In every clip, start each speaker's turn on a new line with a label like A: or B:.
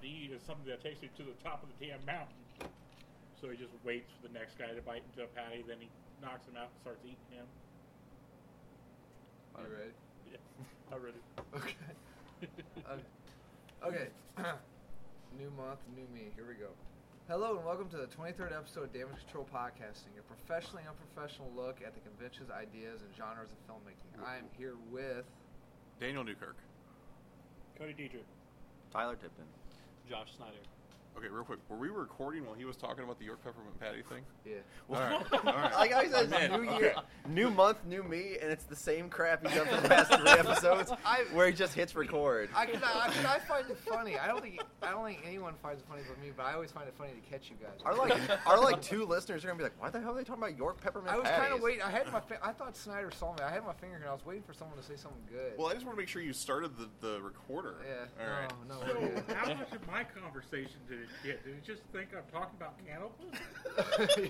A: to eat is something that takes you to the top of the damn mountain. So he just waits for the next guy to bite into a patty, then he knocks him out and starts eating him.
B: You ready?
A: Yeah, I read it.
B: Okay. okay. Okay. new month, new me. Here we go. Hello and welcome to the 23rd episode of Damage Control Podcasting, a professionally unprofessional look at the conventions, ideas, and genres of filmmaking. I am here with.
C: Daniel Newkirk.
A: Cody Dietrich.
D: Tyler Tipton.
E: Josh Snyder.
C: Okay, real quick, were we recording while he was talking about the York peppermint patty thing?
B: Yeah.
C: All right, all right.
D: Like I said,
C: I'm in.
D: it's new
C: Okay.
D: year, new month, new me, and it's the same crap he's done for the past three episodes,
B: I-
D: where he just hits record.
B: I, cause I, I, 'cause I find it funny. I don't think I don't think anyone finds it funny but me, but I always find it funny to catch you guys.
D: Our like, our like two listeners are gonna be like, "Why the hell are they talking about York peppermint?"
B: I was
D: patties?
B: kind of waiting. I had my. Fi- I thought Snyder saw me. I had my finger here. and I was waiting for someone to say something good.
C: Well, I just want to make sure you started the, the recorder.
B: yeah.
C: All right.
D: Oh,
B: No, no. we're
A: So,
B: good.
A: how much of my conversation did it get? Did it just think I'm talking about cannibals?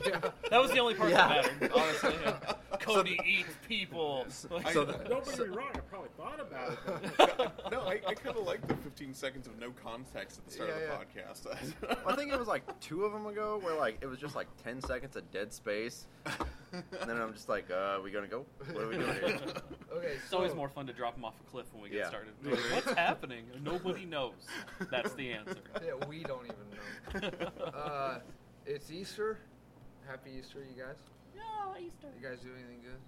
B: yeah.
E: That was the only part
D: Yeah.
E: that mattered, honestly. yeah. Cody eats people. Like,
D: So
C: I-
A: Don't get me wrong, I probably thought about it. But
C: no, I, I kind of like the 15 seconds of no context at the start
B: Yeah,
C: of the podcast.
D: I think it was like two of them ago, where like it was just like ten seconds of dead space, and then I'm just like, uh, "Are we gonna go? What are we doing here?"
B: Okay.
E: it's always
B: so-
E: more fun to drop them off a cliff when we get
D: Yeah.
E: started. Like, What's happening? Nobody knows. That's the answer.
B: Yeah, we don't even know. uh, it's Easter. Happy Easter, you guys.
E: No, Easter.
B: You guys do anything good?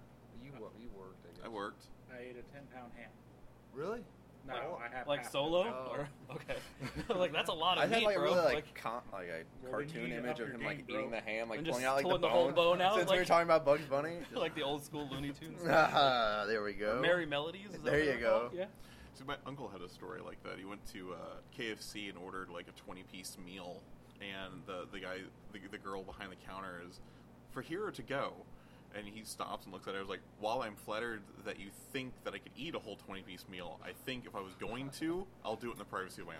B: You wo- you worked. I guess.
C: I worked.
A: I ate a 10 pound ham.
B: Really?
A: No, I have
E: Like
A: half of it.
E: solo?
B: Oh.
E: Or, okay. like, that's a lot of
D: I had
E: meat,
D: like a
E: bro.
D: really like con- like a
A: Well, we
D: cartoon
A: need to
D: image
A: up
D: of
A: your
D: him like
A: game, bro.
D: eating the ham, like
E: And just
D: pulling out like the,
E: pulling the whole
D: bone.
E: bone out,
D: Since we were
E: like-
D: talking about Bugs Bunny, just-
E: like the old school Looney Tunes.
D: Ah, there we go.
E: Merry Melodies. Is that
D: There
E: what
D: you
E: they're called?
D: go.
E: Yeah.
C: See, my uncle had a story like that. He went to uh, KFC and ordered like a 20 piece meal, and the, the guy, the, the girl behind the counter is, for here or to go? And he stops and looks at her. I was like, while I'm flattered that you think that I could eat a whole 20 piece meal, I think if I was going to, I'll do it in the privacy of my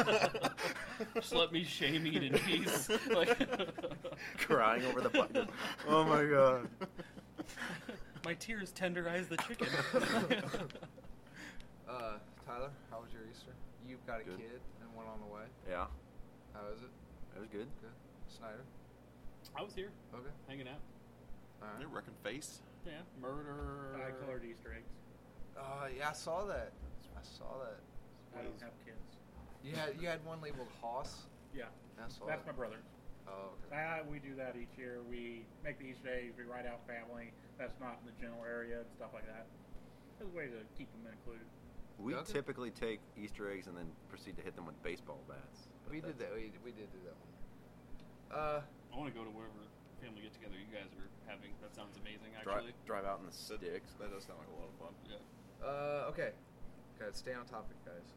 C: own home.
E: Just let me shame eat in peace. Like,
D: Crying over the bu- Oh my god.
E: my tears tenderize the chicken.
B: Uh, Tyler, how was your Easter? You've got a
D: Good.
B: kid and one on the way.
D: Yeah,
B: How is it?
D: that was good.
B: Good. Snyder.
E: I was here,
B: Okay.
E: hanging out.
B: All
C: They're
B: right.
C: wrecking face.
E: Yeah, murder.
A: I colored Easter eggs.
B: Uh, yeah, I saw that. I saw that.
A: I don't
B: Please.
A: have kids.
B: You had you had one labeled Hoss.
A: Yeah,
B: I saw
A: that's my
B: that.
A: brother.
B: Oh, okay.
A: Uh, we do that each year. We make the Easter eggs. We write out family that's not in the general area and stuff like that. It's a way to keep them included.
D: We
B: Okay.
D: typically take Easter eggs and then proceed to hit them with baseball bats. but
B: We did
D: that's-
B: that. We, we did do that one. Uh,
E: I want to go to wherever family get together you guys are having. That sounds amazing,
D: Drive,
E: actually.
D: drive out in the
C: That,
D: sticks.
C: that does sound like a lot of fun.
E: Yeah.
B: Uh, okay. Guys, stay on topic, guys.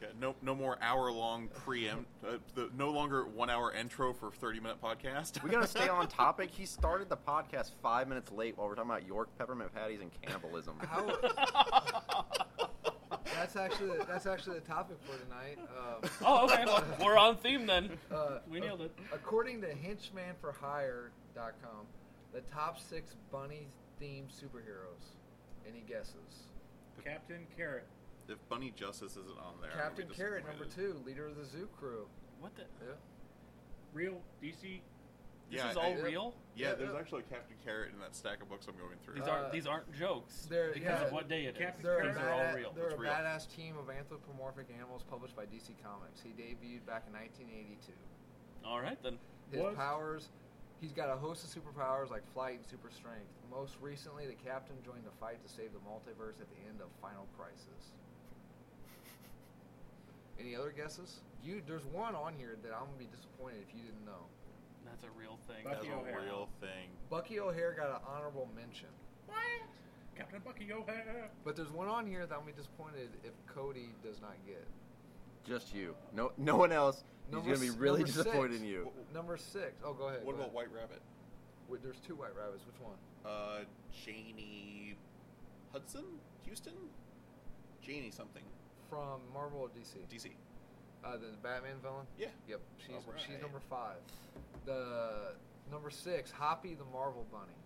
C: Yeah, no, no more hour long preempt. Uh, the, no longer one hour intro for thirty minute podcast.
D: We gotta stay on topic. He started the podcast five minutes late while we're talking about York peppermint patties and cannibalism.
B: How? that's actually that's actually the topic for tonight. Um,
E: Oh, okay. We're on theme then.
B: uh,
E: We nailed it.
B: According to henchmanforhire.com, the top six bunny-themed superheroes. Any guesses?
A: Captain Carrot.
C: If Bunny Justice isn't on there, I'm gonna be
B: Captain Carrot, number
C: disappointed.
B: two, leader of the zoo crew.
E: What the?
B: Yeah.
A: Real DC.
E: This
C: Yeah,
E: is
C: I-
E: all
C: yeah,
E: real.
C: There's actually a Captain Carrot in that stack of books I'm going through.
E: These
B: Uh,
E: aren't these aren't jokes.
B: they're-
E: because
B: yeah.
E: of what day it is.
A: Captain
B: They're, a,
E: these are all
B: bada-
E: real.
B: they're a
C: It's real.
B: badass team of anthropomorphic animals published by DC Comics. He debuted back in 1982.
E: All right then.
B: His
A: Was-
B: powers, he's got a host of superpowers like flight and super strength. Most recently, the captain joined the fight to save the multiverse at the end of Final Crisis. Any other guesses? You, there's one on here that I'm gonna be disappointed if you didn't know.
E: That's a real thing.
C: That's
A: Bucky
C: a
A: O'Hara.
C: real thing.
B: Bucky O'Hare got an honorable mention,
A: What? Captain Bucky O'Hara.
B: but there's one on here that I'm gonna be disappointed if Cody does not get.
D: Just you. No, no one else. He's
B: Number
D: gonna be
B: s-
D: really
B: number six.
D: disappointed in you.
C: Wh-
B: Number six. Oh, go ahead.
C: What
B: go
C: about
B: ahead.
C: White Rabbit?
B: Wait, there's two White Rabbits. Which one?
C: Uh, Janie Hudson, Houston, Janie something,
B: From Marvel or DC?
C: DC.
B: Uh, the Batman villain.
C: Yeah.
B: Yep, she's she's
C: Alright.
B: number five. The number six, Hoppy the Marvel Bunny.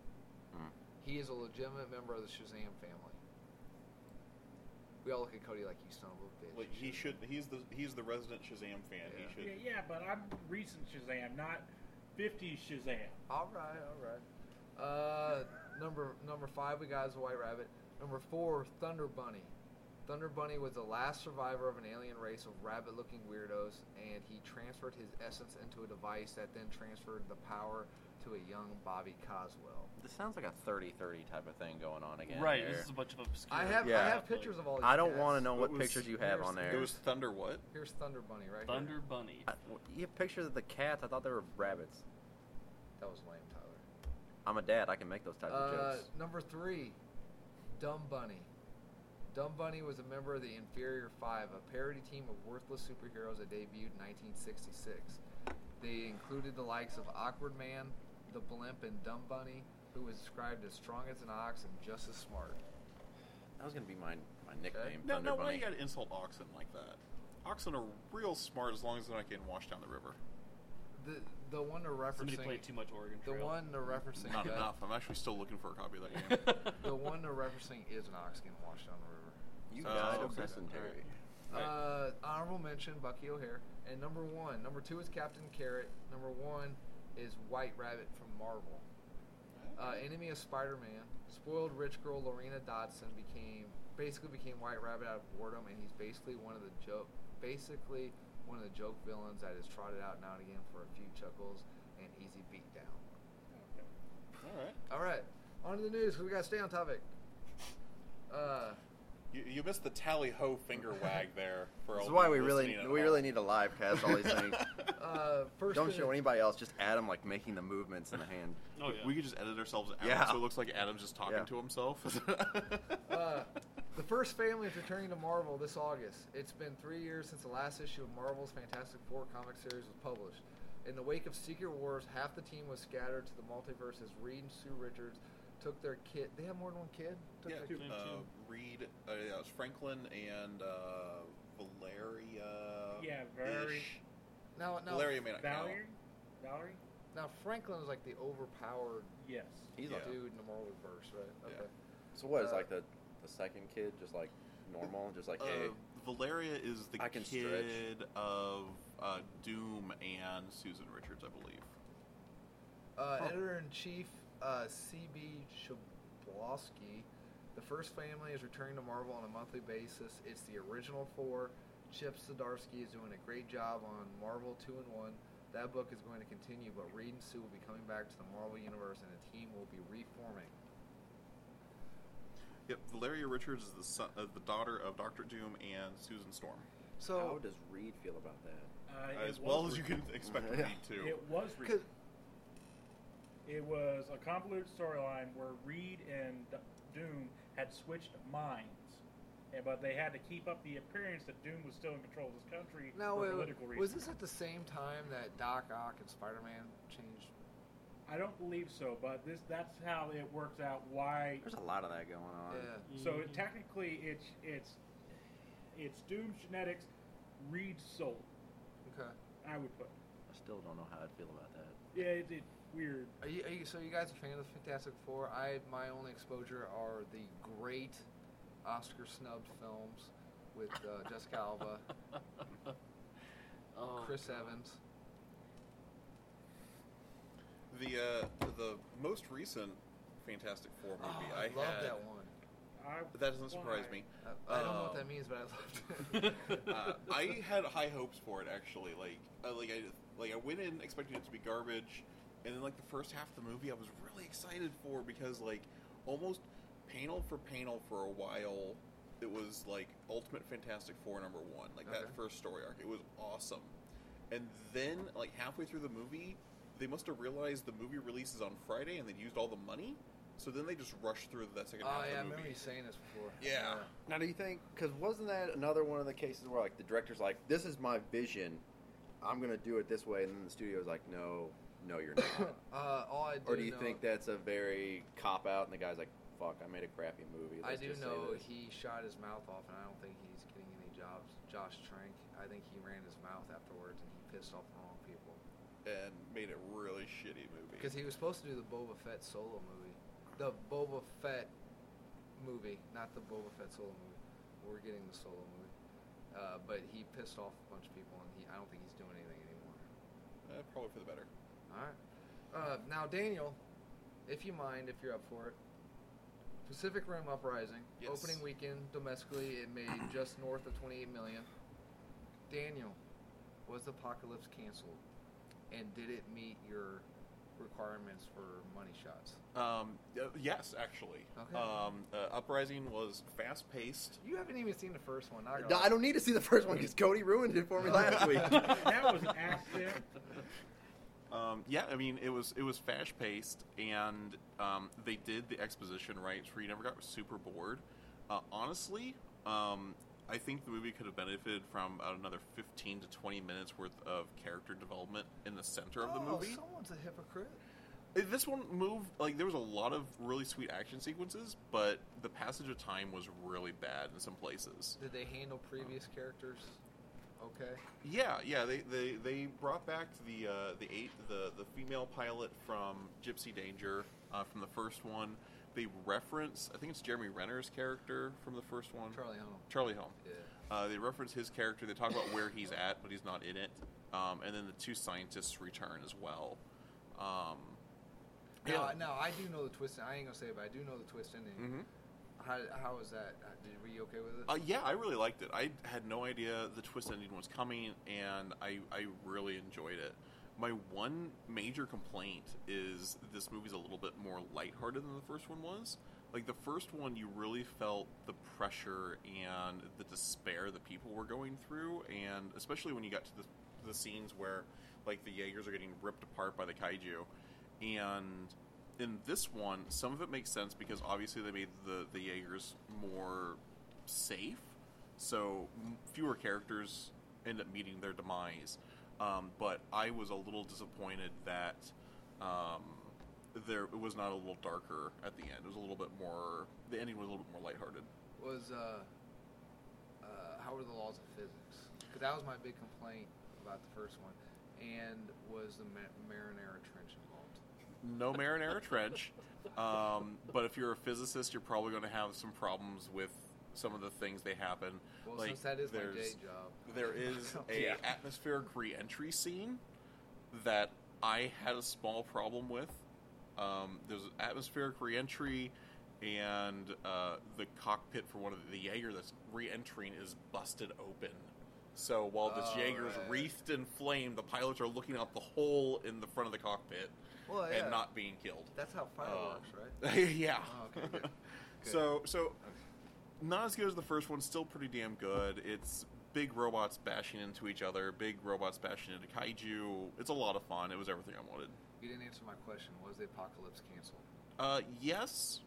D: Mm.
B: He is a legitimate member of the Shazam family. we all look at Cody like you son of a bitch.
C: Like he should. He's the he's the resident Shazam fan.
B: Yeah.
C: He should.
A: Yeah, yeah, but I'm recent Shazam, not 50s Shazam.
B: All right, all right. Uh, number number five, we got is White Rabbit. Number four, Thunder Bunny. Thunder Bunny was the last survivor of an alien race of rabbit-looking weirdos, and he transferred his essence into a device that then transferred the power to a young Bobby Coswell.
D: This sounds like a 30 30 type of thing going on again.
E: right,
D: here.
E: this is a bunch of obscure.
B: I have I
D: Yeah.
B: have pictures of all. These
D: I don't want to
B: cats.
D: know what
C: What was-
D: pictures you have
B: Here's
D: on
B: the-
D: there.
C: It was Thunder. What?
B: Here's Thunder Bunny right
E: Thunder
B: here.
E: Bunny.
C: Uh,
D: I, w- you have pictures of the cats. I thought they were rabbits.
B: That was lame, Tyler.
D: I'm a dad. I can make those types of
B: Uh,
D: jokes.
B: number three, Dumb Bunny. Dumb Bunny was a member of the Inferior Five, a parody team of worthless superheroes that debuted in 1966. They included the likes of Awkward Man, the Blimp, and Dumb Bunny, who was described as strong as an ox and just as smart.
D: That was gonna be my my nickname.
C: No,
D: Thunder
C: no why
D: Bunny.
C: you gotta insult oxen like that. Oxen are real smart as long as they're not getting washed down the river.
B: The the one they're
E: Somebody
B: referencing,
E: played too much Oregon
B: the
E: Trail.
B: one they're referencing,
C: Not
B: that-
C: enough. I'm actually still looking for a copy of that game.
B: the one they're referencing is an ox getting washed down the river.
D: You
C: Oh,
D: died of
C: okay.
D: dysentery.
C: Alright.
B: Uh, honorable mention Bucky O'Hare, and number one, number two is Captain Carrot. Number one is White Rabbit from Marvel. Uh, enemy of Spider-Man, spoiled rich girl Lorena Dodson became basically became White Rabbit out of boredom, and he's basically one of the joke, basically one of the joke villains that is trotted out now and again for a few chuckles and easy beatdown.
C: All right.
B: All right, on to the news. 'cause We got to stay on topic. Uh,
C: You, you missed the tally ho finger wag there. For
D: This
C: all
D: is why
C: the
D: we really
C: listening at
D: we
C: home.
D: really need a live cast. All these things.
B: uh, first
D: Don't
B: bit-
D: show anybody else. Just Adam like making the movements in the hand.
E: oh yeah.
C: We could just edit ourselves out
D: Yeah.
C: so it looks like Adam's just talking
D: Yeah.
C: to himself.
B: Uh, the first family is returning to Marvel this August. It's been three years since the last issue of Marvel's Fantastic Four comic series was published. In the wake of Secret Wars, half the team was scattered to the multiverse as Reed and Sue Richards took their kid. They have more than one kid. Took
C: yeah,
B: their-
E: two.
C: uh, Reed, uh, yeah, it's Franklin and uh, Valeria.
A: Yeah, very.
B: Now, now,
C: Valeria may not count.
A: Valerie? Valerie?
B: now Franklin is like the overpowered
A: Yes.
D: He's like,
C: Yeah.
B: dude in the Marvel verse, right?
C: Yeah.
B: Okay.
D: so what is
B: Uh,
D: like the the second kid just like normal, just like
C: Uh,
D: hey.
C: Valeria is the
D: I can stretch.
C: kid of uh, Doom and Susan Richards, I believe.
B: Uh,
C: Huh.
B: Editor in chief uh, CB Shablowski. The first family is returning to Marvel on a monthly basis. It's the original four. Chip Zdarsky is doing a great job on Marvel Two and One. That book is going to continue, but Reed and Sue will be coming back to the Marvel universe, and the team will be reforming.
C: Yep, Valeria Richards is the son, uh, the daughter of Doctor Doom and Susan Storm.
D: How
B: So,
D: does Reed feel about that?
A: Uh, it
C: as well
A: was
C: as you
A: re-
C: can expect of
D: Yeah.
C: Reed too.
A: It was
B: c-
A: recent. It was a convoluted storyline where Reed and D- Doom had switched minds, and, but they had to keep up the appearance that Doom was still in control of this country
B: now
A: for
B: wait,
A: political
B: wait,
A: reasons.
B: was this at the same time that Doc Ock and Spider-Man changed?
A: I don't believe so, but this that's how it works out. Why?
D: There's a lot of that going on.
B: Yeah.
A: So
E: Mm-hmm.
A: it, technically, it's it's it's Doom's genetics, Reed's soul.
B: Okay.
A: I would put. it.
D: I still don't know how I'd feel about that.
A: Yeah, it, it's weird.
B: Are you, are you, so you guys are fans of the Fantastic Four? I my only exposure are the great Oscar snubbed films with uh, Jessica Alba,
E: oh,
B: Chris Evans.
C: The uh, the most recent Fantastic Four
B: Oh,
C: movie
B: I,
C: I,
B: love
C: had.
B: that one.
A: I,
C: That doesn't surprise
A: why?
C: me.
B: I, I don't know what
C: Um,
B: that means, but I loved it. Oh,
C: Uh, I had high hopes for it actually. Like uh, like I like I went in expecting it to be garbage, and then like the first half of the movie I was really excited for because like almost panel for panel for a while. It was like Ultimate Fantastic Four number one, like
B: Okay.
C: that first story arc. It was awesome, and then like halfway through the movie, they must have realized the movie releases on Friday and they would used all the money, so then they just rushed through that second
B: oh yeah, I
C: half of the
B: remember
C: movie.
B: you saying this before.
C: Yeah.
D: Now, do you think? Because wasn't that another one of the cases where like the director's like, "This is my vision, I'm gonna do it this way," and then the studio's like, "No, no, you're not."
B: Uh, all I do
D: or do you
B: know,
D: think that's a very cop out? And the guy's like, "Fuck, I made a crappy movie."
B: I
D: Let's
B: do
D: just say
B: know
D: this."
B: he shot his mouth off, and I don't think he's getting any jobs. Josh Trank, I think he ran his mouth afterwards, and he pissed off the wrong people
C: and made a really shitty movie.
B: because he was supposed to do the Boba Fett solo movie, the Boba Fett movie, not the Boba Fett solo movie, we're getting the solo movie. Uh, but he pissed off a bunch of people, and he I don't think he's doing anything anymore.
C: Uh, probably for the better.
B: All right. Uh, now, Daniel, if you mind, if you're up for it, Pacific Rim Uprising
C: Yes.
B: opening weekend domestically, it made just north of 28 million. Daniel, was the apocalypse canceled, and did it meet your requirements for money shots?
C: Um, uh, yes, actually.
B: Okay.
C: Um, uh, Uprising was fast paced.
B: You haven't even seen the first one. not gonna
D: No,
B: lie.
D: I don't need to see the first one because Cody ruined it for me last week.
A: That was an accident.
C: Um, yeah, I mean it was it was fast paced, and um, they did the exposition right, where you never got super bored. Uh, honestly, um, I think the movie could have benefited from about another fifteen to twenty minutes worth of character development in the center of the
B: Oh,
C: movie.
B: someone's a hypocrite.
C: Uh, This one moved like there was a lot of really sweet action sequences, but the passage of time was really bad in some places.
B: Did they handle previous characters? Okay.
C: Yeah, yeah, they, they, they brought back the uh, the eight the, the female pilot from Gypsy Danger uh, from the first one. They reference I think it's Jeremy Renner's character from the first one,
B: Charlie Hunnam.
C: Charlie Holm.
B: Yeah.
C: Uh, they reference his character. They talk about where he's at, but he's not in it. Um, and then the two scientists return as well. Um,
B: Now, now I do know the twist. I ain't gonna say it, but I do know the twist ending.
C: Mhm.
B: How how was that? Uh, Did were you okay with it?
C: Uh, yeah, I really liked it. I had no idea the twist ending was coming, and I, I really enjoyed it. My one major complaint is this movie's a little bit more lighthearted than the first one was. Like the first one, you really felt the pressure and the despair that people were going through, and especially when you got to the, the scenes where like the Jaegers are getting ripped apart by the kaiju, and in this one, some of it makes sense because obviously they made the the Jaegers more safe, so m- fewer characters end up meeting their demise. Um, but I was a little disappointed that um, there it was not a little darker at the end. It was a little bit more. The ending was a little bit more lighthearted.
B: was uh, uh, how were the laws of physics? Because that was my big complaint about the first one. And was the Ma- Marinara Trench involved?
C: No Marinara Trench, um, but if you're a physicist, you're probably going to have some problems with some of the things they happen.
B: Well,
C: Like,
B: since that is my
C: there's-
B: day job,
C: there is
B: Oh,
C: a
E: Yeah.
C: atmospheric re-entry scene that I had a small problem with. Um, there's an atmospheric re-entry, and uh, the cockpit for one of the, the Jaeger that's re-entering is busted open. So while this
B: Oh,
C: Jaeger's
B: right.
C: wreathed in flame, the pilots are looking out the hole in the front of the cockpit
B: Well, Oh, yeah.
C: and not being killed.
B: that's how fireworks,
C: Um,
B: right?
C: yeah.
B: Oh, okay, good. Good.
C: So so not as good as the first one, still pretty damn good. It's big robots bashing into each other, big robots bashing into kaiju. It's a lot of fun. It was everything I wanted.
B: You didn't answer my question. Was the apocalypse canceled?
C: Uh, yes,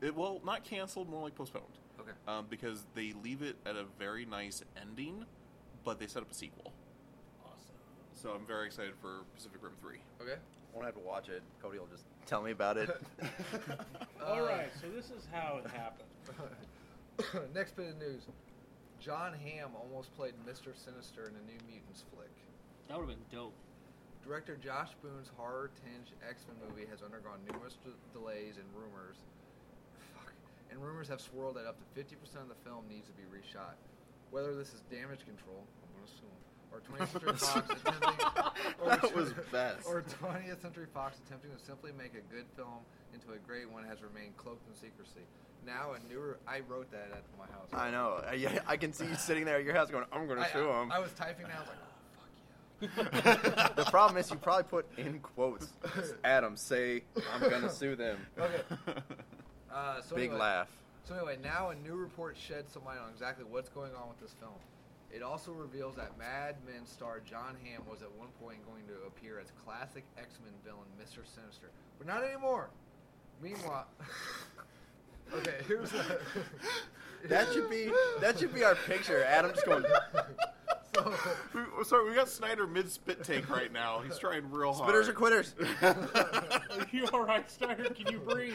C: it well not canceled, more like postponed,
B: Okay.
C: um, because they leave it at a very nice ending, but they set up a sequel.
E: Awesome.
C: So I'm very excited for Pacific Rim Three.
B: Okay.
D: won't have to watch it. Cody will just tell me about it.
A: All right, so this is how it happened.
B: Next bit of news. John Hamm almost played Mr. Sinister in the New Mutants flick.
E: That would have been dope.
B: Director Josh Boone's horror tinged X Men movie has undergone numerous d- delays and rumors. Fuck. And rumors have swirled that up to 50% of the film needs to be reshot. Whether this is damage control, I'm going to assume, or 20th Century Fox attempting, or
D: That was best.
B: Or 20th Century Fox attempting to simply make a good film into a great one has remained cloaked in secrecy. Now a newer. I wrote that at my house.
D: I know. I, yeah, I can see you sitting there at your house going, I'm going to
B: I-
D: sue
B: I-
D: him.
B: I was typing and I was like, oh, fuck yeah.
D: the problem is you probably put in quotes, Adam, say, I'm going to sue them.
B: Okay. Uh, so
D: Big
B: anyway-
D: laugh.
B: So anyway, now a new report sheds some light on exactly what's going on with this film. It also reveals that Mad Men star John Hamm was at one point going to appear as classic X-Men villain Mr. Sinister, but not anymore. Meanwhile, okay, here's a,
D: That should be that should be our picture. Adam just going,
B: so.
C: We, oh, sorry, we got Snyder mid spit take right now. He's trying real hard.
D: spitters or quitters.
A: Are you all right, Snyder? Can you breathe?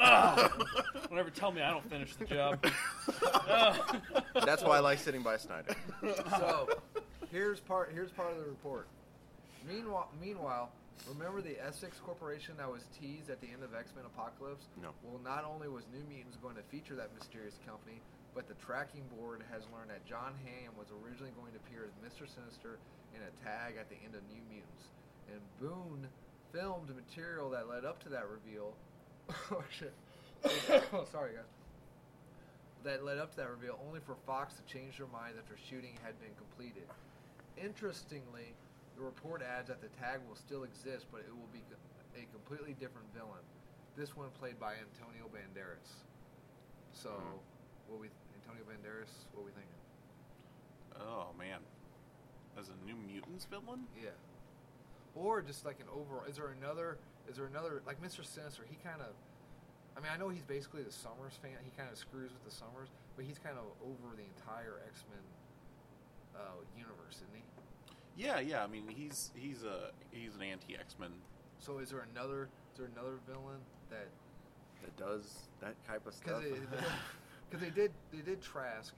C: Ah.
E: Don't ever tell me I don't finish the job. Ugh.
C: uh,
D: That's why I like sitting by Snyder.
B: so here's part here's part of the report. Meanwhile, meanwhile, Remember the Essex Corporation that was teased at the end of X Men Apocalypse?
C: No.
B: Well, not only was New Mutants going to feature that mysterious company, but the tracking board has learned that John Hamm was originally going to appear as Mr. Sinister in a tag at the end of New Mutants. And Boone filmed material that led up to that reveal. oh, shit. Oh, Sorry, guys. That led up to that reveal, only for Fox to change their mind after shooting had been completed. Interestingly, the report adds that the tag will still exist, but it will be co- a completely different villain. This one played by Antonio Banderas. So,
C: Hmm.
B: what we Antonio Banderas? What we thinking?
C: Oh man, as a New Mutants villain?
B: Yeah. Or just like an overall. Is there another? Is there another like Mr. Sinister? He kind of. I mean, I know he's basically the Summers fan. He kind of screws with the Summers, but he's kind of over the entire X Men uh, universe, isn't he?
C: Yeah, yeah. I mean, he's he's a he's an anti X Men.
B: So, is there another? Is there another villain that
D: That does that type of stuff.
B: Because they did they did Trask,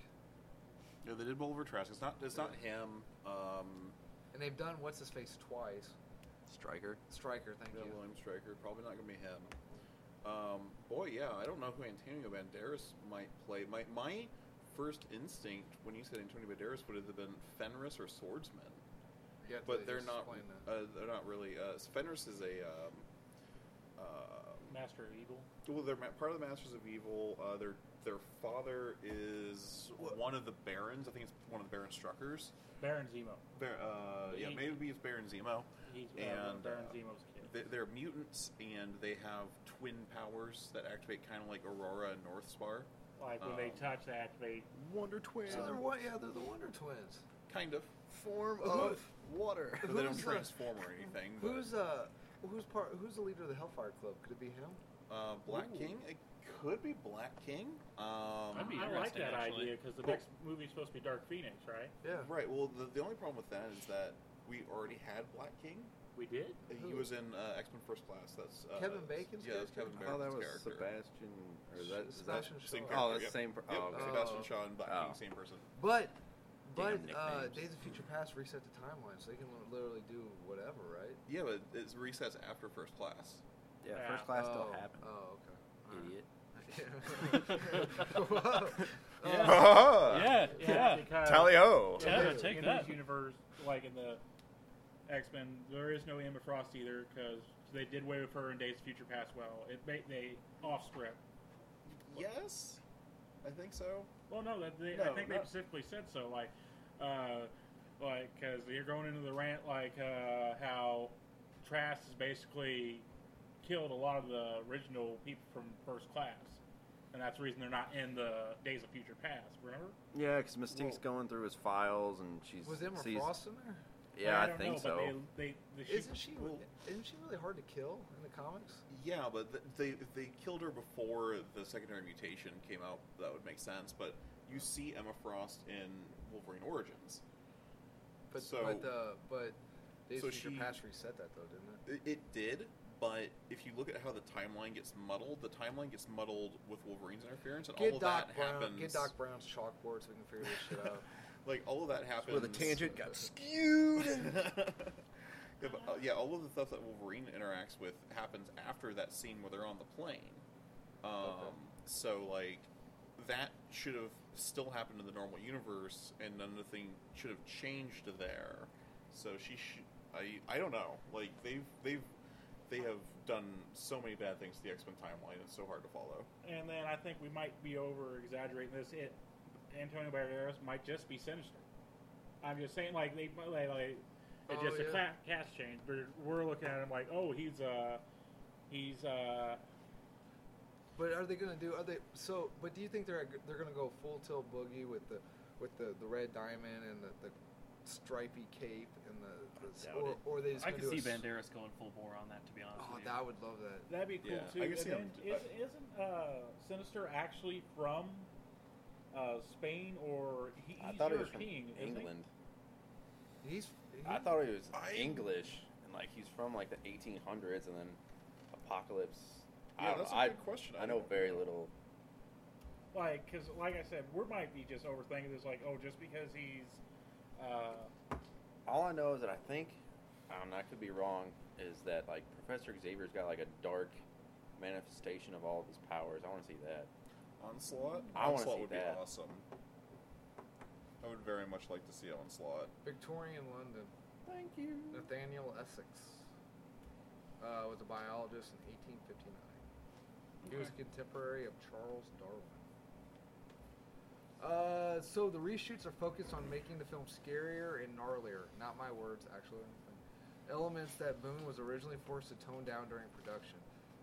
C: No, they did Bulver Trask. It's not it's not him. Um,
B: and they've done what's his face twice.
D: Striker.
B: Striker, thank
C: yeah,
B: you.
C: William Stryker. Probably not gonna be him. Um, boy, yeah. I don't know who Antonio Banderas might play. My my first instinct when you said Antonio Banderas would have been Fenris or Swordsman,
B: Yeah,
C: but they're not.
B: That.
C: Uh, they're not really. Uh, Fenris is a. Um, um,
A: Master of Evil.
C: Well, they're ma- part of the Masters of Evil. Uh, their their father is one of the barons. I think it's one of the Baron Struckers.
A: Baron Zemo.
C: Bar- uh, yeah,
A: He-
C: maybe it's Baron Zemo.
A: He's uh,
C: And,
A: Baron
C: uh,
A: Zemo's kid.
C: They- They're mutants and they have twin powers that activate kind of like Aurora and Northspar.
A: like when they
C: um,
A: touch, they activate.
C: Wonder Twin.
B: So they're one, yeah, they're the Wonder Twins.
C: kind of.
D: Form
B: Who-
D: of water.
C: But they don't
B: Who's the-
C: transform or anything. But,
B: Who's uh, who's part? Who's the leader of the Hellfire Club? Could it be him?
C: uh, Black
A: Ooh.
C: King? It could be Black King. Um,
E: That'd be
A: I like
E: interesting,
A: that
E: actually.
A: idea because the
C: Cool.
A: next movie's supposed to be Dark Phoenix, right?
B: Yeah.
C: Right. Well, the, the only problem with that is that we already had Black King.
A: We did.
C: He
B: Who?
C: was in uh, X Men First Class. That's uh,
B: Kevin Bacon's
C: Yeah, that's
B: character?
C: Kevin
D: I thought Oh, that
C: Bacon's
D: was
C: character.
D: Sebastian. Or is that, is that
B: Sebastian Shaw.
C: same character.
D: Oh, that's
C: yep.
D: the same. Per-
C: Yep,
D: oh, okay.
C: Sebastian
B: Oh.
C: Shaw and Black
D: Oh.
C: King, same person.
B: But, but
D: Damn
B: uh,
D: nicknames.
B: Days of Future Past reset the timeline, so they can li- literally do whatever, right?
C: Yeah, but it resets after First Class.
D: Yeah,
A: Yeah.
D: first class
B: Oh,
D: still happened.
B: Oh, okay.
D: Idiot.
B: Whoa.
E: Yeah.
B: Uh,
E: yeah, yeah.
A: because
C: ho!
E: Yeah,
A: in
E: take
A: in
E: that.
A: these universe, like in the X Men, there is no Emma Frost either because they did away with her in Days of Future Past. Well, it made they off script.
C: Yes, I think so.
A: Well, no, that they, I
C: No,
A: think they
C: no.
A: specifically said so. Like, uh, like because you're going into the rant like uh, how Trask has basically killed a lot of the original people from First Class, and that's the reason they're not in the Days of Future Past. Remember?
D: Yeah, because Mystique's going through his files and she's.
B: was Emma
D: sees,
B: Frost in there?
D: Yeah, I,
A: don't
D: think
A: know,
D: so.
A: But they, they, they,
B: Isn't she?
C: well-
B: Isn't she really hard to kill in the comics?
C: Yeah, but th- they they killed her before the secondary mutation came out. That would make sense. But you see Emma Frost in Wolverine Origins.
B: But
C: So-
B: but uh, but Days
C: So
B: of Future
C: she-
B: Past reset that though, didn't it?
C: It, it did, but if you look at how the timeline gets muddled, the timeline gets muddled with Wolverine's interference, and all
B: Get
C: of
B: Doc
C: that
B: Brown.
C: happens.
B: Get Doc Brown's chalkboard so we can figure this shit out.
C: Like all of that happens.
D: Where the tangent got skewed.
C: yeah, but, uh, yeah, all of the stuff that Wolverine interacts with happens after that scene where they're on the plane. Um,
B: Okay.
C: So like that should have still happened in the normal universe, and none of the thing should have changed there. So she, sh- I, I don't know. Like they've they've they have done so many bad things to the X Men timeline. It's so hard to follow.
A: and then I think we might be over exaggerating this. It Antonio Banderas might just be sinister. I'm just saying, like they, like, like it's
B: Oh,
A: just a
B: yeah.
A: cla- cast change. We're, we're looking at him like, oh, he's uh, he's uh,
B: but are they gonna do? Are they so? But do you think they're they're gonna go full tilt boogie with the with the, the red diamond and the, the stripy cape and the, the
E: doubt
B: or,
E: it.
B: or they just
E: I
B: gonna
E: could
B: do
E: see
B: a s-
E: Banderas going full bore on that, to be honest
B: Oh,
E: with you.
B: that would love that.
A: that'd be cool
C: Yeah,
A: too.
C: I can see
A: and
C: him.
A: then Is, isn't uh, sinister actually from uh, Spain or he,
D: I
A: he's
D: thought he was from
A: European? isn't he?
D: England.
B: He's.
D: I thought he was
C: I-
D: English and like he's from like the 1800s and then Apocalypse. I
C: Yeah,
D: don't
C: that's
D: know.
C: a
D: I-
C: good question.
D: I know
C: don't-
D: very little.
A: like because like I said, we might be just overthinking this. Like, oh, just because he's uh,
D: All I know is that I think I don't know, I could be wrong, is that like Professor Xavier's got like a dark manifestation of all of his powers. I want to see that.
C: Onslaught?
D: I wanna
C: Onslaught
D: see
C: would
D: that.
C: be awesome. I would very much like to see Onslaught.
B: Victorian London.
D: Thank you.
B: Nathaniel Essex uh, was a biologist in 1859. He was a contemporary of Charles Darwin. Uh, so the reshoots are focused on making the film scarier and gnarlier. Not my words, actually. Elements that Boone was originally forced to tone down during production.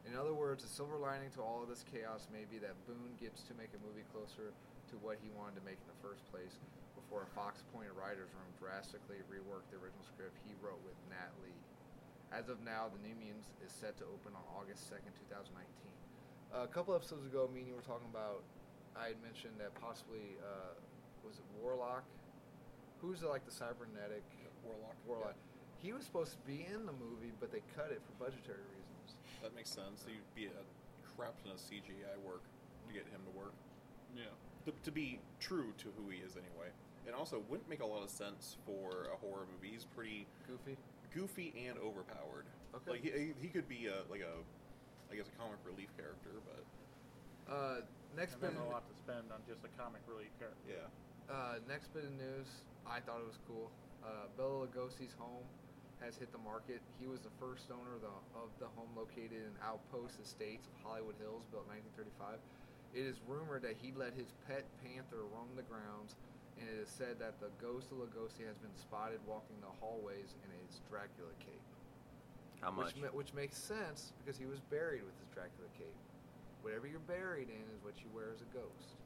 B: In other words, the silver lining to all of this chaos may be that Boone gets to make a movie closer to what he wanted to make in the first place before a Fox Point writer's room drastically reworked the original script he wrote with Nat Lee. As of now, The New Mutants is set to open on August 2nd, 2019. a couple episodes ago, me and you were talking about, I had mentioned that possibly, uh, was it Warlock? Who's like the cybernetic?
C: Warlock.
B: Warlock. He was supposed to be in the movie, but they cut it for budgetary reasons.
C: That makes sense. He'd be a crap ton of CGI work to get him to work.
E: Yeah.
C: To, to be true to who he is, anyway. And also, wouldn't make a lot of sense for a horror movie. He's pretty
B: Goofy.
C: goofy and overpowered.
B: Okay.
C: Like he, he could be a like a, I guess a comic relief character, but
B: Uh, next
A: And
B: bit,
A: there's a lot to spend on just a comic relief character.
C: yeah.
B: uh, next bit of news. I thought it was cool. Uh, Bela Lugosi's home has hit the market. He was the first owner of the, of the home located in Outpost Estates of Hollywood Hills, built in 1935. It is rumored that he let his pet panther roam the grounds, and it is said that the ghost of Lugosi has been spotted walking the hallways in his Dracula cape.
D: How
B: Which,
D: much?
B: ma- which makes sense because he was buried with his Dracula cape. Whatever you're buried in is what you wear as a ghost.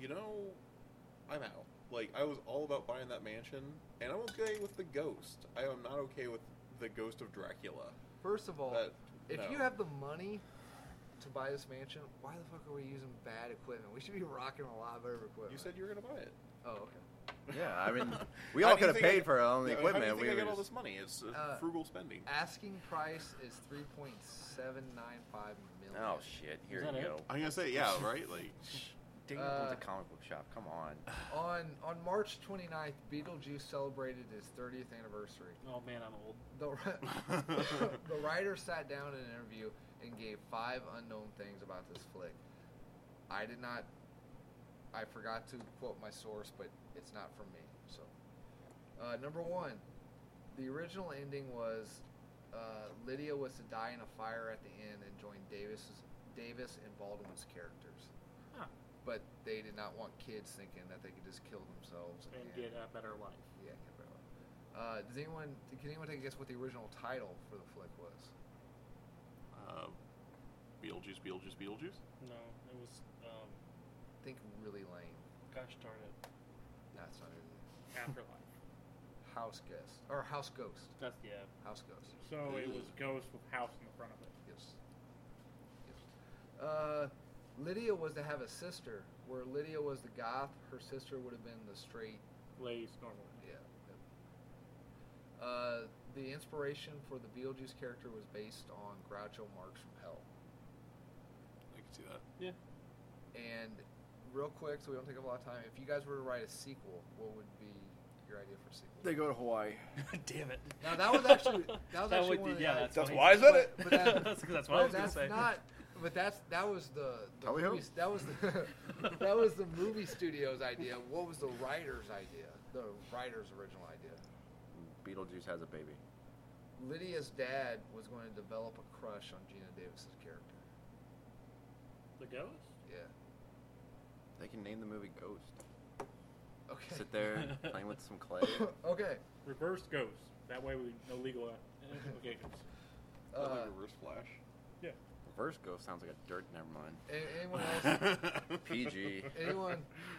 C: You know, I'm out. Like I was all about buying that mansion, and I'm okay with the ghost. I am not okay with the ghost of Dracula.
B: First of all,
C: That-
B: if
C: no.
B: you have the money to buy this mansion, why the fuck are we using bad equipment? We should be rocking a lot better equipment.
C: You said you were gonna buy it.
B: Oh, okay.
D: Yeah, I mean, we
C: How
D: all
C: do you
D: could have
C: think I-
D: paid for all the
C: yeah,
D: equipment.
C: How do you think
D: we
C: I
D: were
C: got all
D: just-
C: this money? It's uh,
B: Uh,
C: frugal spending.
B: Asking price is three point seven nine five million.
D: Oh shit! Here
E: Is
D: you
E: that it?
D: go.
F: I'm gonna say yeah, right? Like
D: Ding
B: Uh,
D: the comic book shop. Come on.
B: On on March 29th, Beetlejuice celebrated its 30th anniversary.
E: Oh man, I'm old.
B: The, ri- the writer sat down in an interview and gave five unknown things about this flick. I did not. I forgot to quote my source, but it's not from me. So, uh, number one, the original ending was uh, Lydia was to die in a fire at the end and join Davis's, Davis and Baldwin's characters.
A: Huh.
B: But they did not want kids thinking that they could just kill themselves
A: and get a better life.
B: yeah, I can't remember. Uh, does anyone can anyone take a guess what the original title for the flick was?
F: uh, Beetlejuice, Beetlejuice, Beetlejuice.
E: No, it was. Um,
B: Think really lame.
E: gosh darn it,
B: That's not it.
E: Afterlife.
B: House guest or house ghost.
E: That's yeah.
B: House ghost.
A: So it was ghost with house in the front of it.
B: Yes. Yes. Uh, Lydia was to have a sister. Where Lydia was the goth, her sister would have been the straight
A: Lays normally.
B: Yeah. yep. Uh, the inspiration for the Beetlejuice character was based on Groucho Marx from Hell.
F: I can see that.
E: Yeah.
B: And real quick, so we don't take up a lot of time, if you guys were to write a sequel, what would be your idea for a sequel?
D: go to Hawaii.
E: Damn it.
B: Now, that was actually- that was actually
E: would
B: one
E: be-
B: of the
E: yeah.
B: ideas.
E: That's,
D: That's
E: funny.
D: why I said it.
B: But that-
E: that's, that's
B: But
E: what I was
B: that's
E: gonna say.
B: not. But that's that was the, the
D: Tally-ho.
B: movie, that was the that was the movie studio's idea. What was the writer's idea? The writer's original idea.
D: Beetlejuice has a baby.
B: Lydia's dad was going to develop a crush on Gina Davis's character.
A: The ghost?
B: Yeah.
D: They can name the movie Ghost.
B: Okay.
D: Sit there playing with some clay.
B: okay.
A: Reverse ghost. That way we no legal uh, implications.
C: Is that
B: Uh,
C: like reverse flash.
A: Yeah.
D: Reverse Ghost sounds like a dirt. Never mind.
B: a- anyone else?
D: PG.
B: Anyone?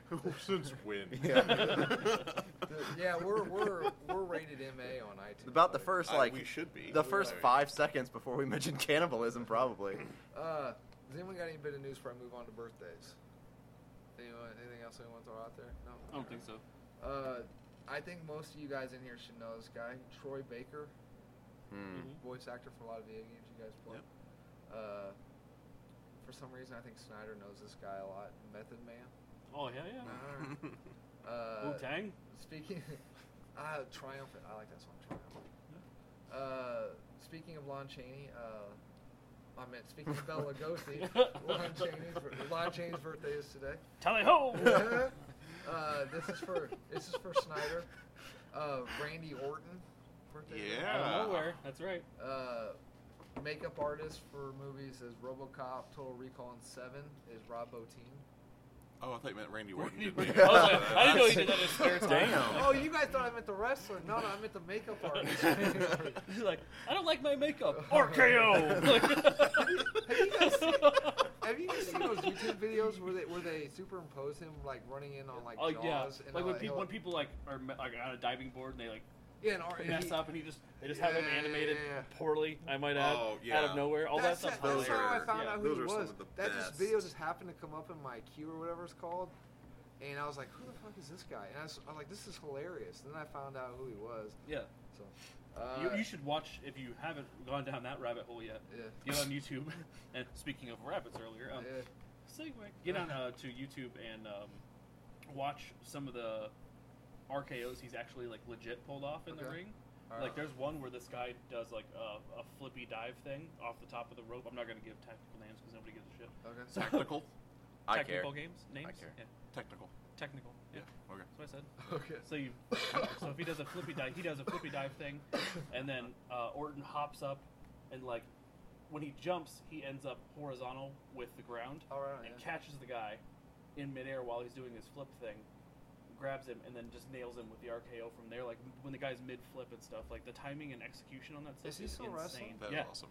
C: Since when?
D: Yeah.
B: the- yeah, we're we're we're rated MA on iTunes.
D: About the
B: buddy.
D: first
C: I-
D: like
C: we should be.
D: the
C: We
D: first
C: are.
D: five seconds before we mentioned cannibalism, probably.
B: Uh, does anyone got any bit of news before I move on to birthdays? Anyone? Anything else anyone throw out there? No.
E: I don't think so.
B: Uh, I think most of you guys in here should know this guy, Troy Baker,
D: Hmm.
E: Mhm.
B: voice actor for a lot of video games you guys play.
C: Yep.
B: Uh, for some reason, I think Snyder knows this guy a lot. Method Man.
E: Oh yeah, yeah.
B: Alright. Uh,
E: Wu Tang.
B: Speaking, uh, triumphant. I like that song, triumphant. Uh, speaking of Lon Chaney, uh, I meant speaking of Bella Lugosi, Lon Chaney's, bir- Lon Chaney's birthday is today.
E: Tally ho!
B: uh, this is for this is for Snyder. Uh, Randy Orton. Birthday
F: Yeah.
E: Out of nowhere. That's right.
B: Uh, makeup artist for movies is RoboCop, Total Recall, and Seven is Rob Bottin.
F: Oh, I thought you meant Randy Orton.
E: Randy
F: did
E: Orton.
F: makeup.
E: I was like, I didn't know he
F: That's-
E: did that in his spare time.
F: Damn.
B: Oh, you guys thought I meant the wrestler? No, no, I meant the makeup artist. Have
E: He's like, "Oh, I don't like my makeup. RKO. Like-
B: you guys seen those YouTube videos where they where they superimpose him like running in on like
E: oh
B: jaws
E: yeah,
B: and all
E: like when
B: that?
E: people when people like are me- like on a diving board and they like
B: yeah, and, Ar-
E: mess
B: he-
E: up and he just they just have him
B: Yeah,
E: animated
B: yeah, yeah.
E: poorly. I might add,
C: Oh,
E: out
C: yeah.
E: of nowhere. All
B: that's
E: that stuff's
B: that's
F: Those
E: hilarious.
B: how I
F: are-
B: found
E: yeah.
B: out who
C: those
B: he
C: are some
B: was.
C: of the
B: that just
C: best.
B: video just happened to come up in my queue or whatever it's called, and I was like, "Who the fuck is this guy?" And I was, I was like, "This is hilarious." And then I found out who he was.
E: Yeah.
B: So, uh,
E: you, you should watch if you haven't gone down that rabbit hole yet.
B: yeah,
E: Get on YouTube. and speaking of rabbits earlier, um,
B: yeah.
E: segue. Get on uh, to YouTube and um, watch some of the RKO's he's actually like legit pulled off in the
B: Okay.
E: ring.
F: Ah.
B: All
E: Like
B: right.
E: there's one where this guy does like a, a flippy dive thing off the top of the rope. I'm not gonna give technical names because nobody gives a shit.
B: okay.
F: Technical. I care.
E: technical games names.
F: care.
E: Yeah,
F: Technical.
E: technical. Yeah,
F: Okay.
E: that's what I said.
B: Okay.
E: So you, so if he does a flippy dive, he does a flippy dive thing, and then uh, Orton hops up, and like when he jumps, he ends up horizontal with the ground
B: All Oh, right.
E: and
B: yeah.
E: catches the guy in midair while he's doing his flip thing, grabs him, and then just nails him with the RKO from there. Like when the guy's mid flip and stuff, like the timing and execution on that stuff
B: Is he still
E: insane.
B: wrestling?
F: That's
E: yeah.
F: awesome.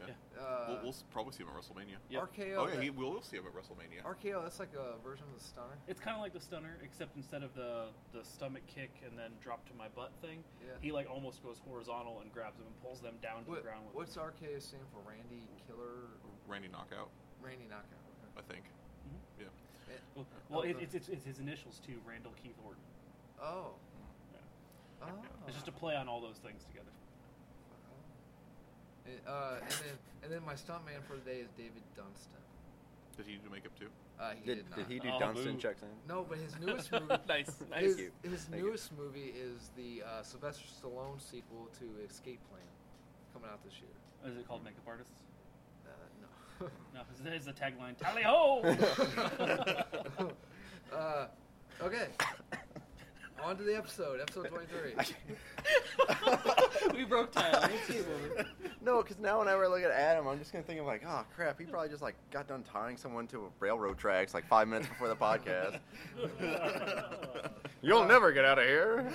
B: Uh,
F: we'll, we'll s- probably see him at WrestleMania.
E: Yep.
B: RKO.
F: Oh yeah,
B: that-
F: he, we'll see him at WrestleMania.
B: RKO. That's like a version of the stunner.
E: It's kind of like the stunner, except instead of the, the stomach kick and then drop to my butt thing,
B: Yeah.
E: he like almost goes horizontal and grabs them and pulls them down to
B: What,
E: the ground. With
B: what's
E: him.
B: RKO stand for? Randy Killer.
F: Randy Knockout,
B: Randy Knockout.
F: I think.
E: Mm-hmm. Well, well it,
B: Oh, Okay.
E: it's, it's it's his initials too, Randall Keith Orton.
B: Okay. Oh.
E: Yeah.
B: Oh.
E: It's just a play on all those things together.
B: And, uh, and then and then my stuntman for the day is David Dunstan.
F: Did he do makeup too?
B: Uh, he did,
D: Did,
B: not.
D: did he do
E: Oh,
D: Dunstan
E: boo.
D: checks in?
B: No, but his newest movie.
E: nice, nice.
B: his,
D: you.
B: His
D: Thank you.
B: newest movie is the uh, Sylvester Stallone sequel to Escape Plan, coming out this year.
E: Oh, Is it called makeup artists?
B: Uh, no.
E: No, there's the tagline. Tally ho!
B: uh, okay. On to the episode, episode 23.
E: we broke Tyler. Let's see what
D: No, because now whenever I look at Adam, I'm just gonna think of like, oh crap, he probably just like got done tying someone to a railroad tracks like five minutes before the podcast.
B: Uh,
D: You'll never get out of here.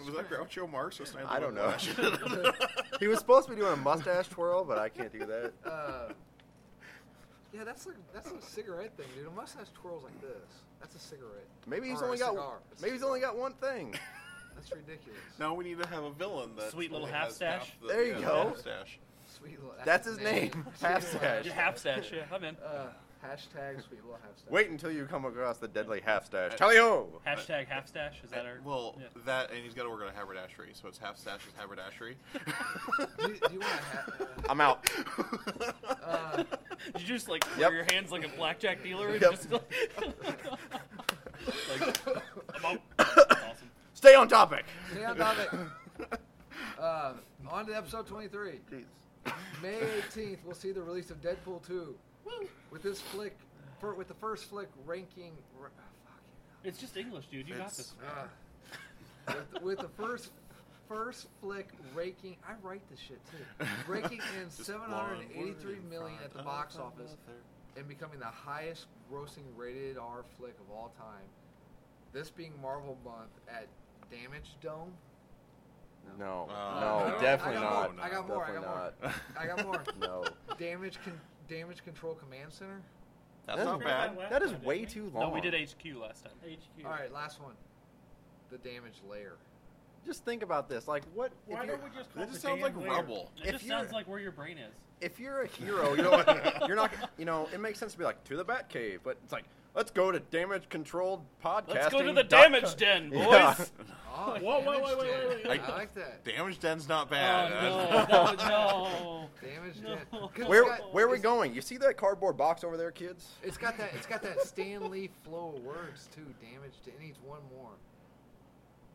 F: Was that Groucho Marx or Snyder?
D: I don't know.
F: Whiplash?
D: He was supposed to be doing a mustache twirl, but I can't do that.
B: Uh, yeah, that's like that's a cigarette thing, dude. A mustache twirls like this. That's a cigarette.
D: Maybe he's
B: Or a
D: only got
B: cigar. It's a
D: maybe he's only got one thing.
B: That's ridiculous.
F: now we need to have a villain that
E: Sweet little
F: only
E: half
F: has
E: stash.
F: half the-
D: There you
F: yeah,
D: go.
F: half stash.
B: Sweet little.
D: That's his name.
B: Sweet
D: Half
B: little
D: stash.
E: Your half stash, yeah, I'm in.
B: Uh, hashtag sweet little half stash.
D: Wait until you come across the deadly half stash. Tally ho!
E: Hashtag half stash, is that
F: Uh,
E: our.
F: Well,
E: yeah.
F: that and he's got to work at a haberdashery, so it's half stash is haberdashery.
B: Do, you- do you want to?
D: I'm out.
B: Ha- uh,
E: Did you just like clear
D: Yep.
E: your hands like a blackjack dealer? And
D: Yep.
E: just, like, like, I'm out. awesome.
D: Stay on topic.
B: stay on topic. Uh, on to episode 23. May 18th, we'll see the release of Deadpool 2. With this flick, for, with the first flick ranking. oh, ra- fuck
E: It's just English, dude. You got
F: It's-
E: this.
B: it. Uh, with, with the first first flick ranking, I write this shit too. Ranking in
F: Just
B: 783
F: one word
B: million
F: in
B: at the
F: front
B: box
F: of
B: office
F: another.
B: and becoming the highest grossing rated R flick of all time. This being Marvel month at Damage Dome.
D: No,
F: Uh,
D: no,
B: I
D: definitely
B: got
D: not.
B: more, I got more, I
D: Definitely
B: got
D: not.
B: I got more.
D: No,
B: Damage con- Damage Control Command Center.
F: That's not bad.
D: That is way too long.
E: No, we did HQ last time. HQ.
B: All right, last one. The Damage Layer.
D: Just think about this. Like, what? If
A: Why
D: you're,
A: don't we just call
F: That
A: it
F: just
A: the
F: sounds like
A: damn layer?
F: rubble.
E: It
D: if
E: just
D: you're-
E: sounds like where your brain is.
D: if you're a hero, you know what? You're not. You know, it makes sense to be like to the Batcave, but it's like let's go to damage controlled podcasting.
E: Let's go to the
D: dot com."
E: damage den, boys.
D: Yeah.
B: Oh,
A: Whoa, whoa,
B: Damage
A: wait, wait,
B: Den.
A: wait,
F: wait, wait.
B: I like that.
F: Damage Den's not
E: Oh,
F: bad.
E: no, no,
B: Damage
E: No.
B: Den. 'Cause it's
D: Where
B: got-
D: where are we
B: it's-
D: going? You see that cardboard box over there, kids?
B: It's got that. It's got that Stan Lee flow of words too. Damage Den. It needs one more.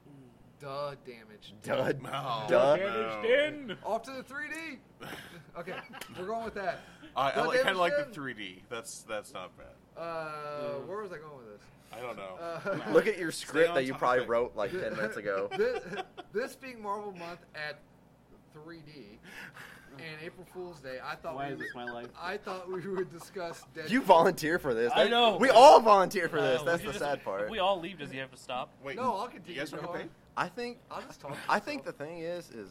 A: Hmm.
E: no.
B: Duh, damage.
D: Duh.
F: Oh,
D: Duh.
A: Damaged
F: no.
A: in.
B: Off to the 3D. Okay, we're going with that.
F: I,
B: Duh,
F: kind of
B: damaged
F: like the
B: in.
F: 3D. That's that's not bad.
B: Uh, where was I going with this?
F: I don't know.
B: Uh,
D: Look at your
F: Stay
D: script
F: on
D: that you probably
F: topic.
D: wrote like 10 minutes ago.
B: this, this being Marvel Month at 3D and April Fool's Day, I thought
G: Why
B: we
G: is this my life?
B: I thought we would discuss Deadpool.
D: You volunteer for this.
E: I
D: That-
E: know.
D: We all volunteer for this.
E: Uh,
D: That's
E: you
D: the
E: just-
D: sad part.
E: If we all leave, does he have to stop?
F: Wait,
B: No, I'll continue.
F: you guys want to
B: going.
F: pay?
D: I think
B: I'll just talk.
D: I think the thing is, is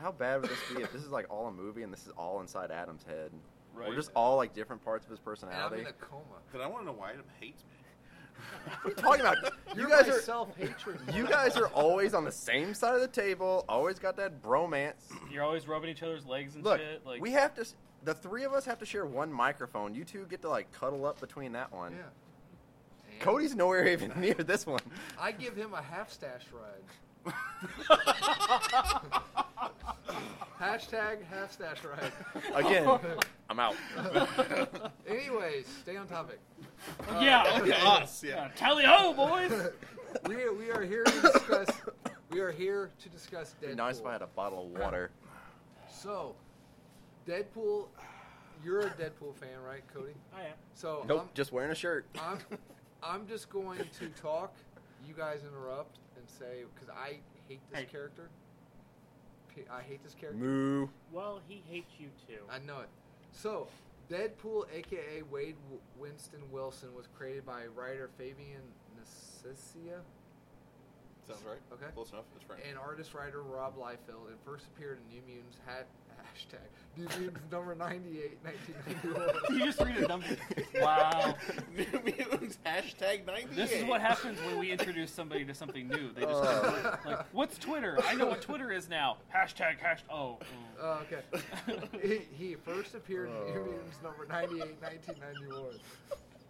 D: how bad would this be if this is like all a movie and this is all inside Adam's head?
G: Right.
D: We're just all like different parts of his
B: and I'm
D: personality.
B: in a coma.
C: Then I want to know why Adam hates me.
D: What are you talking about?
B: You're
D: You guys
B: my
D: are
B: self-hatred.
D: you
B: motherfucker.
D: guys are always on the same side of the table. Always got that bromance.
E: You're always rubbing each other's legs and
D: Look,
E: shit. Like
D: we have to. s- The three of us have to share one microphone. You two get to like cuddle up between that
B: Yeah.
D: one.
B: And
D: Cody's nowhere even near this one.
B: I give him a half stash ride. Hashtag half stash ride.
D: Again, I'm out.
B: Anyways, stay on topic.
E: yeah, okay.
C: Oh, Us, yeah.
E: tally ho, boys.
B: We, we are here to discuss. We are here to discuss
D: Be
B: Deadpool.
D: nice if I had a bottle of water.
B: So, Deadpool. You're a Deadpool fan, right, Cody?
A: I am.
B: So
D: Nope, just wearing a shirt.
B: I'm, I'm, I'm just going to talk. You guys interrupt and say because I hate this
E: Hey.
B: character. P- I hate this character.
D: Moo.
E: well, he hates you too.
B: I know it. So, Deadpool, aka Wade W- Winston Wilson, was created by writer Fabian Necessia
C: Sounds right.
B: Okay.
C: Close enough. It's right.
B: and artist writer Rob Liefeld and first appeared in New Mutants hat, hashtag New Mutants number 98, 1991.
E: you just read a number. Wow.
C: New Mutants hashtag 98.
E: This is what happens when we introduce somebody to something new. They just
D: Uh.
E: like, what's Twitter? I know what Twitter is now. Hashtag hash. Oh. mm.
B: Uh, okay. He, he first appeared in New Mutants number 98, 1991.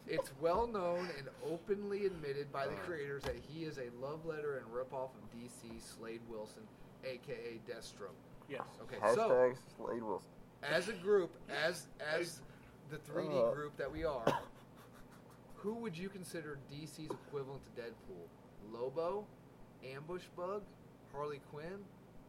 B: It's well known and openly admitted by the creators that he is a love letter and ripoff of DC Slade Wilson, aka Deathstroke.
A: Yes.
B: Okay, so
D: Slade Wilson.
B: as a group, as as the 3D
D: Uh.
B: group that we are, who would you consider DC's equivalent to Deadpool? Lobo, Ambush Bug, Harley Quinn,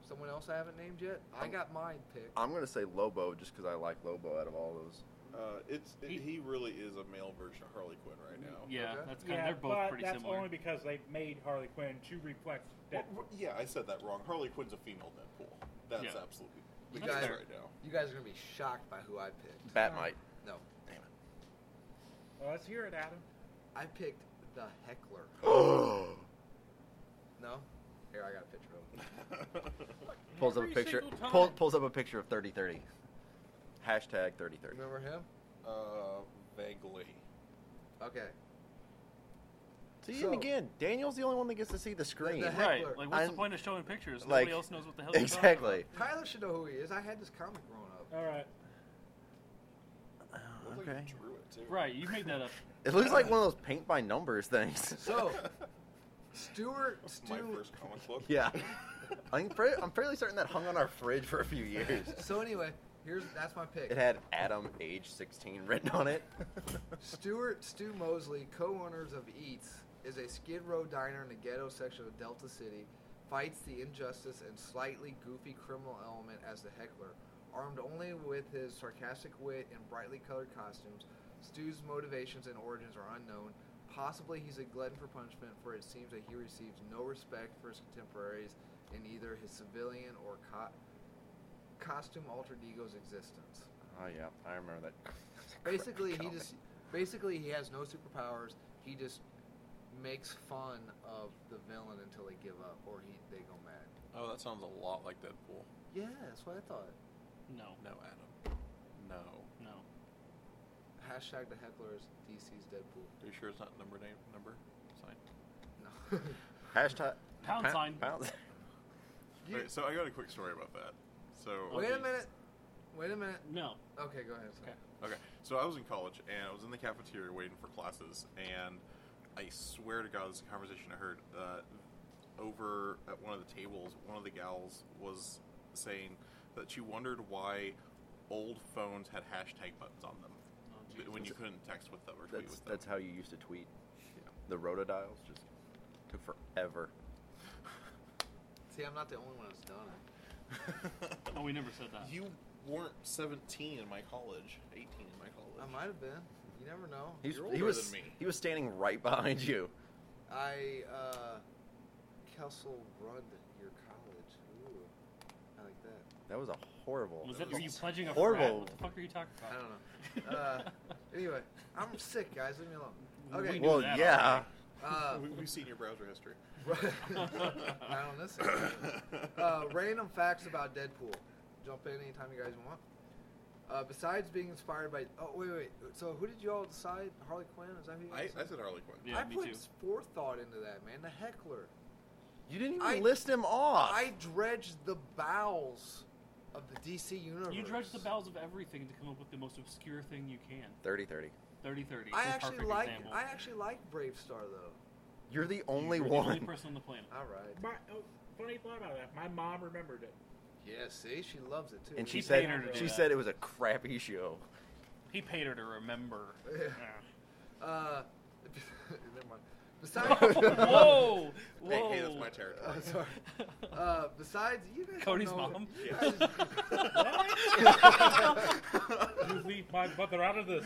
B: someone else I haven't named yet. I got mine picked.
D: I'm gonna say Lobo just because I like Lobo out of all those.
C: Uh, it's
E: He-
C: it, he really is a male version of Harley Quinn right now.
E: Yeah,
B: Okay.
E: that's kind of.
A: Yeah,
E: They're both
A: but
E: pretty
A: that's
E: similar.
A: only because they made Harley Quinn to reflect
C: Well,
A: that.
C: well, yeah, I said that wrong. Harley Quinn's a female Deadpool. That's
E: Yeah.
C: absolutely
B: You
C: the
B: guys-
C: case right now.
B: You guys are gonna be shocked by who I picked.
D: Batmite.
B: No,
A: Well, let's hear it, Adam.
B: I picked the heckler. No, here I got a picture of him.
D: pulls up a
E: Every
D: picture.
E: single time.
D: Pull, pulls up a picture of 3030. Hashtag 3030.
B: Remember him?
C: Uh, vaguely.
B: Okay.
D: See,
B: So-
D: and again, Daniel's the only one that gets to see the screen.
B: The heck-
E: Right.
B: Heckler.
E: Like, what's the
D: I'm-
E: point of showing pictures?
D: like,
E: Nobody else knows what the hell. you're talking about.
D: exactly.
B: Tyler should know who he is. I had this comic growing up.
A: All right.
C: Looks
D: Oh, Okay.
C: Like you drew it too.
E: Right. You made that up.
D: It looks like one of those paint by numbers things.
B: So, Stuart, Stu,
C: My first comic book.
D: yeah, I think pre- I'm fairly certain that hung on our fridge for a few years.
B: So anyway, here's that's my pick.
D: It had Adam, age 16, written on it.
B: Stuart Stu Mosley, co-owners of Eats, is a Skid Row diner in the ghetto section of Delta City. Fights the injustice and slightly goofy criminal element as the heckler. Armed only with his sarcastic wit and brightly colored costumes, Stu's motivations and origins are unknown. Possibly he's a glutton for punishment, for it seems that he receives no respect for his contemporaries in either his civilian or co- costume altered ego's existence.
D: oh yeah, I remember that.
B: Basically, he
D: Comic.
B: just basically he has no superpowers. He just makes fun of the villain until they give up or he they go mad.
C: Oh, that sounds a lot like Deadpool.
B: Yeah, that's what I thought.
E: No.
C: No, Adam. No. Are
E: No.
B: Hashtag the hecklers DC's Deadpool.
C: you sure it's not number name number sign?
B: No.
D: Hashtag
E: Pound
D: pa-
E: sign.
D: Pound.
B: You-
F: Alright, so I got a quick story about that. So
B: Wait a minute. Wait a minute.
E: No.
B: Okay, go ahead. Sorry.
E: Okay.
F: Okay, so I was in college and I was in the cafeteria waiting for classes, and I swear to God, this is a conversation I heard uh, over at one of the tables. One of the gals was saying that she wondered why old phones had hashtag buttons on them
C: Oh,
F: when you couldn't text with them or tweet
D: That's
F: with them.
D: that's how you used to tweet. The rotodials just took forever.
B: See, I'm not the only one that's done it.
E: Oh, we never said that.
C: You weren't 17 in my college, 18 in my
B: I
C: college.
B: might have been. You never know.
D: He's,
C: You're
D: he
C: older
D: was
C: than me.
D: he was standing right behind you.
B: I uh, Kessel Run your college. Ooh, I like that.
D: That was a horrible.
E: Was that, were you pledging a frat?
D: Horrible.
E: What the fuck are you talking
B: I
E: about?
B: don't know. Uh, anyway, I'm sick, guys. Leave me alone.
E: We
B: Okay.
E: knew
D: Well,
E: that
D: yeah.
B: Uh,
C: we, we've seen your browser history.
B: I don't listen. Uh, random facts about Deadpool. Jump in anytime you guys want. Uh, besides being inspired by, oh wait, wait. So who did you all decide? Harley Quinn? Is that who you
C: I, I
B: guys decided?
C: said Harley Quinn.
E: Yeah,
B: I
E: me
B: put
E: too.
B: forethought into that, man. The heckler.
D: You didn't even
B: I-
D: list him off.
B: I dredged the bowels of the DC universe.
E: You dredge the bowels of everything to come up with the most obscure thing you can.
D: 30-30.
E: 30 30.
B: I actually like. I actually like Brave Star though.
D: You're the only
E: You're
D: one.
E: The only person on the planet.
B: All right.
A: My, oh, funny thought about that. My mom remembered it.
B: Yeah. See, she loves it too.
D: and she
E: He
D: said
E: paid her to do
D: she
E: that.
D: said it was a crappy show.
E: He paid her to remember.
B: Yeah. Uh, never mind. Besides,
E: whoa! Whoa!
C: Hey, hey, that's my territory.
B: uh, sorry. Uh, besides, you guys. don't
E: Cody's
B: know-
E: mom.
B: you guys-
A: You leave my mother out of this.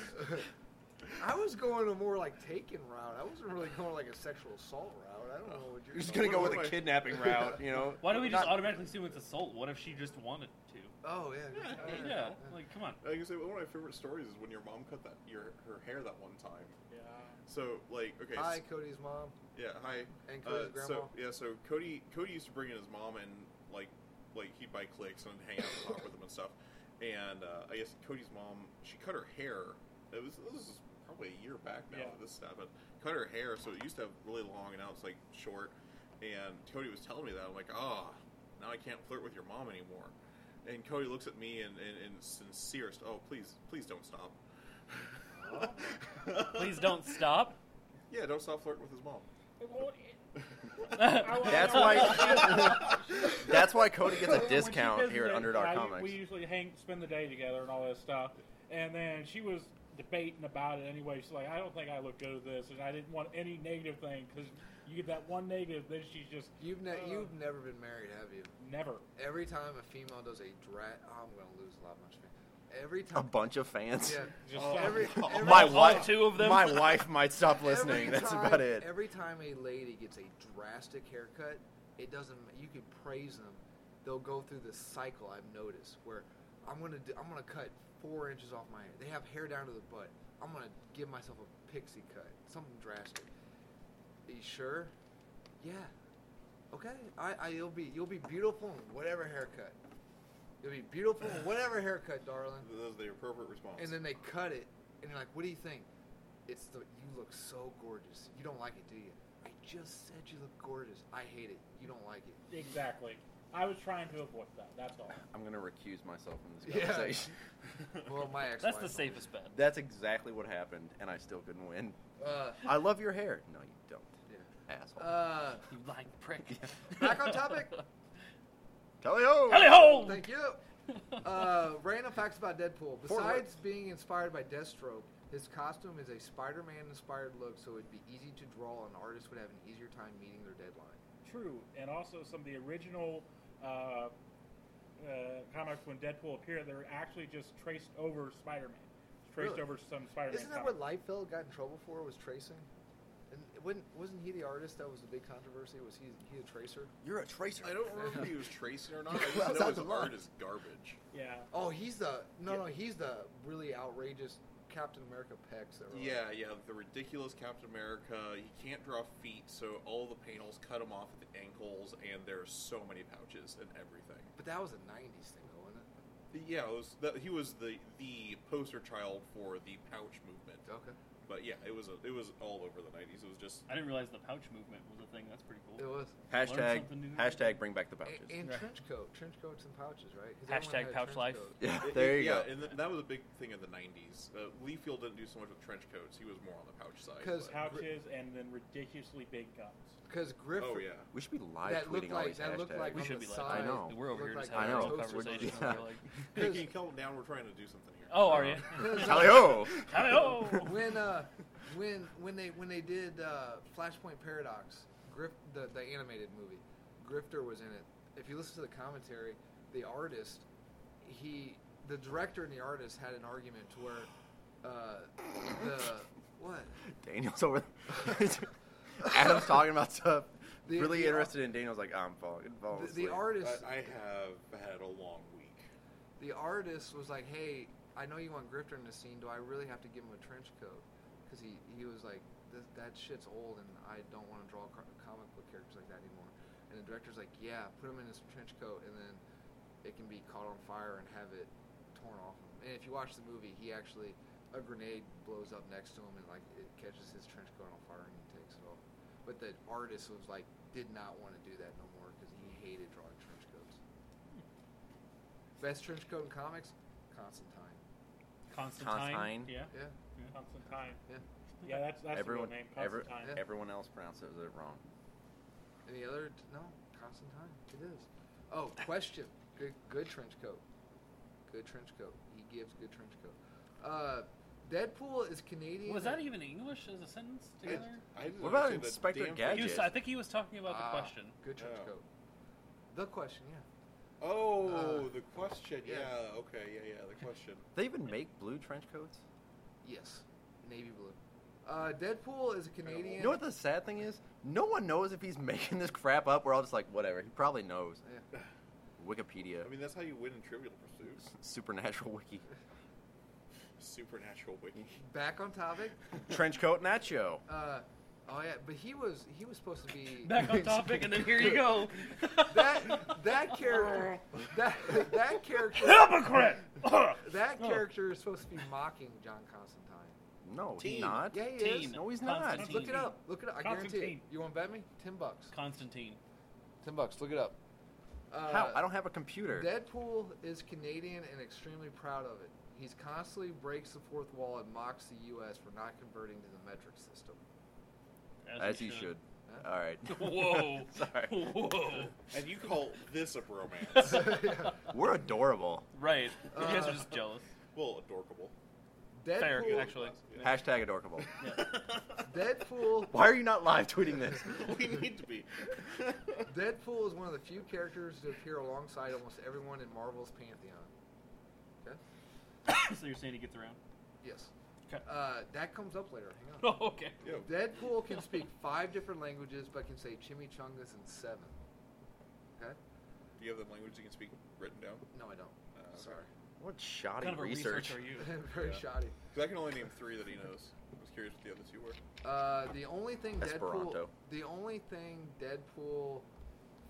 B: I was going a more like taken route. I wasn't really going like a sexual assault route. I don't know what you're.
D: You're just gonna go
C: What
D: with
C: am
D: a
C: I-
D: kidnapping route, you know.
E: Why do we just
D: Not-
E: automatically assume it's assault? What if she just wanted to?
B: Oh yeah.
E: Yeah,
B: yeah,
E: yeah. Like, come on.
C: Like I say, one of my favorite stories is when your mom cut that your her hair that one time.
A: Yeah.
C: So like, okay, s-
B: Hi, Cody's mom.
C: yeah, hi.
B: And Cody's grandma.
C: Uh, So yeah, so Cody Cody used to bring in his mom and like like he'd buy clicks and hang out and talk with him and stuff. And uh, I guess Cody's mom she cut her hair. It was this is probably a year back now
A: Yeah.
C: that this happened. Cut her hair, so it used to have really long and now it's like short. And Cody was telling me that I'm like, ah, now I can't flirt with your mom anymore. And Cody looks at me and and, and sincerest, oh please please don't stop.
E: Please don't stop.
C: Yeah, don't stop flirting with his mom.
D: That's why. that's why Cody gets a discount here at Underdog
A: I,
D: Comics.
A: We usually hang, spend the day together and all that stuff. And then she was debating about it anyway. She's like, I don't think I look good at this, and I didn't want any negative thing because you get that one negative, then she's just
B: You've ne-
A: Uh.
B: you've never been married, have you?
A: never.
B: Every time a female does a dra oh, I'm gonna lose a lot of my fans. Every
D: a
B: time,
D: bunch of fans.
B: yeah.
A: Just
C: Oh.
B: Every,
C: Oh,
B: every,
D: My
E: All
D: wife.
E: two of them?
D: My wife might stop
B: every
D: listening. That's
B: time-
D: about it.
B: Every time a lady gets a drastic haircut, it doesn't. You can praise them. They'll go through this cycle I've noticed where I'm gonna do, I'm gonna cut four inches off my hair. They have hair down to the butt. I'm gonna give myself a pixie cut, something drastic. Are you sure? Yeah. Okay. I, I you'll be you'll be beautiful in whatever haircut. You'll be beautiful in whatever haircut, darling.
C: That was the appropriate response.
B: And then they cut it, and you're like, "What do you think?" It's the you look so gorgeous. You don't like it, do you? I just said you look gorgeous. I hate it. You don't like it.
A: Exactly. I was trying to avoid that. That's all.
D: I'm gonna recuse myself from
B: Yeah.
D: this conversation.
B: Well, my ex.
E: That's the safest bet.
D: That's exactly what happened, and I still couldn't win.
B: Uh,
D: I love your hair. No, you don't,
B: yeah.
D: asshole.
B: Uh,
E: You lying prick.
B: Back on topic.
D: Tally ho!
E: Tally ho!
B: thank you. Uh, random facts about Deadpool.
D: Forward.
B: Besides being inspired by Deathstroke, his costume is a Spider-Man inspired look, so it'd be easy to draw, and artists would have an easier time meeting their deadline.
A: True, and also some of the original uh, uh, comics when Deadpool appeared, they were actually just traced over Spider-Man, traced
B: Really?
A: over some Spider-Man.
B: Isn't that
A: comic.
B: what Liefeld got in trouble for? Was tracing? And wasn't wasn't he the artist that was the big controversy? Was he he a tracer?
D: You're a tracer.
C: I don't remember if he was tracing or not. I just
D: Well,
C: know
D: sounds
C: his
D: a lot.
C: art is garbage.
A: Yeah,
B: Oh, he's the no no he's the really outrageous Captain America pecs. That were like-
C: Yeah, yeah, the ridiculous Captain America. He can't draw feet, so all the panels cut him off at the ankles, and there are so many pouches and everything.
B: but that was a '90s thing, though, wasn't it?
C: Yeah, it was, that, he was the the poster child for the pouch movement.
B: Okay.
C: But yeah, it was a, it was all over the nineties. It was just
E: I didn't realize the pouch movement was a thing. That's pretty
B: It
E: cool.
B: was.
E: Learn
D: Hashtag
E: something new.
D: hashtag bring back the
B: And,
D: pouches.
B: and
E: Right.
B: trench coat, trench coats and pouches, right? 'Cause everyone had a
E: Hashtag pouch
B: trench
E: life.
B: coat.
D: yeah,
C: It-
D: there
C: it-
D: you
C: yeah,
D: go.
C: and th- that was a big thing in the nineties. Uh, Lee Field didn't do so much with trench coats. He was more on the pouch side.
B: 'Cause
C: but-
A: pouches and then ridiculously big guns.
B: Because Griffin.
C: oh yeah.
D: We should be live
B: That looked
D: tweeting all
B: like-
D: these
B: that looked
D: hashtags.
B: like-
E: We
B: on
E: should
B: the
E: be like,
D: side, I know.
E: we're over here
B: looked
E: just
B: like
E: having a real
B: toasters on
E: conversation.
B: the
E: and
D: side.
E: we're like,
C: Hey,
B: Because-
C: can you calm down? We're trying to do something here. Uh,
E: oh, are you?
D: Tally ho!
E: Tally ho!
B: when uh, when when they when they did uh, Flashpoint Paradox, Grif- the the animated movie, Grifter was in it, if you listen to the commentary, the artist, he, the director and the artist had an argument to where, uh, the what?
D: Daniel's over. Adam's talking about stuff.
B: The- the
D: really
B: ar-
D: interested in Daniel's like I'm falling.
B: The,
D: falling
B: the
D: asleep."
B: artist,
C: I, I have had a long week.
B: the artist was like, "Hey, I know you want Grifter in the scene. Do I really have to give him a trench coat?" Because he, he was like, "Th- "That shit's old, and I don't want to draw car- comic book characters like that anymore." And the director's like, "Yeah, put him in his trench coat, and then it can be caught on fire and have it torn off him." And if you watch the movie, he actually a grenade blows up next to him, and like it catches his trench coat on fire, and he takes it off. But the artist was like, did not want to do that no more because he hated drawing trench coats. Best trench coat in comics, Constantine.
E: Constantine.
D: Constantine.
E: Yeah.
B: Yeah.
A: Constantine.
B: Yeah.
A: Yeah, that's that's
D: everyone,
A: the real name.
D: every-
A: Constantine.
B: Yeah.
D: everyone else pronounces it wrong.
B: Any other? t- No, Constantine. It is. Oh, question. Good, good trench coat. Good trench coat. He gives good trench coat. Uh, Deadpool is Canadian.
E: Was that even English as a sentence together?
C: I didn't
D: What about
C: understand the
D: Inspector
C: damn
E: He
D: Gadget?
E: was- I think he was talking about the
B: Ah,
E: question.
B: Good trench
C: Oh.
B: coat. The question, yeah.
C: Oh,
B: Uh,
C: the question. Yeah.
B: yeah.
C: Okay. Yeah. Yeah. The question.
D: They even make blue trench coats.
B: Yes. Navy blue. Uh, Deadpool is a Canadian.
D: You know what the sad thing is? No one knows if he's making this crap up. We're all just like, whatever. He probably knows.
B: Yeah.
D: Wikipedia,
C: I mean, that's how you win in Trivial Pursuit.
D: supernatural wiki,
C: Supernatural wiki.
B: Back on topic.
D: trench coat nacho.
B: Uh, oh yeah, but he was he was supposed to be
E: Back on topic, and then here you go.
B: that that character that that character
E: Hypocrite.
B: that character is supposed to be mocking John Constantine.
D: No, he's
C: Teen.
D: not.
B: Yeah, he
E: Teen.
B: is.
D: No, he's not.
E: Constantine.
B: Look it up. Look it up. I guarantee it.
A: Constantine.
B: You want to bet me? Ten bucks.
E: Constantine.
B: Ten bucks. Look it up. Uh,
D: How? I don't have a computer.
B: Deadpool is Canadian and extremely proud of it. He's constantly breaks the fourth wall and mocks the U.S. for not converting to the metric system.
D: As he should.
B: Huh?
D: All right.
E: Whoa.
D: Sorry.
E: Whoa.
C: And you call this a bromance?
D: We're adorable.
E: Right. You guys
B: Uh,
E: are just jealous.
C: well, adorkable.
E: Fair,
B: Deadpool,
E: actually.
C: Yeah.
D: Hashtag adorable.
B: Deadpool
D: Why are you not live tweeting this?
C: we need to be.
B: Deadpool is one of the few characters to appear alongside almost everyone in Marvel's pantheon. Okay?
E: so you're saying he gets around?
B: Yes.
E: 'Kay.
B: Uh, that comes up later. Hang on.
E: Oh, okay.
C: Yeah.
B: Deadpool can speak five different languages, but can say chimichangas in seven. Okay?
C: Do you have the language you can speak written down?
B: No, I don't.
C: Uh,
B: Sorry.
D: What shoddy
E: Kind of a
D: research.
E: researcher are you?
B: Very
C: Yeah.
B: shoddy.
C: Because I can only name three that he knows. I was curious what the other two were.
B: Uh, the only thing Deadpool,
D: Esperanto.
B: the only thing Deadpool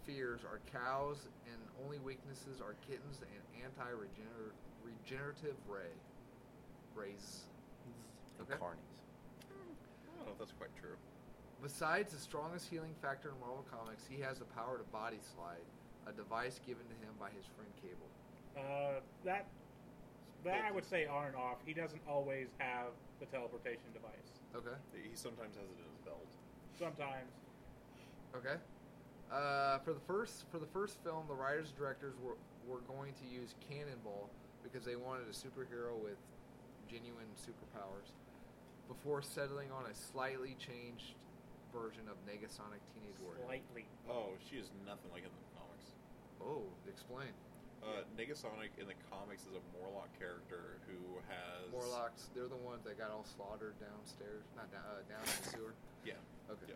B: fears are cows, and only weaknesses are kittens and anti-regenerative ray. Rays.
D: The
B: Okay.
D: carnies.
E: Mm.
C: I don't know if that's quite true.
B: Besides the strongest healing factor in Marvel Comics, he has the power to body slide, a device given to him by his friend Cable.
A: Uh, that that I would say on and off. He doesn't always have the teleportation device.
B: Okay.
C: He sometimes has it in his belt.
A: Sometimes
B: Okay. Uh, for the first for the first film, the writers and directors were were going to use Cannonball because they wanted a superhero with genuine superpowers. Before settling on a slightly changed version of Negasonic Teenage Warrior.
A: slightly.
C: Oh, she is nothing like in the comics.
B: Oh, explain.
C: Uh, Negasonic in the comics is a Morlock character who has
B: Morlocks, they're the ones that got all slaughtered downstairs, not down, uh, down in the sewer.
C: Yeah.
B: Okay.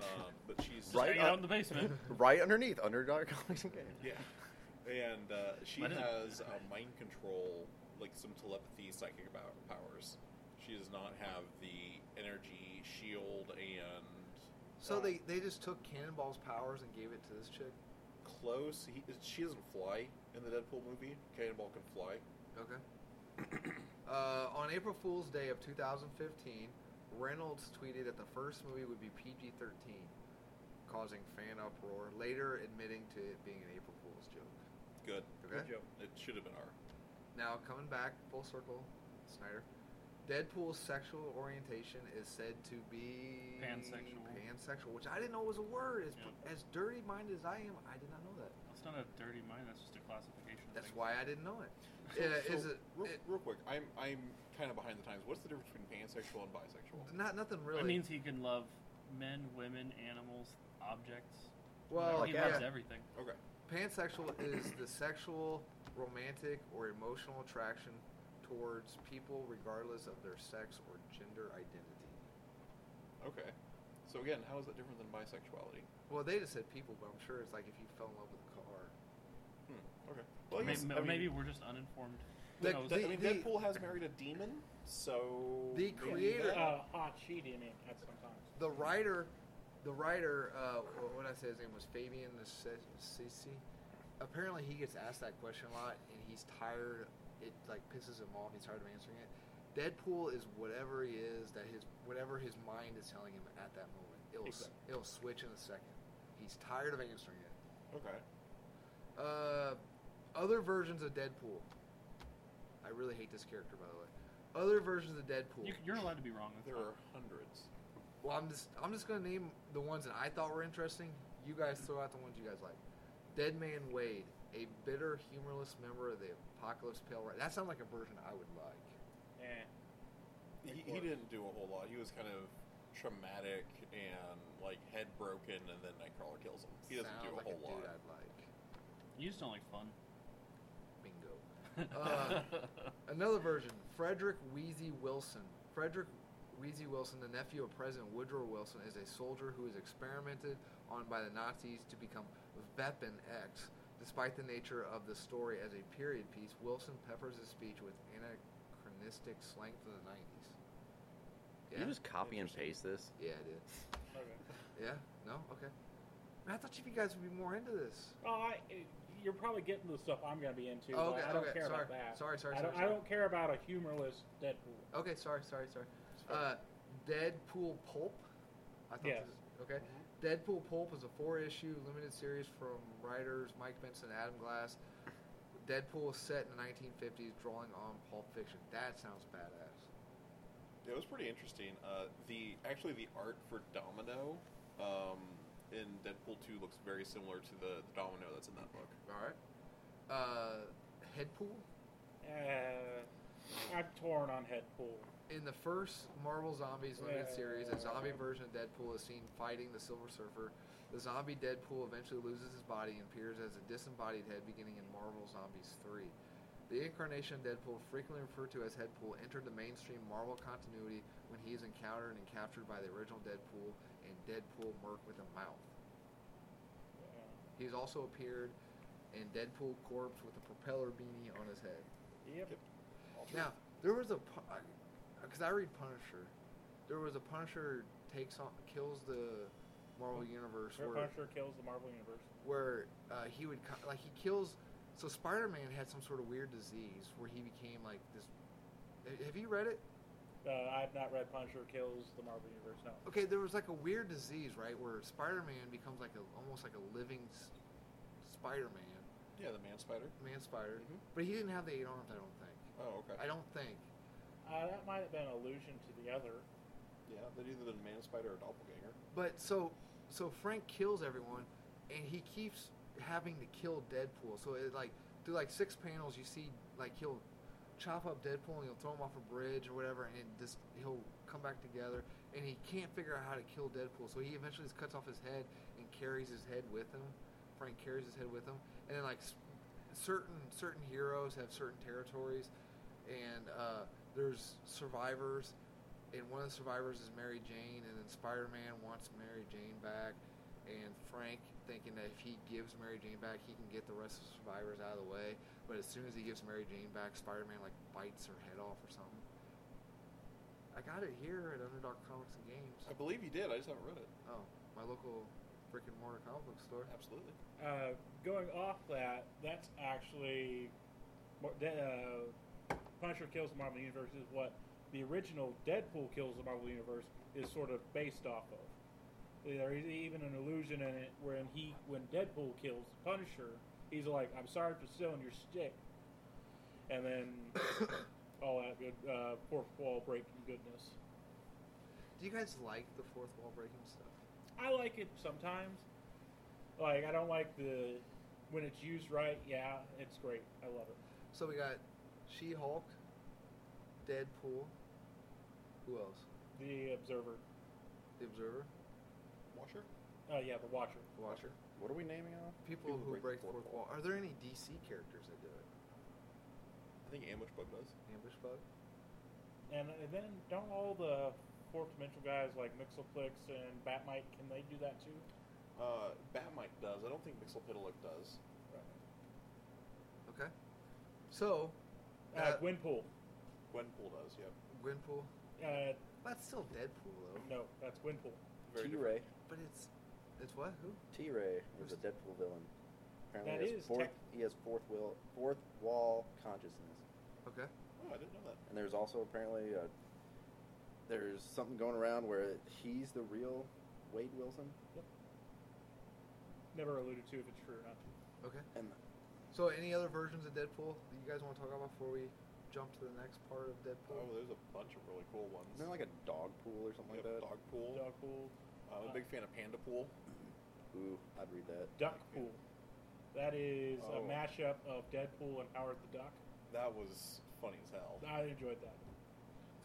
C: Um, but she's
E: Just
D: Right
E: hanging
D: up-
E: out in the basement.
D: Right underneath Underdog Comics and Games.
C: Yeah. And uh, she
E: Why doesn't-
C: has uh, mind control, like some telepathy, psychic about powers. She does not have the energy shield and
B: So they, they just took Cannonball's powers and gave it to this chick.
C: close. He, she doesn't fly in the Deadpool movie. Cannonball can fly.
B: Okay. uh, on April Fool's Day of 2015, Reynolds tweeted that the first movie would be PG 13, causing fan uproar, later admitting to it being an April Fool's joke.
C: Good.
B: Okay.
A: Good joke.
C: It should have been R.
B: Now, coming back full circle, Snyder. Deadpool's sexual orientation is said to be
E: Pansexual.
B: Pansexual, which I didn't know was a word. As,
E: Yeah.
B: as dirty-minded as I am, I did not know that.
E: That's not a dirty mind. That's just a classification.
B: That's
E: thing.
B: why I didn't know it.
C: So-
B: Uh,
C: so
B: is it,
C: real,
B: it-
C: real quick? I'm I'm kind of behind the times. What's the difference between pansexual and bisexual?
B: not nothing really?
E: It means he can love men, women, animals, objects.
B: well,
E: he
D: yeah.
E: loves everything.
C: Okay.
B: pansexual is the sexual, romantic, or emotional attraction towards people regardless of their sex or gender identity.
C: Okay. So again, how is that different than bisexuality?
B: Well, they just said people, but I'm sure it's like if you fell in love with a car.
C: Hmm. Okay.
E: Or
C: Well, I
E: may-
C: guess,
E: or
C: I mean,
E: maybe we're just uninformed. Who
B: The-
E: knows?
B: the-
C: I mean,
B: the-
C: Deadpool has married a demon, so
B: The
C: maybe
B: creator-
C: that-
A: Uh, hot sheet, I mean, at sometimes.
B: The writer, the writer, uh, wh- what I said his name was Fabian Assisi. Apparently, he gets asked that question a lot, and he's tired. It like pisses him off. He's tired of answering it. Deadpool is whatever he is that his whatever his mind is telling him at that moment. It'll s
A: Exactly.
B: it'll switch in a second. He's tired of answering it.
C: Okay.
B: Uh, other versions of Deadpool. I really hate this character, by the way. Other versions of Deadpool.
E: You, you're allowed to be wrong. that's
C: There
E: fine.
C: are hundreds.
B: Well, I'm just I'm just gonna name the ones that I thought were interesting. You guys throw out the ones you guys like. Dead Man Wade, a bitter, humorless member of the apocalypse pale rider. That sounds like a version I would like.
A: Yeah.
C: He,
B: Like
C: he
B: what?
C: didn't do a whole lot. He was kind of traumatic and like head broken, and then Nightcrawler kills him. He doesn't
B: sounds
C: do a
B: like
C: whole
B: a
C: lot.
B: dude I'd like.
E: You just don't like fun.
B: Bingo. Uh, Another version, Frederick Wheezy Wilson. Frederick Wheezy Wilson, the nephew of President Woodrow Wilson, is a soldier who was experimented on by the Nazis to become Weapon X. Despite the nature of the story as a period piece, Wilson peppers his speech with anachronistic slang from the 90s.
D: Did you just copy and paste this?
B: Yeah, I did.
A: Okay.
B: Yeah? No? Okay. Man, I thought you guys would be more into this.
A: Oh, I, you're probably getting the stuff I'm going to be into.
B: Oh,
A: but
B: okay,
A: I don't
B: okay,
A: care
B: sorry,
A: about that.
B: sorry, sorry,
A: I don't,
B: sorry,
A: I
B: sorry.
A: don't care about a humorless Deadpool.
B: Okay, sorry, sorry, sorry. Uh, Deadpool Pulp. I thought
A: Yes.
B: this was- okay. Deadpool Pulp is a four-issue limited series from writers Mike Benson and Adam Glass. Deadpool is set in the 1950s, drawing on Pulp Fiction. That sounds badass.
C: It was pretty interesting. Uh, the actually the art for Domino um, in Deadpool Two looks very similar to the, the Domino that's in that book.
B: All right. Uh, Headpool.
A: Uh, I'm torn on Headpool.
B: In the first Marvel Zombies limited
A: Yeah.
B: series, a zombie version of Deadpool is seen fighting the Silver Surfer. The zombie Deadpool eventually loses his body and appears as a disembodied head beginning in Marvel Zombies 3. The incarnation of Deadpool, frequently referred to as Headpool, entered the mainstream Marvel continuity when he is encountered and captured by the original Deadpool and Deadpool Merc with a Mouth.
A: Uh,
B: He's also appeared in Deadpool Corpse with a propeller beanie on his head.
A: yep.
B: Now there was a because I read Punisher. There was a Punisher takes on kills the Marvel universe
A: Her
B: where
A: Punisher kills the Marvel Universe.
B: where uh, he would co- like he kills. So Spider Man had some sort of weird disease where he became like this. ha- Have you read it?
A: Uh, I have not read Punisher kills the Marvel Universe. No.
B: Okay, there was like a weird disease right where Spider Man becomes like a almost like a living s- Spider Man,
C: Yeah, the Man Spider.
B: man spider.
C: Mhm.
B: But he didn't have the eight arms. I don't think.
C: Oh, okay.
B: I don't think.
A: Uh, that might have been an allusion to the other.
C: yeah, they either the Man Spider or Doppelganger.
B: But so, so Frank kills everyone, and he keeps having to kill Deadpool. So it like through like six panels, you see like he'll chop up Deadpool and he'll throw him off a bridge or whatever, and it just he'll come back together. And he can't figure out how to kill Deadpool, so he eventually just cuts off his head and carries his head with him. Frank carries his head with him, and then like s- certain certain heroes have certain territories, and uh, there's survivors and one of the survivors is Mary Jane, and then Spider Man wants Mary Jane back, and Frank thinking that if he gives Mary Jane back, he can get the rest of the survivors out of the way. But as soon as he gives Mary Jane back, Spider Man like bites her head off or something. I got it here at Underdog Comics and Games.
C: I believe you did. I just haven't read it.
B: Oh, my local brick and mortar comic book store.
C: Absolutely.
A: Uh, going off that, that's actually what De- uh, Punisher kills the Marvel Universe is what the original Deadpool kills the Marvel Universe is sort of based off of. There is even an illusion in it when he when Deadpool kills Punisher, he's like, "I'm sorry for stealing your stick," and then all that good uh, fourth wall breaking goodness.
B: Do you guys like the fourth wall breaking stuff?
A: I like it sometimes. Like I don't like the when it's used right. Yeah, it's great. I love it.
B: So we got She Hulk, Deadpool. Who else?
A: The Observer.
B: The Observer,
C: Watcher.
A: Uh, yeah, the Watcher.
B: Watcher.
D: What are we naming off?
B: People who break the fourth wall. Are there any DC characters that do it?
C: I think Ambush Bug does.
B: Ambush Bug?
A: And, and then don't all the fourth dimensional guys like Mixelplex and Batmite can they do that too?
C: Uh, Batmite does. I don't think Mixel Piddalick does.
B: Okay. So,
A: Uh,
B: uh,
A: Gwynpool.
C: Gwenpool does. Yep.
B: Gwenpool.
A: Uh,
B: That's still Deadpool
C: Oh.
B: though.
A: no, that's Gwynpool.
C: Very
D: T
C: different.
D: Ray.
B: But it's it's what who?
D: T Ray was a Deadpool villain. Apparently,
A: That
D: he has
A: is
D: fourth.
A: tech-
D: He has fourth will, fourth wall consciousness,
B: Okay.
C: Oh, I didn't know that.
D: and there's also apparently a, there's something going around where he's the real Wade Wilson,
A: Never alluded to if it's true or not.
B: Okay.
D: and
B: So any other versions of Deadpool that you guys want to talk about before we jump to the next part of
C: Oh,
B: Deadpool?
C: there's a bunch of really cool ones.
D: isn't there like a dog pool or something
C: Like
D: like that?
C: Dog Pool.
A: Dogpool.
C: Uh, I'm a big fan of Panda Pool.
D: Ooh, I'd read that.
A: Duckpool. That is a
C: Oh.
A: mashup of Deadpool and Howard the Duck.
C: That was funny as hell.
A: I enjoyed that.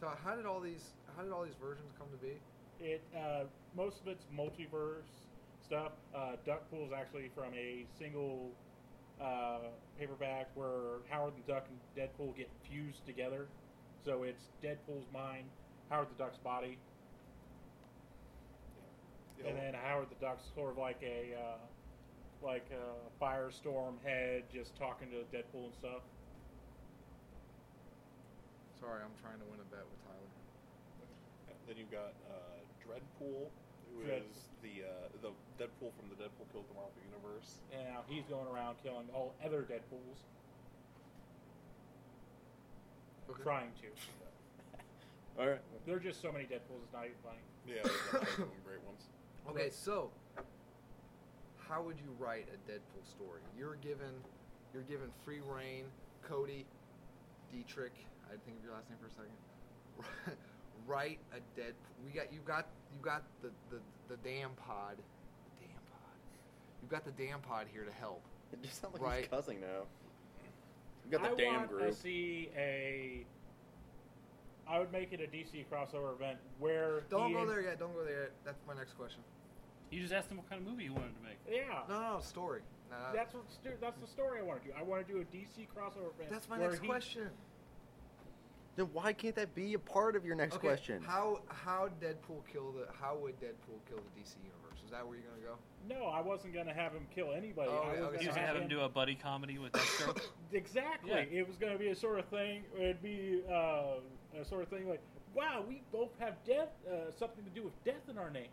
B: So how did all these how did all these versions come to be?
A: It uh, most of it's multiverse stuff. Uh, Duckpool is actually from a single uh, paperback where Howard the Duck and Deadpool get fused together. So it's Deadpool's mind, Howard the Duck's body,
C: Yeah.
A: and then Howard the Duck's sort of like a uh, like a firestorm head, just talking to Deadpool and stuff.
B: Sorry, I'm trying to win a bet with Tyler.
C: Then you've got uh, Dreadpool, who is
A: Dread-
C: the uh, the Deadpool from the Deadpool Kills the Marvel Universe.
A: And now he's going around killing all other Deadpools, trying to.
D: All right.
A: There are just so many Deadpools. It's not even funny.
C: Yeah, there's a lot of them great ones.
B: Okay, so how would you write a Deadpool story? You're given you're given free reign, Cody, Dietrich. I didn't think of your last name for a second. write a Deadpool. We got you got you got the the the damn pod, the damn pod. You got the damn pod here to help.
D: It just sounds like he's
B: Right.
D: cussing now. We got the
A: I
D: damn
A: want
D: group.
A: to see a. I would make it a DC crossover event where
B: Don't
A: he
B: go
A: is-
B: there yet. Don't go there. yet. That's my next question.
E: You just asked him what kind of movie he wanted to make.
A: Yeah,
B: No, no, no story. No, no,
A: that's what stu- that's the story I want to do. I want to do a DC crossover event.
B: that's my
A: where
B: next
A: he-
B: question.
D: Then why can't that be a part of your next
B: Okay,
D: question?
B: How how Deadpool kill the how would Deadpool kill the DC universe? Is that where you're gonna go?
A: No, I wasn't going to have him kill anybody.
B: Oh,
A: I was
B: okay.
A: gonna
E: You
B: You
E: just
B: had
E: had him do a buddy comedy with Deathstroke.
A: Exactly.
E: Yeah.
A: It was going to be a sort of thing. It'd be uh, a sort of thing like, wow, we both have death, uh, something to do with death in our name.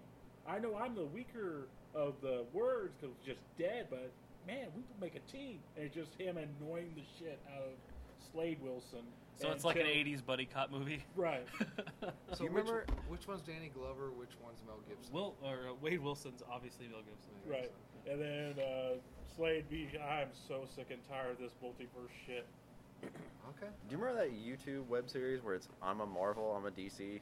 A: I know I'm the weaker of the words because just dead, but man, we could make a team. And it's just him annoying the shit out of Slade Wilson.
E: so
A: And
E: it's like an
A: Till-
E: '80s buddy cop movie.
A: Right.
B: So which,
D: you remember-
B: which one's Danny Glover? Which one's Mel Gibson?
E: Will or uh, Wade Wilson's obviously Mel Gibson.
A: Right. And then uh, Slade be, I'm so sick and tired of this multiverse shit.
B: Okay.
D: Do you remember that YouTube web series where it's I'm a Marvel, I'm a DC,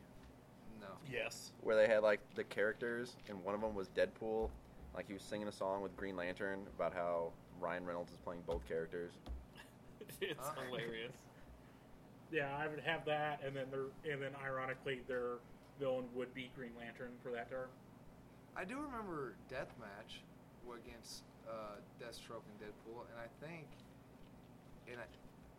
B: No.
E: Yes.
D: where they had like the characters and one of them was Deadpool, like he was singing a song with Green Lantern about how Ryan Reynolds is playing both characters.
E: it's
A: Uh-huh.
B: Uh.
E: hilarious.
A: Yeah, I would have that, and then their, and then ironically, their villain would be Green Lantern for that term.
B: I do remember Deathmatch wa- against uh, Deathstroke and Deadpool, and I think, and I,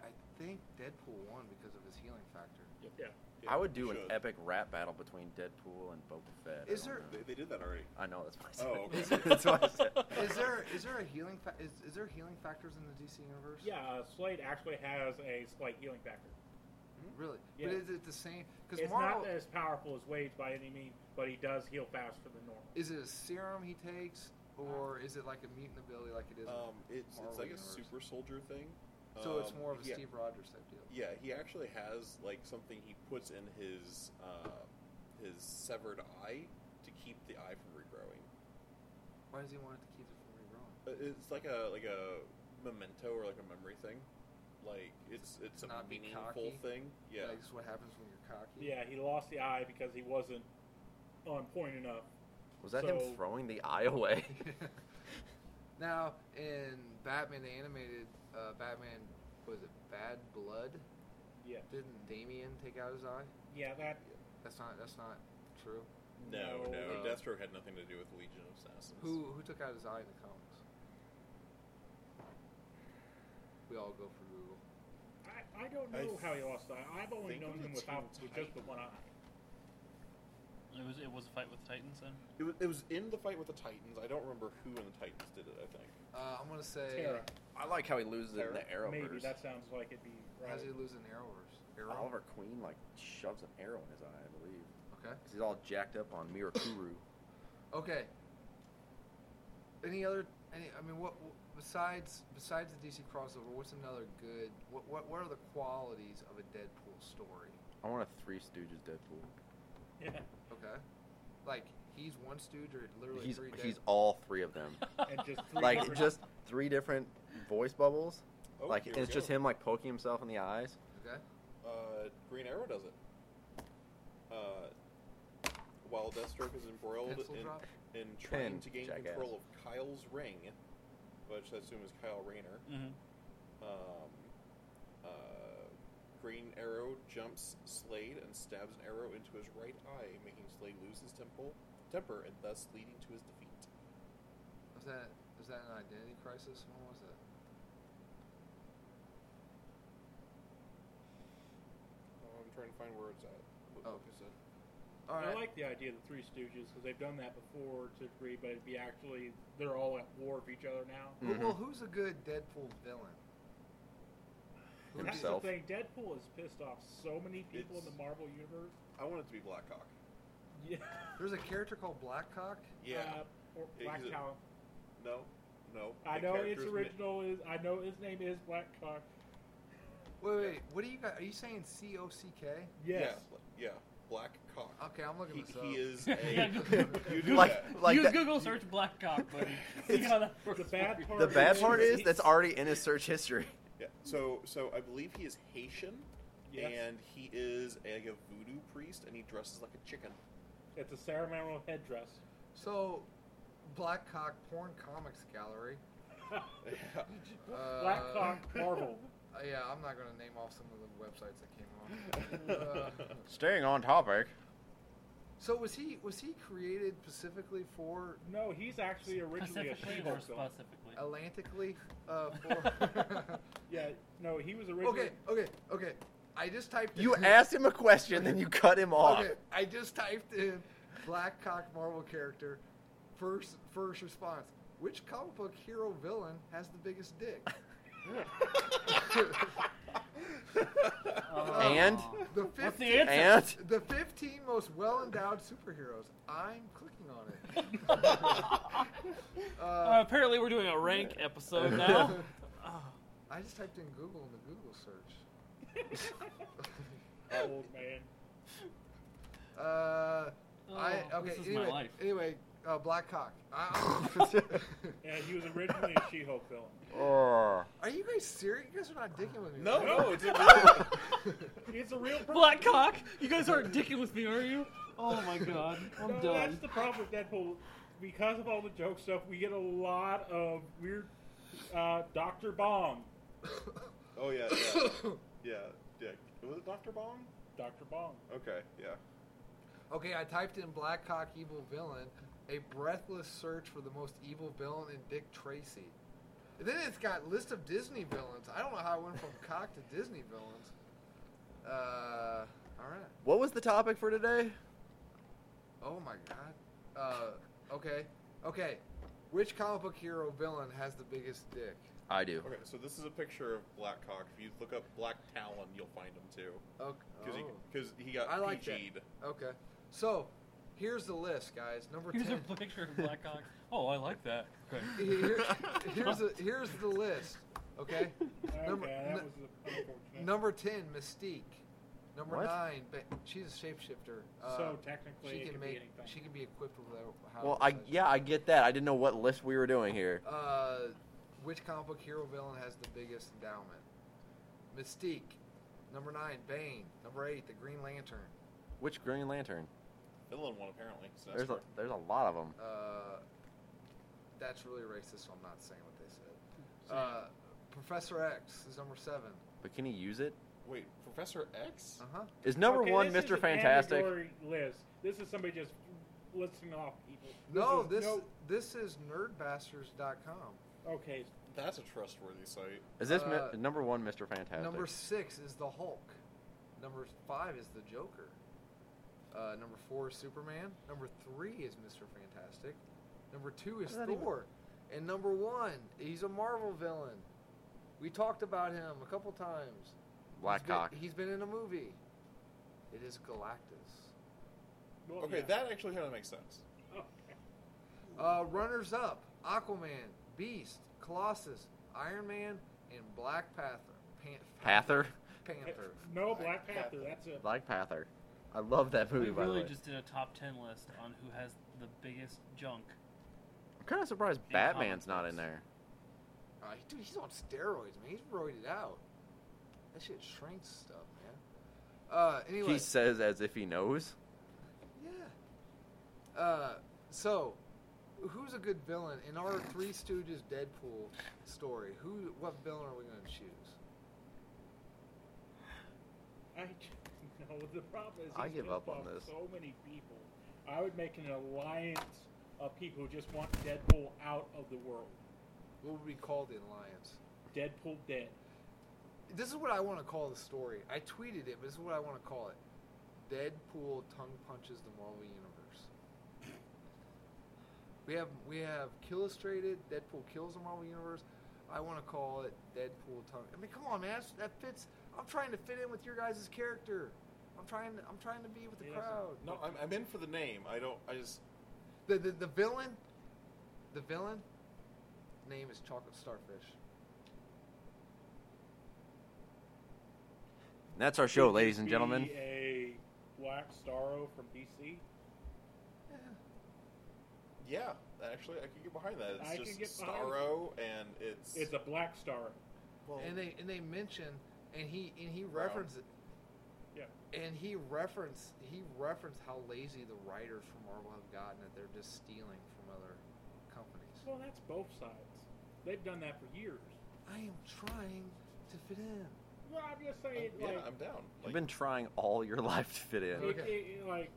B: I think Deadpool won because of his healing factor.
A: Yeah.
D: I would do an
C: should.
D: epic rap battle between Deadpool and Boba Fett. I
B: Is
D: don't
B: there-
C: They,
D: know.
C: they did that already.
D: I know that's what
C: Oh,
D: I
C: okay.
D: said. that's what I said.
B: Is there is there a healing fa- is, is there healing factors in the DC universe?
A: Yeah, uh, Slade actually has a slight healing factor.
B: Hmm? Really?
A: Yeah.
B: But is it the same? Because
A: It's
B: Marvel
A: not as powerful as Wade's by any means, but he does heal faster than normal.
B: is it a serum he takes, or is it like a mutant ability like it is? in
C: Um, it's
B: Marvel
C: it's like
B: universe?
C: a super soldier thing.
B: So it's
C: Um,
B: more of a
C: yeah,
B: Steve Rogers type deal.
C: Yeah, he actually has like something he puts in his uh, his severed eye to keep the eye from regrowing.
B: Why does he want it to keep it from regrowing?
C: Uh, It's like a like a memento or like a memory thing. Like it's it's a
B: Not be
C: meaningful
B: cocky.
C: thing. Yeah.
B: Like, it's what happens when you're cocky.
A: Yeah, he lost the eye because he wasn't on point enough.
D: Was that him
A: So-
D: throwing the eye away?
B: now in Batman the animated, uh, Batman was it Bad Blood?
A: Yeah.
B: Didn't Damien take out his eye?
A: Yeah, that.
B: That's not. That's not true.
C: No,
A: No.
C: no,
B: No.
C: Deathstroke had nothing to do with Legion of Assassins.
B: Who who took out his eye in the comics? we all go for Google.
A: I, I don't
C: I
A: know how he lost the eye. I've only
C: think it
A: known
C: was
A: him
C: a
A: without
C: team
A: with just the
C: Titan.
A: one eye.
E: It was it was a fight with Titans then.
C: It was, it was in the fight with the Titans. I don't remember who in the Titans did it. I think
B: Uh, I'm gonna say.
A: Terra.
D: I like how he loses it in the arrow
A: Maybe
D: burst.
A: that sounds like it'd be right.
B: How's he losing Arrowverse? Arrow.
D: Oliver Queen like shoves an arrow in his eye, I believe,
B: Okay.
D: 'Cause he's all jacked up on Mirakuru.
B: Okay. Any other? Any? I mean, what wh- besides besides the DC crossover? What's another good? What what, what are the qualities of a Deadpool story?
D: I want a Three Stooges Deadpool.
A: Yeah.
B: Okay. Like he's one stooge or literally
D: He's
B: three.
D: he's
B: Dead-
D: all three of them.
A: And just three
D: like
A: different-
D: just three different voice bubbles.
C: Oh,
D: like
C: here
D: and
C: we
D: it's just
C: go.
D: him like poking himself in the eyes.
B: okay.
C: uh, Green Arrow does it. Uh, while Deathstroke is embroiled
B: Pencil
C: in,
B: drop?
C: in trying
D: Pen,
C: to gain
D: jackass.
C: control of Kyle's ring, which I assume is Kyle Rayner,
E: Mm-hmm.
C: um, uh, Green Arrow jumps Slade and stabs an arrow into his right eye, making Slade lose his temple, temper and thus leading to his defeat.
B: Was that was that an identity crisis? When was that?
C: Oh, I'm trying to find where it's at. What
B: Oh.
C: book is it?
B: All
A: I
B: right.
A: like the idea of the Three Stooges because they've done that before to a degree, but it'd be actually they're all at war with each other now.
B: Who-
D: Mm-hmm.
B: Well, who's a good Deadpool villain? Who do you-
A: That's
D: Himself.
A: the thing. Deadpool has pissed off so many people in
C: It's-
A: the Marvel universe.
C: I want it to be Blackhawk.
A: Yeah.
B: There's a character called Blackcock.
C: Yeah.
A: Uh, or
C: Yeah,
A: Black
C: he's a-
A: Cow.
C: no. No.
A: I
C: The
A: know
C: character
A: it's
C: is Mi-
A: original is. I know his name is Black Cock.
B: Wait, wait. What do you got? Are you saying C O C K?
A: Yes.
C: Yeah, yeah, Black Cock.
B: Okay, I'm looking
C: He,
B: this up.
C: he is
E: Yeah,
C: a. you do
D: Like
C: that.
D: like
E: Use
D: that-
E: Google search black cock, buddy. See how that works.
A: The bad
E: for you.
A: part
D: the bad
A: is-
D: part is that's already in his search history.
C: Yeah. So, so I believe he is Haitian,
A: Yes.
C: and he is a, like a voodoo priest, and he dresses like a chicken.
A: It's a ceremonial headdress.
B: So, Blackcock Porn Comics Gallery.
C: Yeah.
B: Uh,
A: Black Cock Marvel.
B: uh, yeah, I'm not going to name off some of the websites that came off. Uh,
D: Staying on topic.
B: so was he was he created specifically for
A: No, he's actually originally a
E: Specifically
A: She-Hulk.
E: or
A: villain.
E: specifically?
D: Oh,
B: Atlantically? Uh, for
A: Yeah. No, he was originally.
B: okay, okay, okay. I just typed.
D: You
B: in-
D: asked him a question, then you cut him off.
B: Okay, I just typed in Blackcock Marvel character. First first response. Which comic book hero villain has the biggest dick?
E: Oh.
D: And?
B: The
E: What's the
B: 15
E: answer?
D: And
B: The 15 most well endowed superheroes. I'm clicking on it.
E: Uh,
B: Uh,
E: apparently, we're doing a rank episode now. Oh,
B: I just typed in Google in the Google search.
A: Old man.
B: Uh, I,
E: Oh,
B: okay,
E: this is my
B: anyway,
E: life.
B: anyway uh, Black Cock. I-
A: Yeah, he was originally a She-Hulk villain.
D: oh,
B: are you guys serious? You guys are not dicking with me.
C: no,
B: right?
C: no, it's a
A: It's a real person.
E: Black cock, you guys aren't dicking with me, are you? Oh my god, I'm
A: no, that's
E: done.
A: the problem with Deadpool. Because of all the joke stuff, we get a lot of weird uh, Doctor Bomb.
C: Oh yeah, yeah, yeah. yeah. Was it Doctor Bong?
A: Doctor Bomb.
C: Okay, yeah.
B: Okay, I typed in Black Cock evil villain, a breathless search for the most evil villain in Dick Tracy. And then it's got list of Disney villains. I don't know how I went from cock to Disney villains. Uh, all right.
D: what was the topic for today?
B: Oh my god. Uh, okay, okay. Which comic book hero villain has the biggest dick?
D: I do.
C: Okay, so this is a picture of Black Cock. If you look up Black Talon, you'll find him too,
B: Okay.
C: because
B: oh,
C: he, 'cause he got
B: I like that.
C: PG'd.
B: okay. So, here's the list, guys. Number
E: Here's a
B: ten.
E: picture of black cock. Oh, I like that. Okay.
B: Here- here's the here's the list. Okay.
A: Okay,
B: Number-
A: that
B: nu-
A: was the unfortunate.
B: Number ten, Mystique. Number
D: What?
B: nine, but she's a shapeshifter. Uh,
A: so technically,
B: she
A: it
B: can
A: could
B: make
A: be anything.
B: she can be equipped with whatever- however.
D: Well, I
B: much.
D: yeah, I get that. I didn't know what list we were doing here.
B: Uh, which comic book hero villain has the biggest endowment? Mystique. Number nine, Bane. Number eight, the Green Lantern.
D: Which Green Lantern?
C: Finland one apparently. So that's
D: There's a,
C: where-
D: there's a lot of them.
B: Uh, that's really racist. So I'm not saying what they said.
E: Same.
B: Uh, Professor X is number seven.
D: But can he use it?
C: Wait, Professor X?
B: Uh huh.
D: Is number
A: Okay,
D: one
A: this is
D: Mr.
A: an
D: Fantastic?
A: category List. This is somebody just listing off people.
B: No,
A: is
B: this
A: no-
B: this is nerdbastards.com.
A: Okay,
C: That's a trustworthy site.
D: Is this
B: Uh,
D: mi- number one, Mr. Fantastic?
B: Number six is the Hulk. Number five is the Joker. Uh, number four is Superman. Number three is Mister Fantastic. Number two is
D: does that
B: Thor. And number one, he's a Marvel villain. We talked about him a couple times. He's been-
D: Blackhawk.
B: He's been in a movie. It is Galactus.
A: well,
C: Okay,
A: yeah. Oh,
C: that actually kind of makes sense.
B: Uh, runners up: Aquaman, Beast, Colossus, Iron Man, and Black Panther. Pan-
D: Panther.
B: Panther.
A: No, Black Panther. That's it.
D: Black Panther. I love that movie.
E: We
D: by
E: really
D: the way,
E: just did a top ten list on who has the biggest junk.
D: I'm kind of surprised
E: In
D: Batman's
E: comic
D: not
E: books.
D: in there.
B: Uh, dude, he's on steroids, man. He's roided out. That shit shrinks stuff, man. Uh, anyway,
D: He says as if he knows.
B: yeah. Uh, so, who's a good villain in our Three Stooges Deadpool story? Who, what villain are we gonna choose?
A: I no. The problem is
D: I
A: he's
D: give
A: pissed
D: up on
A: off
D: this.
A: So many people. I would make an alliance of people who just want Deadpool out of the world.
B: What would we call the alliance?
A: Deadpool dead.
B: This is what I want to call the story. I tweeted it, but this is what I want to call it. Deadpool tongue punches the Marvel universe. We have we have illustrated. Deadpool kills the Marvel universe. I want to call it Deadpool tongue. I mean, come on, man, that's, that fits. I'm trying to fit in with your guys' character. I'm trying. I'm trying to be with the
A: It doesn't.
B: crowd.
C: No, I'm, I'm in for the name. I don't. I just.
B: The, the the villain. The villain. Name is Chocolate Starfish.
D: And that's our show,
A: Could
D: ladies
A: this
D: and
A: be
D: gentlemen.
A: A Black Starro from DC.
C: Yeah, actually, I could get behind that. It's
A: I can
C: just
A: get behind
C: Starro, and it's.
A: It's a Black Starro.
C: well,
B: And they and they mention and he and he
C: Brown.
B: references
A: Yeah.
B: And he referenced he referenced how lazy the writers from Marvel have gotten that they're just stealing from other companies.
A: Well, that's both sides. They've done that for years.
B: I am trying to fit in.
A: Well, I'm just saying,
C: yeah,
A: like,
C: I'm down.
D: You've
C: Like,
D: been trying all your life to fit in.
A: It,
B: Okay.
A: it, it, like,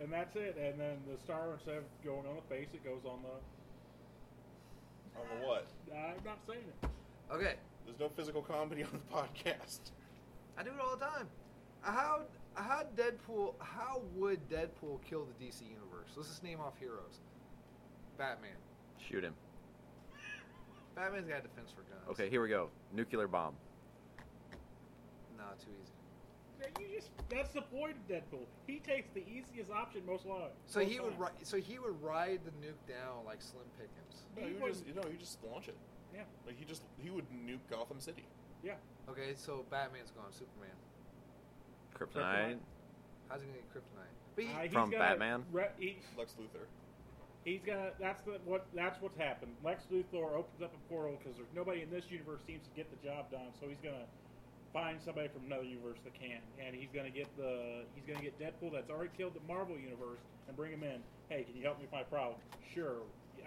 A: and that's it. And then the star instead of going on the face, it goes on the.
C: on the what?
A: I'm not saying it.
B: Okay,
C: There's no physical comedy on the podcast.
B: I do it all the time. How how Deadpool how would Deadpool kill the DC universe? Let's just name off heroes. Batman.
D: Shoot him.
B: Batman's got a defense for guns.
D: Okay, here we go. Nuclear bomb.
B: Nah, too easy.
A: Man, You just that's the point of Deadpool. He takes the easiest option most lives.
B: So
A: most
B: he would
A: times.
B: ri- so he would ride the nuke down like Slim Pickens.
C: No,
A: He
C: you
A: wouldn't-
C: just you know you just launch it.
A: Yeah,
C: Like he just he would nuke Gotham City.
A: yeah.
B: Okay, so Batman's gone. Superman.
D: Kryptonite.
B: How's he gonna get kryptonite? But he,
A: Uh, he's
D: From
A: got a
D: Batman?
A: Re- he,
C: Lex Luthor.
A: he's gonna. That's the, what. That's what's happened. Lex Luthor opens up a portal because there's nobody in this universe seems to get the job done. So he's gonna find somebody from another universe that can, and he's gonna get the. He's gonna get Deadpool that's already killed the Marvel universe and bring him in. Hey, can you help me with my problem? Sure.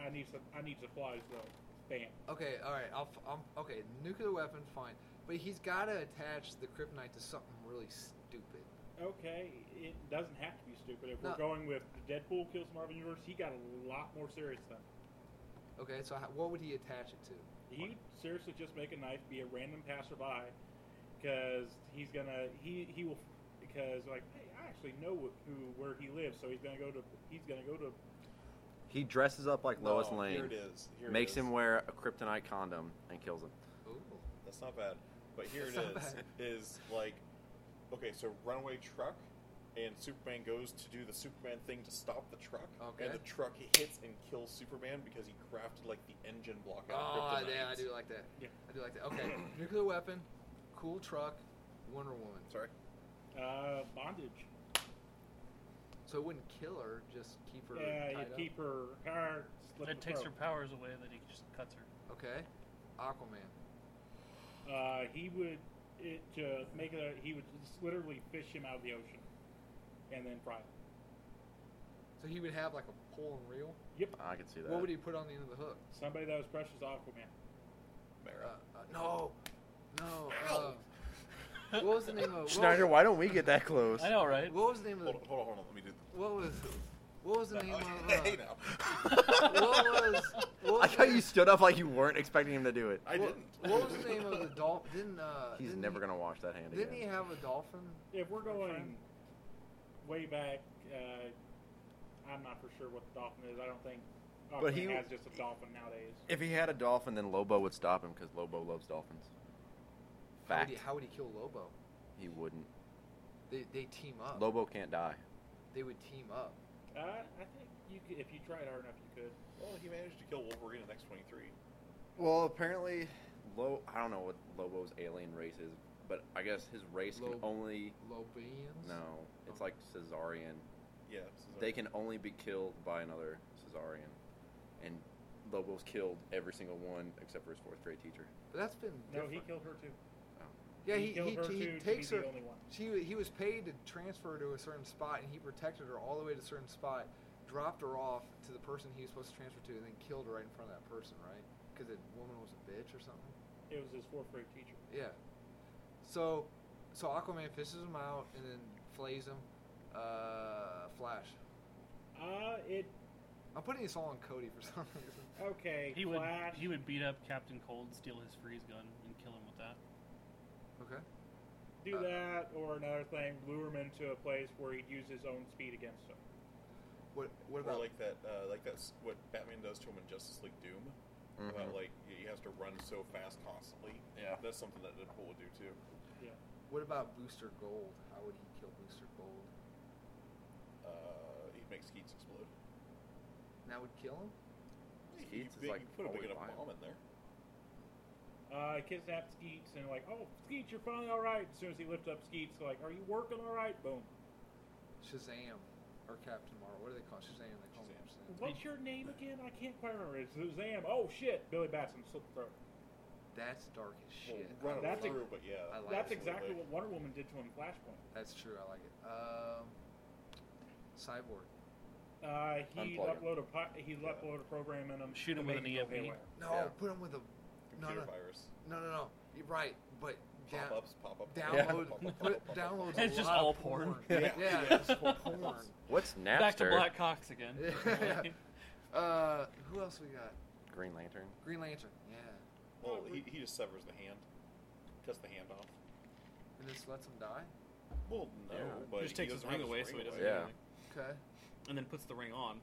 A: I need some. I need supplies though. Bam.
B: okay, all right. I'll, f- I'm, okay, nuclear weapon, fine. But he's got to attach the kryptonite to something really stupid.
A: Okay, it doesn't have to be stupid. If
B: No.
A: we're going with Deadpool kills Marvel Universe, he got a lot more serious than.
B: Okay, so how, what would he attach it to?
A: He would seriously just make a knife, be a random passerby, because he's gonna he he will because like hey, I actually know wh- who where he lives, so he's gonna go to he's gonna go to
D: He dresses up like Lois
C: No,
D: Lane.
C: Oh, Here it is. Here it
D: makes
C: is.
D: him wear a kryptonite condom and kills him.
B: Ooh.
C: That's not bad. But here
B: That's
C: it
B: not
C: is.
B: bad.
C: Is like, okay, so runaway truck, and Superman goes to do the Superman thing to stop the truck,
B: Okay.
C: and the truck hits and kills Superman because he crafted like the engine block out
B: Oh,
C: of kryptonite.
B: yeah, I do like that.
A: Yeah.
B: I do like that. Okay, nuclear weapon, cool truck, Wonder Woman.
C: Sorry.
A: uh, bondage.
B: So it wouldn't kill her, just keep her.
A: Yeah, you
B: tied up.
A: keep her car. Slip
E: That
A: the
E: takes her
A: throat.
E: powers away. That he just cuts her.
B: Okay, Aquaman.
A: Uh, he would it to make it. A, he would just literally fish him out of the ocean, and then fry. him.
B: So he would have like a pole and reel.
A: Yep.
D: I can see that.
B: What would he put on the end of the hook?
A: Somebody that was precious to Aquaman.
B: Uh,
C: Mara.
B: uh, no, no. Uh, what was the name of what was-
D: Schneider, why don't we get that close?
E: I know, right?
B: What was the name of
C: Hold
B: the,
C: on, hold on, hold on. Let me do.
B: what was What was the name of? Uh,
C: hey, now.
B: What was? What
D: like
B: was
D: how you stood up like you weren't expecting him to do it.
C: I
B: what,
C: didn't.
B: What was the name of the dolphin? Didn't uh?
D: He's
B: didn't
D: never
B: he,
D: gonna wash that hand
B: Didn't he
D: again.
B: have a dolphin?
A: If we're going
B: friend.
A: way back, uh, I'm not for sure what the dolphin is. I don't think
D: But
A: Aquaman
D: he-
A: has just a dolphin nowadays.
D: If he had a dolphin, then Lobo would stop him because Lobo loves dolphins.
B: How would
D: Fact.
B: he, how would he kill Lobo?
D: He wouldn't.
B: They they team up.
D: Lobo can't die.
B: They would team up.
A: Uh, I think you could, if you tried hard enough, you could.
C: Well, he managed to kill Wolverine in X23.
D: Well, apparently, Lo- I don't know what Lobo's alien race is, but I guess his race can
B: Lob-
D: only.
B: Lobians.
D: No, it's like Caesarian.
C: Yeah. Cesaro.
D: They can only be killed by another Caesarian. And Lobo's killed every single one except for his fourth grade teacher.
B: But that's been.
A: No,
B: different.
A: he killed her too.
B: Yeah, he,
A: killed
B: he,
A: her
B: he
A: too. to be
B: takes her.
A: the only one.
B: She he was paid to transfer to a certain spot, and he protected her all the way to a certain spot, dropped her off to the person he was supposed to transfer to, and then killed her right in front of that person, right? Because the woman was a bitch or something.
A: It was his fourth grade teacher.
B: Yeah. So, so Aquaman fishes him out and then flays him. Uh, Flash.
A: Uh, it
B: I'm putting this all on Cody for some reason.
A: okay.
E: He would
A: Flash,
E: he would beat up Captain Cold, steal his freeze gun, and kill him with that.
B: Okay. uh,
A: do that or another thing, lure him into a place where he'd use his own speed against him.
B: What What about
C: Or like that, uh, like that's what Batman does to him in Justice League Doom. About like he has to run so fast constantly.
D: Yeah.
C: That's something that Deadpool would do too.
A: Yeah.
B: What about Booster Gold? How would he kill Booster Gold?
C: Uh, he makes Skeets explode.
B: That would kill him.
C: You,
D: Skeets is,
C: big-
D: like,
C: you put a big
D: always
C: enough
D: violent.
C: bomb in there.
A: Uh, kidnaps Skeets and like, oh, Skeets, you're finally all right. As soon as he lifts up Skeets, like, are you working all right? Boom.
B: Shazam or Captain Marvel? What do they call it? Shazam? They call him
C: Shazam.
B: Shazam.
A: What's your name again? I can't quite remember. It's Zam. Oh shit, Billy Batson slipped throat.
B: That's dark as
C: Well,
B: shit.
C: run
B: I
C: him
A: That's
B: like
A: a-
B: it.
C: through, but yeah.
B: I like
A: That's
B: it.
A: exactly what Wonder Woman did to him in Flashpoint.
B: That's true. I like it. Um, Cyborg.
A: Uh, he
D: Unplug him.
A: uploaded a pi- he uploaded a program in him.
E: Shoot him
A: to
E: with
A: make
E: an E
A: him go
E: EMP.
A: haywire.
B: No,
D: Yeah.
B: put him with a. No,
C: Computer
B: no,
C: virus.
B: no, no, no. You're right, but down,
C: Pop ups, pop up.
B: download,
C: pop up, pop
B: put,
C: up, pop up,
B: download.
C: pop up.
E: It's just all porn.
B: Yeah, yeah,
C: Yeah.
B: it's just porn.
D: What's Napster?
E: Back to Black Cox again.
B: Uh, who else we got?
D: Green Lantern.
B: Green Lantern. Yeah,
C: Well, he, he just severs the hand, cuts the hand off.
B: and just lets him die.
C: Well, no,
D: Yeah.
C: but
E: Just
C: he
E: takes his
C: doesn't
E: ring
C: have
E: away so he doesn't.
D: Yeah.
E: do anything.
B: Okay.
E: And then puts the ring on.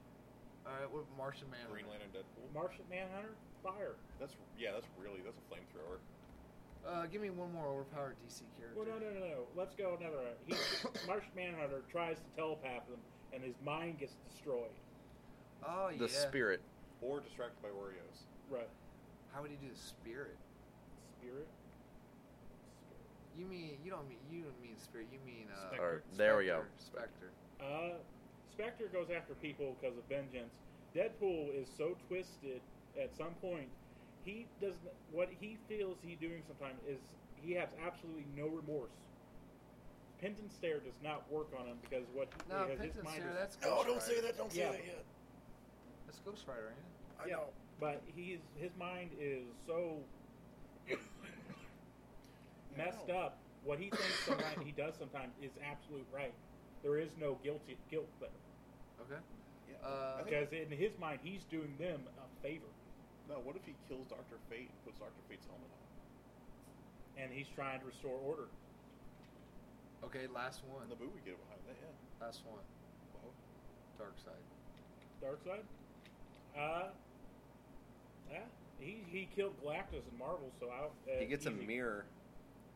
B: All right. What about Martian Man?
C: Green Lantern, Deadpool.
A: Martian Manhunter, fire.
C: That's yeah, that's really that's a flamethrower.
B: Uh, give me one more overpowered DC character.
A: Well, no, no, no, no. Let's go another. He, Martian Manhunter tries to telepath him, and his mind gets destroyed.
B: Oh yeah.
D: The Spirit.
C: Or distracted by Oreos.
A: Right.
B: How would he do the Spirit?
A: Spirit.
B: You mean you don't mean you don't mean Spirit. You mean uh,
E: Spectre.
D: Or, there we go.
B: Spectre.
A: Uh, Spectre goes after people because of vengeance. Deadpool is so twisted at some point, he does not what he feels he doing sometimes is he has absolutely no remorse. Penton stare does not work on him because what
B: No,
A: because
B: Penton
A: his mind
B: Stare.
A: is,
B: That's Ghost Rider.
C: that. Don't
A: say Yeah. that
C: yet.
B: That's Ghost Rider, ain't it?
A: I Yeah. know. but he's his mind is so messed up. What he thinks sometimes he does sometimes is absolute right. There is no guilty guilt there
B: Okay.
C: Yeah.
B: Uh,
C: I think-
A: because in his mind he's doing them a favor.
C: no, what if he kills Doctor Fate and puts Doctor Fate's helmet on?
A: and he's trying to restore order.
B: Okay, last one.
C: And the boo we get behind that, yeah.
B: Last one.
C: Wow.
B: Dark side.
A: Dark side. Uh, yeah, he he killed Galactus in Marvel, so I. Uh,
D: He gets a
A: easy.
D: mirror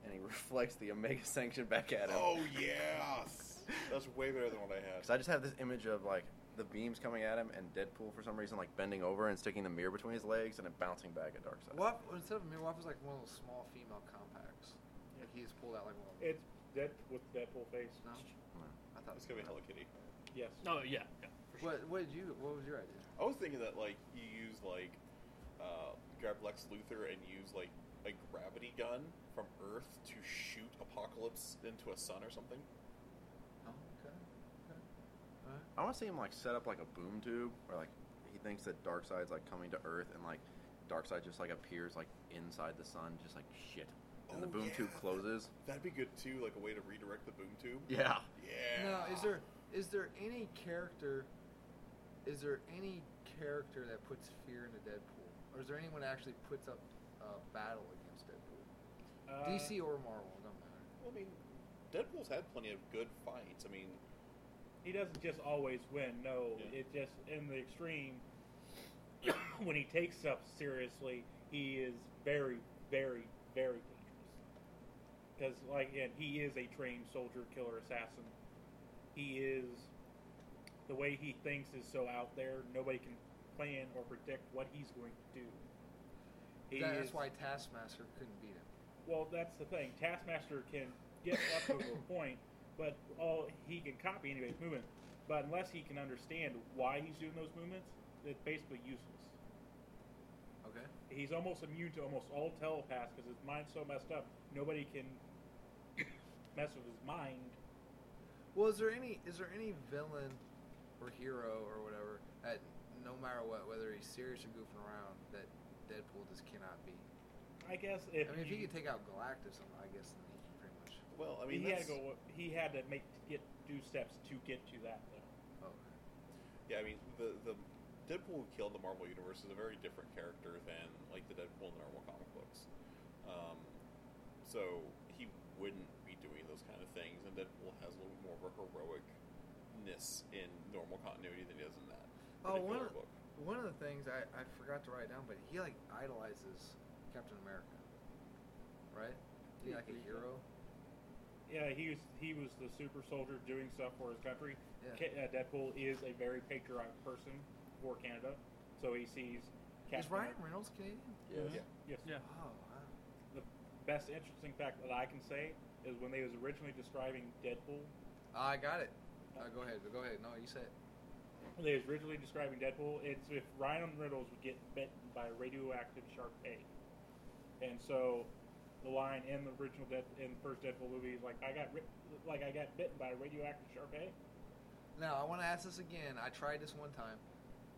D: and he reflects the Omega Sanction back at him.
C: Oh yes, that's way better than what I had.
D: Because I just have this image of like the beams coming at him and Deadpool for some reason like bending over and sticking the mirror between his legs and it bouncing back at Darkseid.
B: Wap instead of Mirwap was like one of those small female compacts. Like he just pulled out like one. Of them.
A: It's dead with Deadpool face.
B: no, I thought.
C: It's gonna be Hello Kitty.
A: Yes.
E: No, Oh, yeah, yeah. For sure.
B: What What did you? What was your idea?
C: I was thinking that like you use like uh, grab Lex Luthor and use like a gravity gun from Earth to shoot Apocalypse into a sun or something.
B: Oh, okay. okay. All right.
D: I want to see him like set up like a boom tube where like he thinks that Darkseid's like coming to Earth and like Darkseid just like appears like inside the sun, just like shit, and the
C: Oh,
D: boom
C: yeah.
D: tube closes.
C: That'd be good too, like a way to redirect the boom tube.
D: Yeah,
C: Yeah.
B: Now, is there is there any character is there any character that puts fear into Deadpool, or is there anyone that actually puts up a battle against Deadpool?
A: Uh,
B: DC or Marvel, don't matter.
C: Well, I mean, Deadpool's had plenty of good fights. I mean,
A: he doesn't just always win. No,
C: Yeah.
A: it just in the extreme. when he takes stuff seriously, he is very, very, very dangerous. Because, like, and he is a trained soldier, killer, assassin. He is the way he thinks is so out there. Nobody can plan or predict what he's going to do. He
B: That-
A: is-
B: that's why Taskmaster couldn't beat him.
A: well, that's the thing. Taskmaster can get up to a point, but all he can copy anybody's movement. But unless he can understand why he's doing those movements, it's basically useless.
B: Okay.
A: He's almost immune to almost all telepaths because his mind's so messed up. Nobody can mess with his mind.
B: Well, is there any is there any villain or hero or whatever that no matter what, whether he's serious or goofing around, that Deadpool just cannot beat?
A: I guess if
B: I mean, if he
A: you-
B: could take out Galactus, I'm- I guess then he can pretty much.
C: well, I mean,
A: he had to
C: that's,
A: go. He had to make get do steps to get to that though.
B: Oh,
C: yeah, I mean, the the Deadpool who killed the Marvel universe is a very different character than like the Deadpool in the normal comic books. Um, so he wouldn't be doing those kind of things, and Deadpool has a little bit more of a heroicness in normal continuity than he does in that
B: oh one,
C: particular
B: of,
C: book.
B: one of the things I, I forgot to write down, but he like idolizes Captain America, right? He like a hero.
A: Yeah, he was he was the super soldier doing stuff for his country.
B: Yeah.
A: Ca- uh, Deadpool is a very patriotic person for Canada, so he sees
B: Is
A: Captain
B: Ryan
A: America-
B: Reynolds Canadian?
A: Yeah. Yes.
E: Yeah.
B: Oh, wow.
A: The best interesting fact that I can say is when they was originally describing Deadpool,
B: I got it. Uh, go ahead. Go ahead. No, you said. it.
A: when they was originally describing Deadpool, it's if Ryan Reynolds would get bitten by a radioactive shark egg, and so the line in the original Dead in the first Deadpool movie is like I got ri- like I got bitten by a radioactive shark egg.
B: Now I want to ask this again. I tried this one time.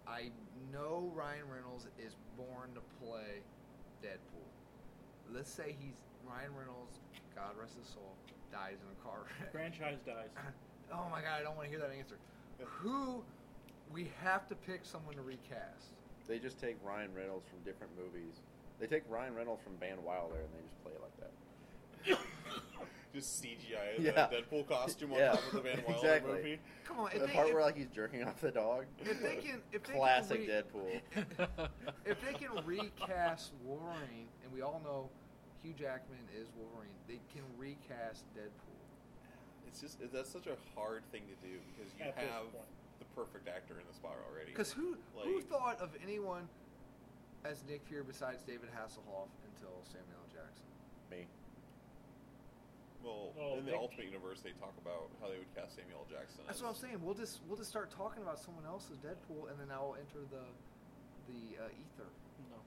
B: I know Ryan Reynolds is born to play Deadpool. Let's say he's Ryan Reynolds. God rest his soul. Dies in a car wreck.
A: Franchise dies.
B: Oh my god, I don't want to hear that answer. Who we have to pick someone to recast.
D: They just take Ryan Reynolds from different movies. They take Ryan Reynolds from Van Wilder and they just play it like that.
C: Just CGI the
D: Yeah.
C: Deadpool costume on
D: Yeah.
C: top of the Van Wilder
D: Exactly.
C: movie.
B: Come on, Oh, if
D: the
B: they,
D: part
B: if,
D: where like he's jerking off the dog.
B: if they can, if they
D: Classic
B: can
D: Deadpool.
B: if they can recast Wolverine, and we all know Hugh Jackman is Wolverine, they can recast Deadpool.
C: It's just that's such a hard thing to do because you
A: At this
C: have
A: point.
C: the perfect actor in the spot already.
B: Because who who
C: Like-
B: thought of anyone as Nick Fury besides David Hasselhoff until Samuel L. Jackson?
D: Me.
C: well,
A: Well,
C: in the
A: Nick-
C: Ultimate Universe, they talk about how they would cast Samuel L. Jackson.
B: That's
C: as-
B: what I'm saying. We'll just we'll just start talking about someone else's Deadpool, and then I'll enter the the uh, ether.
E: No.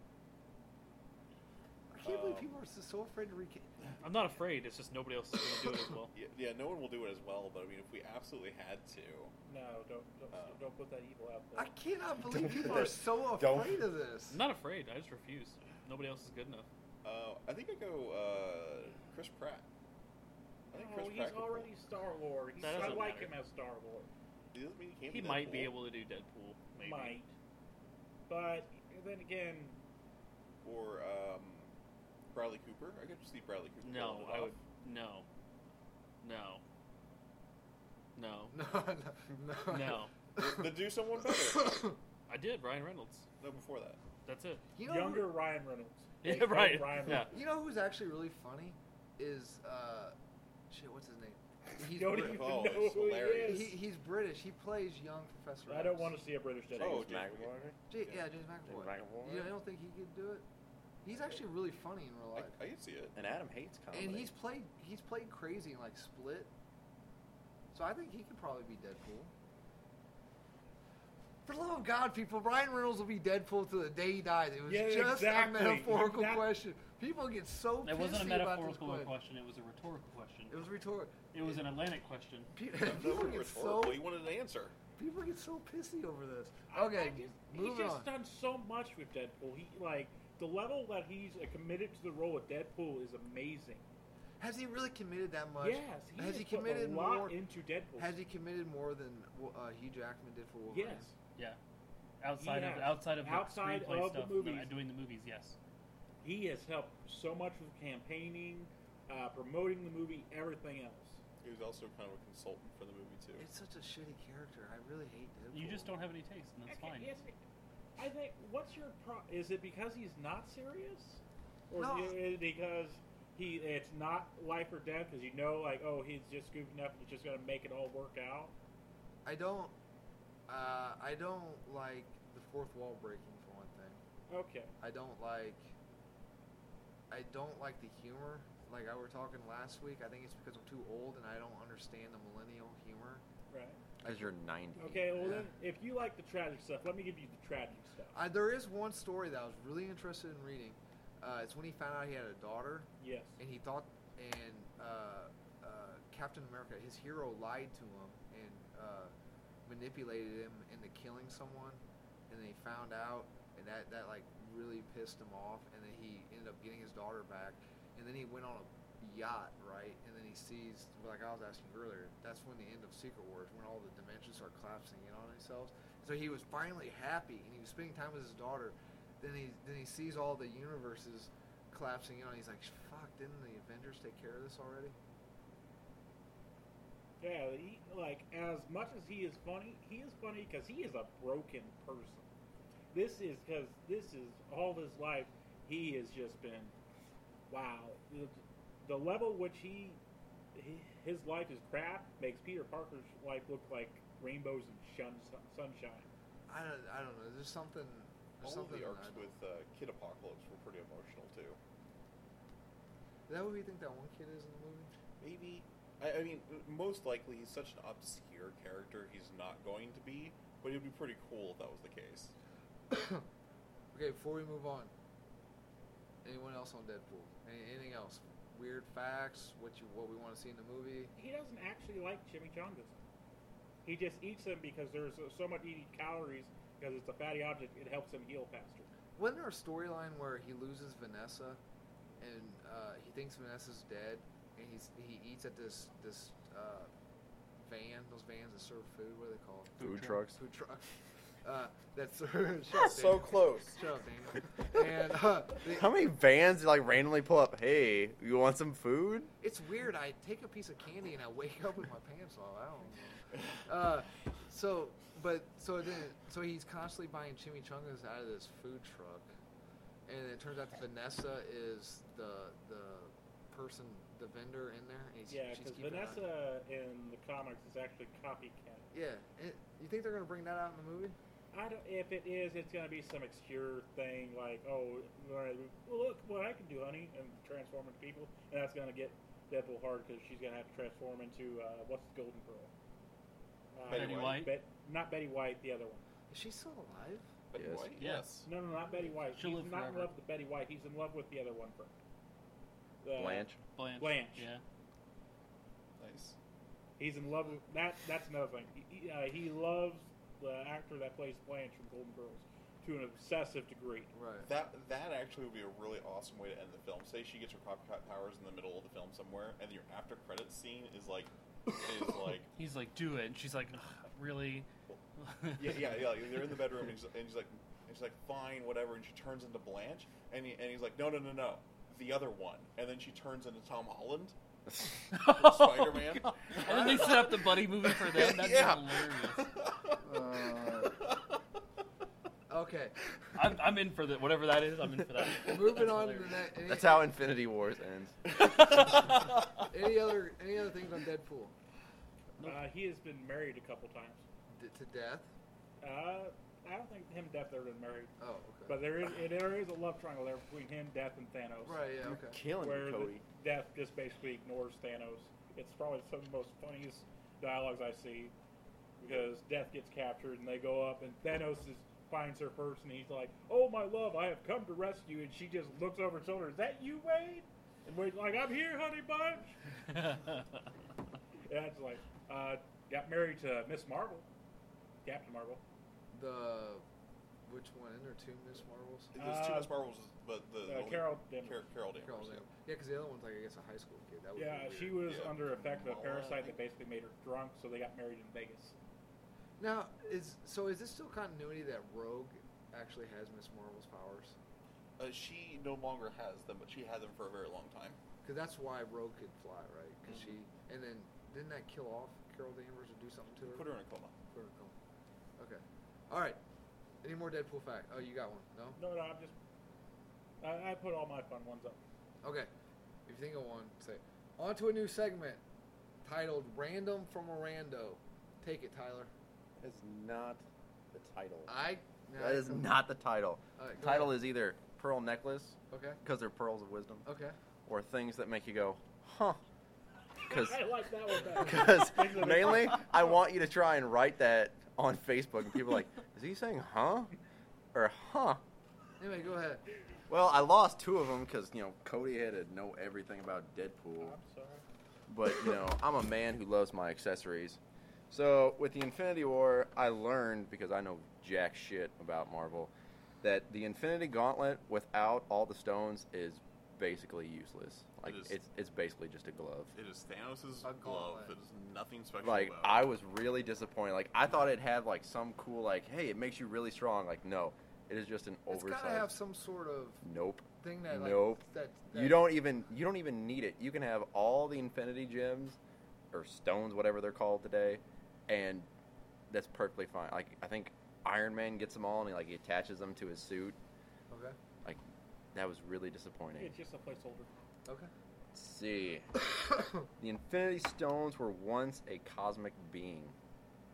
B: I can't believe
C: Um,
B: people are so- so afraid to recast.
E: I'm not afraid. It's just nobody else is going to do it as well.
C: Yeah, yeah, no one will do it as well, but I mean, if we absolutely had to,
A: No, don't don't,
C: Oh.
A: don't put that evil out there.
B: I cannot believe people
D: Don't-
B: are so
D: don't.
B: afraid of this.
E: I'm not afraid. I just refuse. Nobody else is good enough.
C: uh, I think I go uh, Chris Pratt. I think Chris
A: No, he's
C: Pratt. could pull-
A: already Star Lord.
E: That
A: I
E: doesn't
A: like
E: matter.
A: him as Star Lord.
C: It doesn't mean he can't
E: He
C: be
E: might be
C: Deadpool,
E: able to do Deadpool. Maybe.
A: Might, but then again,
C: Or um, Bradley Cooper. I could see Bradley Cooper.
E: No,
C: pulling it
E: I
C: off.
E: would. No. No. No.
B: No, no,
E: No.
C: Then do someone better.
E: I did Ryan Reynolds.
C: no, before that.
E: That's it.
B: You know,
A: younger Ryan Reynolds. They
E: Yeah, right.
A: put Ryan
E: Yeah.
A: Reynolds.
B: Who, you know who's actually really funny is uh, shit. What's his name? He's
A: don't
B: Brit-
A: even
C: Oh,
A: know
C: it's
A: who
C: hilarious.
A: he
B: he,
A: is.
B: he's British. He plays young Professor.
A: I don't
B: X.
A: want to see a British
C: James
A: Deadpool.
C: Oh,
D: James
C: James
D: McAvoy.
B: J- yeah.
C: Yeah.
B: James McAvoy.
D: James McAvoy.
B: You know, I don't think he could do it. He's actually really funny in real
C: I,
B: life,
C: I could see it.
D: And Adam hates comedy.
B: and he's played he's played crazy in like Split. So I think he could probably be Deadpool. For the love of God, people, Ryan Reynolds will be Deadpool to the day he dies. It was
A: Yeah,
B: just
A: exactly.
B: a metaphorical
A: That-
B: question. People get so
E: It wasn't a
B: pissy about this
E: metaphorical
B: question.
E: question. It was a rhetorical question.
B: It was rhetorical.
E: It was an Atlantic question.
B: Pe-
C: That
B: People
C: was
B: get
C: rhetorical.
B: so
C: He wanted an answer.
B: people get so pissy over this.
A: I- I
B: Okay,
A: just- he's
B: moving
A: just
B: on.
A: done so much with Deadpool. He like the level that he's uh, committed to the role of Deadpool is amazing.
B: Has he really committed that much?
A: Yes, he
B: has
A: has
B: he
A: put
B: committed
A: a lot
B: more?
A: into Deadpool.
B: Has he committed more than uh, Hugh Jackman did for Wolverine?
A: yes,
E: Yeah. outside of
A: Yeah.
E: outside of the
A: Outside
E: screenplay
A: of the
E: stuff,
A: movies.
E: uh, doing the movies, yes.
A: He has helped so much with campaigning, uh, promoting the movie, everything else.
C: He was also kind of a consultant for the movie too.
B: It's such a shitty character. I really hate Deadpool.
E: You just don't have any taste, and that's
A: Okay,
E: fine.
A: yes, I think. What's your pro? Is it because he's not serious, or
B: No.
A: is it because he? It's not life or death because you know, like, oh, he's just goofing up. He's just gonna make it all work out.
B: I don't. Uh, I don't like the fourth wall breaking for one thing.
A: Okay.
B: I don't like. I don't like the humor. Like I were talking last week, I think it's because I'm too old and I don't understand the millennial humor.
A: Right.
D: As you're 90.
A: Okay. Well,
B: Yeah.
A: then, if you like the tragic stuff, let me give you the tragic stuff.
B: I, there is one story that I was really interested in reading. Uh, it's when he found out he had a daughter,
A: yes.
B: and he thought, and uh, uh, Captain America, his hero, lied to him and uh, manipulated him into killing someone, and then he found out, and that that like really pissed him off, and then he ended up getting his daughter back, and then he went on a yacht, right? And then he sees, like I was asking earlier, that's when the end of Secret Wars, when all the dimensions are collapsing in on themselves. So he was finally happy, and he was spending time with his daughter. Then he then he sees all the universes collapsing in on. him. He's like, "Fuck! Didn't the Avengers take care of this already?"
A: Yeah. He, like as much as he is funny, he is funny because he is a broken person. This is because this is all his life. He has just been, wow. The, the level which he, he his life is crap makes Peter Parker's life look like rainbows and shun, sunshine.
B: I don't. I don't know. There's something. There's
C: All of
B: something
C: the
B: that
C: arcs
B: I don't-
C: with uh, Kid Apocalypse were pretty emotional too.
B: Is that who you think that one kid is in the movie?
C: Maybe I, I mean, most likely he's such an obscure character he's not going to be, but it'd be pretty cool if that was the case.
B: Okay, before we move on, anyone else on Deadpool? Any, anything else? Weird facts? What you? What we want to see in the movie?
A: He doesn't actually like chimichangas. He just eats them because there's so- so much eating calories because it's a fatty object. It helps him heal faster.
B: Wasn't there a storyline where he loses Vanessa, and uh, he thinks Vanessa's dead, and he's he eats at this this uh, van, those vans that serve food. What are they called?
D: Food trucks.
B: Food truck. Uh, that serves.
D: So close.
B: Shut up, Daniel. And uh, they-
D: How many vans like randomly pull up? Hey, you want some food?
B: It's weird. I take a piece of candy and I wake up with my pants off. I don't know. Uh, so, but so then, so he's constantly buying chimichangas out of this food truck, and it turns out that Vanessa is the the person, the vendor in there. And he's,
A: Yeah,
B: she's
A: because
B: keeping an eye-
A: Vanessa in the comics is actually copycat.
B: Yeah, it, you think they're gonna bring that out in the movie?
A: I don't. If it is, it's gonna be some obscure thing like, oh, alright, well, look what I can do, honey, and transform into people, and that's gonna get Deadpool hard because she's gonna have to transform into uh, what's the Golden Girl? Uh,
C: Betty
E: White?
A: Bet, not Betty White, the other one.
B: Is she still alive?
C: But
D: Yes.
C: why-
E: Yes.
A: No, no, not Betty White.
E: She'll
A: He's
E: live
A: not in
E: forever.
A: love with Betty White. He's in love with the other one first. The-
B: Uh,
D: Blanche.
E: Blanche.
A: Blanche.
E: Yeah.
C: Nice.
A: He's in love with that. That's another thing. He, he, uh, he loves the actor that plays Blanche from Golden Girls to an obsessive degree.
B: Right.
C: That that actually would be a really awesome way to end the film. Say she gets her copycat powers in the middle of the film somewhere, and your after credit scene is like is like
E: He's like, do it, and she's like, "Ugh, really?
C: yeah yeah yeah. like, They're in the bedroom, and she's, and she's like and she's like fine whatever, and she turns into Blanche, and he, and he's like no no no no the other one, and then she turns into Tom Holland. Spider-Man.
E: Oh, God. and then they set up the buddy movie for them. That's
C: Yeah.
E: hilarious.
B: Okay.
E: I'm, I'm in for the whatever that is. I'm in for that.
B: Moving
E: That's
B: on to
E: hilarious.
B: the next. Any,
D: That's how Infinity Wars ends.
B: any other any other things on Deadpool?
A: Uh, he has been married a couple times.
B: D- to death.
A: Uh, I don't think him and Death ever been married,
B: Oh, okay.
A: but there is there is a love triangle there between him, Death, and Thanos.
B: right. Yeah. Okay.
D: Killing
A: Where
D: you,
A: the-
D: Cody.
A: Death just basically ignores Thanos. It's probably some of the most funniest dialogues I see because Death gets captured and they go up and Thanos is, finds her first and he's like, "Oh my love, I have come to rescue," and she just looks over her shoulder. Is that you, Wade? And Wade's like, "I'm here, honey bunch." And it's like, uh, got married to Miss Marvel, Captain Marvel.
B: The which one? Isn't there two Miss Marvels?
C: There's two
A: Uh,
C: Miss Marvels, but the, the
A: Uh,
C: only-
A: Carol Danvers.
C: Car- Carol Danvers.
B: Girl,
C: yeah.
B: yeah, because the other one's like I guess a high school kid. That would
A: Yeah,
B: be
A: she
B: weird.
A: was
C: Yeah.
A: under effect of a
C: Kamala, I
A: parasite that
C: think.
A: basically made her drunk, so they got married in Vegas.
B: Now is so is this still continuity that Rogue actually has Miss Marvel's powers?
C: Uh, she no longer has them, but she had them for a very long time.
B: Because that's why Rogue could fly, right? Because she and then didn't that kill off Carol Danvers or do something to her?
C: Put her in a coma.
B: Put her in a coma. Okay. All right. Any more Deadpool fact? Oh, you got one? No.
A: No, no, I'm just. I, I put all my fun ones up.
B: Okay. If you think of one, say. On to a new segment titled "Random from a Rando." Take it, Tyler.
D: That's not the title.
B: Uh, I.
D: that is not the title.
B: All right, go
D: title
B: ahead.
D: is either Pearl Necklace,
B: Okay.
D: because they're pearls of wisdom,
B: Okay.
D: or things that make you go, huh. Because
A: I like that one better.
D: Because
A: Things that make-
D: mainly, I want you to try and write that on Facebook, and people are like, is he saying huh or huh?
B: Anyway, go ahead.
D: Well, I lost two of them because you know Cody had to know everything about Deadpool,
A: I'm sorry.
D: but you know I'm a man who loves my accessories. So with the Infinity War, I learned because I know jack shit about Marvel that the Infinity Gauntlet without all the stones is basically useless. Like
C: It is.
D: it's it's basically just a glove.
C: It is Thanos'
B: A
C: glove.
B: gauntlet.
C: It is nothing special
D: like
C: about
D: I was really disappointed. Like I thought it had like some cool like hey it makes you really strong. Like no, it is just an
B: It's gotta have
D: oversized.
B: some sort of
D: Nope.
B: thing that like
D: Nope.
B: that, that
D: You don't even you don't even need it. You can have all the infinity gems or stones whatever they're called today and that's perfectly fine. Like I think Iron Man gets them all and he like he attaches them to his suit.
B: Okay.
D: Like that was really disappointing.
A: It's just a placeholder.
B: Okay.
D: Let's see. the Infinity Stones were once a cosmic being.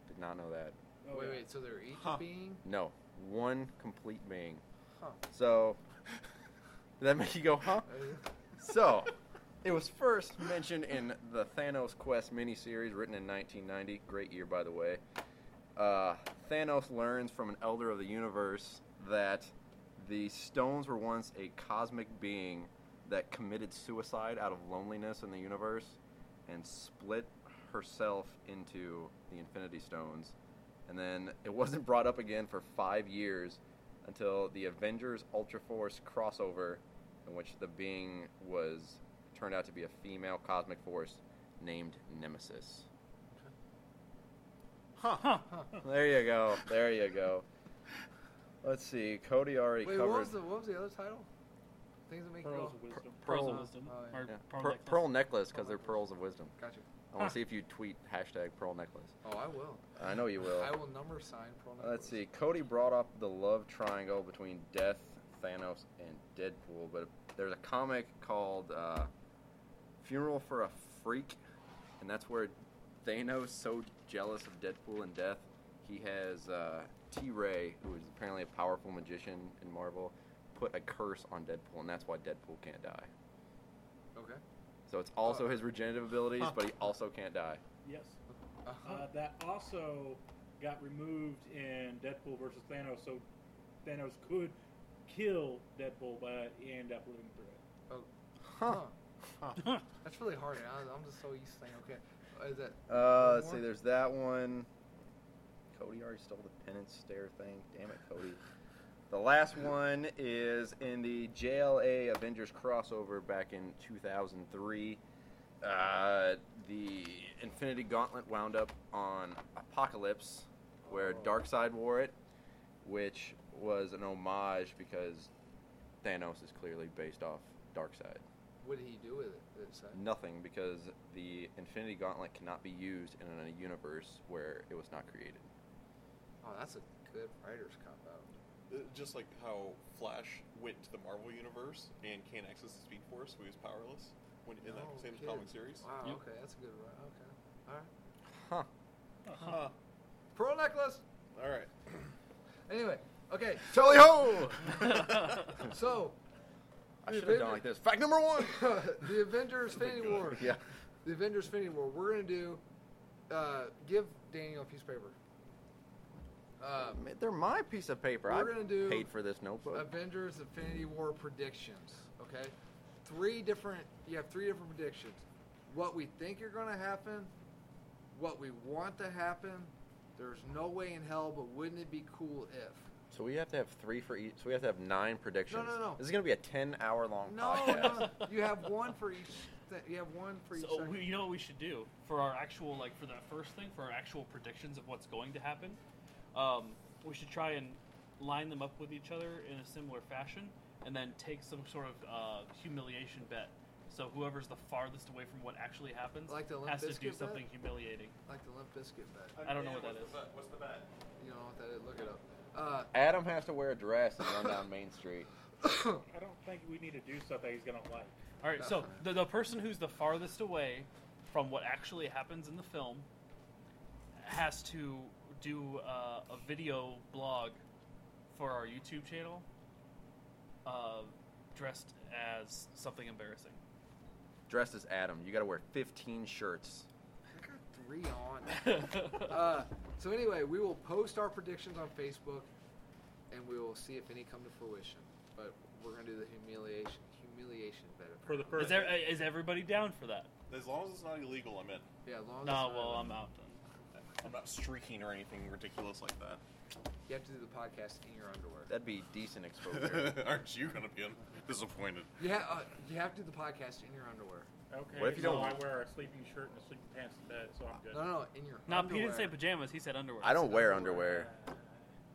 D: Did not know that.
A: Oh,
B: wait,
A: yeah.
B: wait. So they're each
C: Huh.
B: being.
D: No, one complete being.
B: Huh.
D: So did that make you go,
B: uh,
D: huh? So it was first mentioned in the Thanos Quest miniseries, written in 1990. Great year, by the way. Uh, Thanos learns from an elder of the universe that the stones were once a cosmic being that committed suicide out of loneliness in the universe and split herself into the Infinity Stones. And then it wasn't brought up again for five years until the Avengers Ultra Force crossover, in which the being was turned out to be a female cosmic force named Nemesis.
C: Huh.
D: There you go. There you go. Let's see. Cody already
B: Wait,
D: covered
B: what was the what was the other title? Things that make you
A: Pearls
B: go.
A: of wisdom.
E: Pearls of
D: Pearl-
E: Wisdom.
B: oh, yeah.
E: Or
D: yeah,
E: Pearl
D: per-
E: Necklace.
D: pearl necklace because
B: Pearl
D: they're
B: necklace.
D: pearls of wisdom.
B: Gotcha.
D: I want
A: Huh.
D: to see if you tweet hashtag pearl necklace.
B: Oh, I will.
D: I know you will.
B: I will number sign Pearl Necklace.
D: Let's see. Cody brought up the love triangle between Death, Thanos, and Deadpool, but there's a comic called uh, "Funeral for a Freak," and that's where Thanos so jealous of Deadpool and Death, he has uh, T-Ray, who is apparently a powerful magician in Marvel, put a curse on Deadpool, and that's why Deadpool can't die.
B: Okay.
D: So it's also
B: Oh.
D: his regenerative abilities, but he also can't die.
A: Yes.
B: Uh-huh.
A: Uh, that also got removed in Deadpool versus Thanos, so Thanos could kill Deadpool, but he ended up living through it.
B: oh.
D: Huh.
B: Huh. That's really hard. I, I'm just so used to saying okay. Uh, Is that
D: Uh, let's
B: One
D: see.
B: more?
D: There's that one. Cody already stole the penance stare thing. Damn it, Cody. The last one is in the JLA Avengers crossover back in 2003. Uh, the Infinity Gauntlet wound up on Apocalypse, where
B: Oh.
D: Darkseid wore it, which was an homage because Thanos is clearly based off Darkseid.
B: what did he do with it? Did it say?
D: Nothing, because the Infinity Gauntlet cannot be used in a universe where it was not created.
B: Oh, that's a good writer's cop out.
C: Uh, Just like how Flash went to the Marvel universe and can't access the Speed Force, so he was powerless when in that
B: No
C: same
B: kidding.
C: comic series.
B: Wow.
E: Yep.
B: Okay, that's a good writer. Okay. All right.
D: Huh.
C: Huh.
B: Pearl necklace.
C: All right.
B: Anyway. Okay.
D: Tally ho!
B: So.
D: I
B: the
D: should have done
B: Aven-
D: like this. Fact number one!
B: the Avengers Infinity War.
D: yeah.
B: The Avengers Infinity War. We're gonna do. Uh, give Daniel a piece of paper. Uh,
D: Man, They're my piece of paper.
B: We're
D: I
B: gonna do
D: paid for this notebook.
B: Avengers Infinity War predictions. Okay, three different. You have three different predictions. What we think are going to happen, what we want to happen. There's no way in hell, but wouldn't it be cool if?
D: So we have to have three for each. So we have to have nine predictions.
B: No, no, no.
D: This is going to be a ten-hour-long
B: No,
D: podcast.
B: no, you have one for each. Th- you have one for each.
E: So
B: section.
E: we, you know what we should do for our actual like for that first thing for our actual predictions of what's going to happen. Um, we should try and line them up with each other in a similar fashion, and then take some sort of uh, humiliation bet. So whoever's the farthest away from what actually happens
B: Like the Limp
E: has to do
B: Bizkit bet?
E: something humiliating.
B: like the Limp Biscuit bet.
E: I don't know what that is.
C: What's the bet?
B: You know what that is? Look it up. Uh,
D: Adam has to wear a dress and run down Main Street.
B: Uh,
A: I don't think we need to do stuff that he's gonna like.
E: All right, so the, the person who's the farthest away from what actually happens in the film has to do uh, a video blog for our YouTube channel uh, dressed as something embarrassing.
D: Dressed as Adam, you got to wear fifteen shirts.
B: I got three on. uh, so anyway, we will post our predictions on Facebook, and we will see if any come to fruition. But we're gonna do the humiliation, humiliation bet
A: For the
E: is,
A: first,
E: there, uh, is everybody down for that?
C: As long as it's not illegal, I'm in.
B: Yeah, as long as
E: No,
B: it's not-
E: well, I'm out then.
C: I'm not streaking or anything ridiculous like
B: You have to do the podcast in your underwear.
D: That'd be decent exposure.
C: that. Aren't you gonna be disappointed?
B: You, ha- uh, you have to do the podcast in your underwear.
A: okay.
D: What if you
A: so
D: don't-
A: I wear a sleeping shirt and a sleeping pants in bed, so I'm good.
B: No, no, no, in your
E: No, he
B: underwear.
E: didn't say pajamas, he said underwear.
D: I don't wear underwear.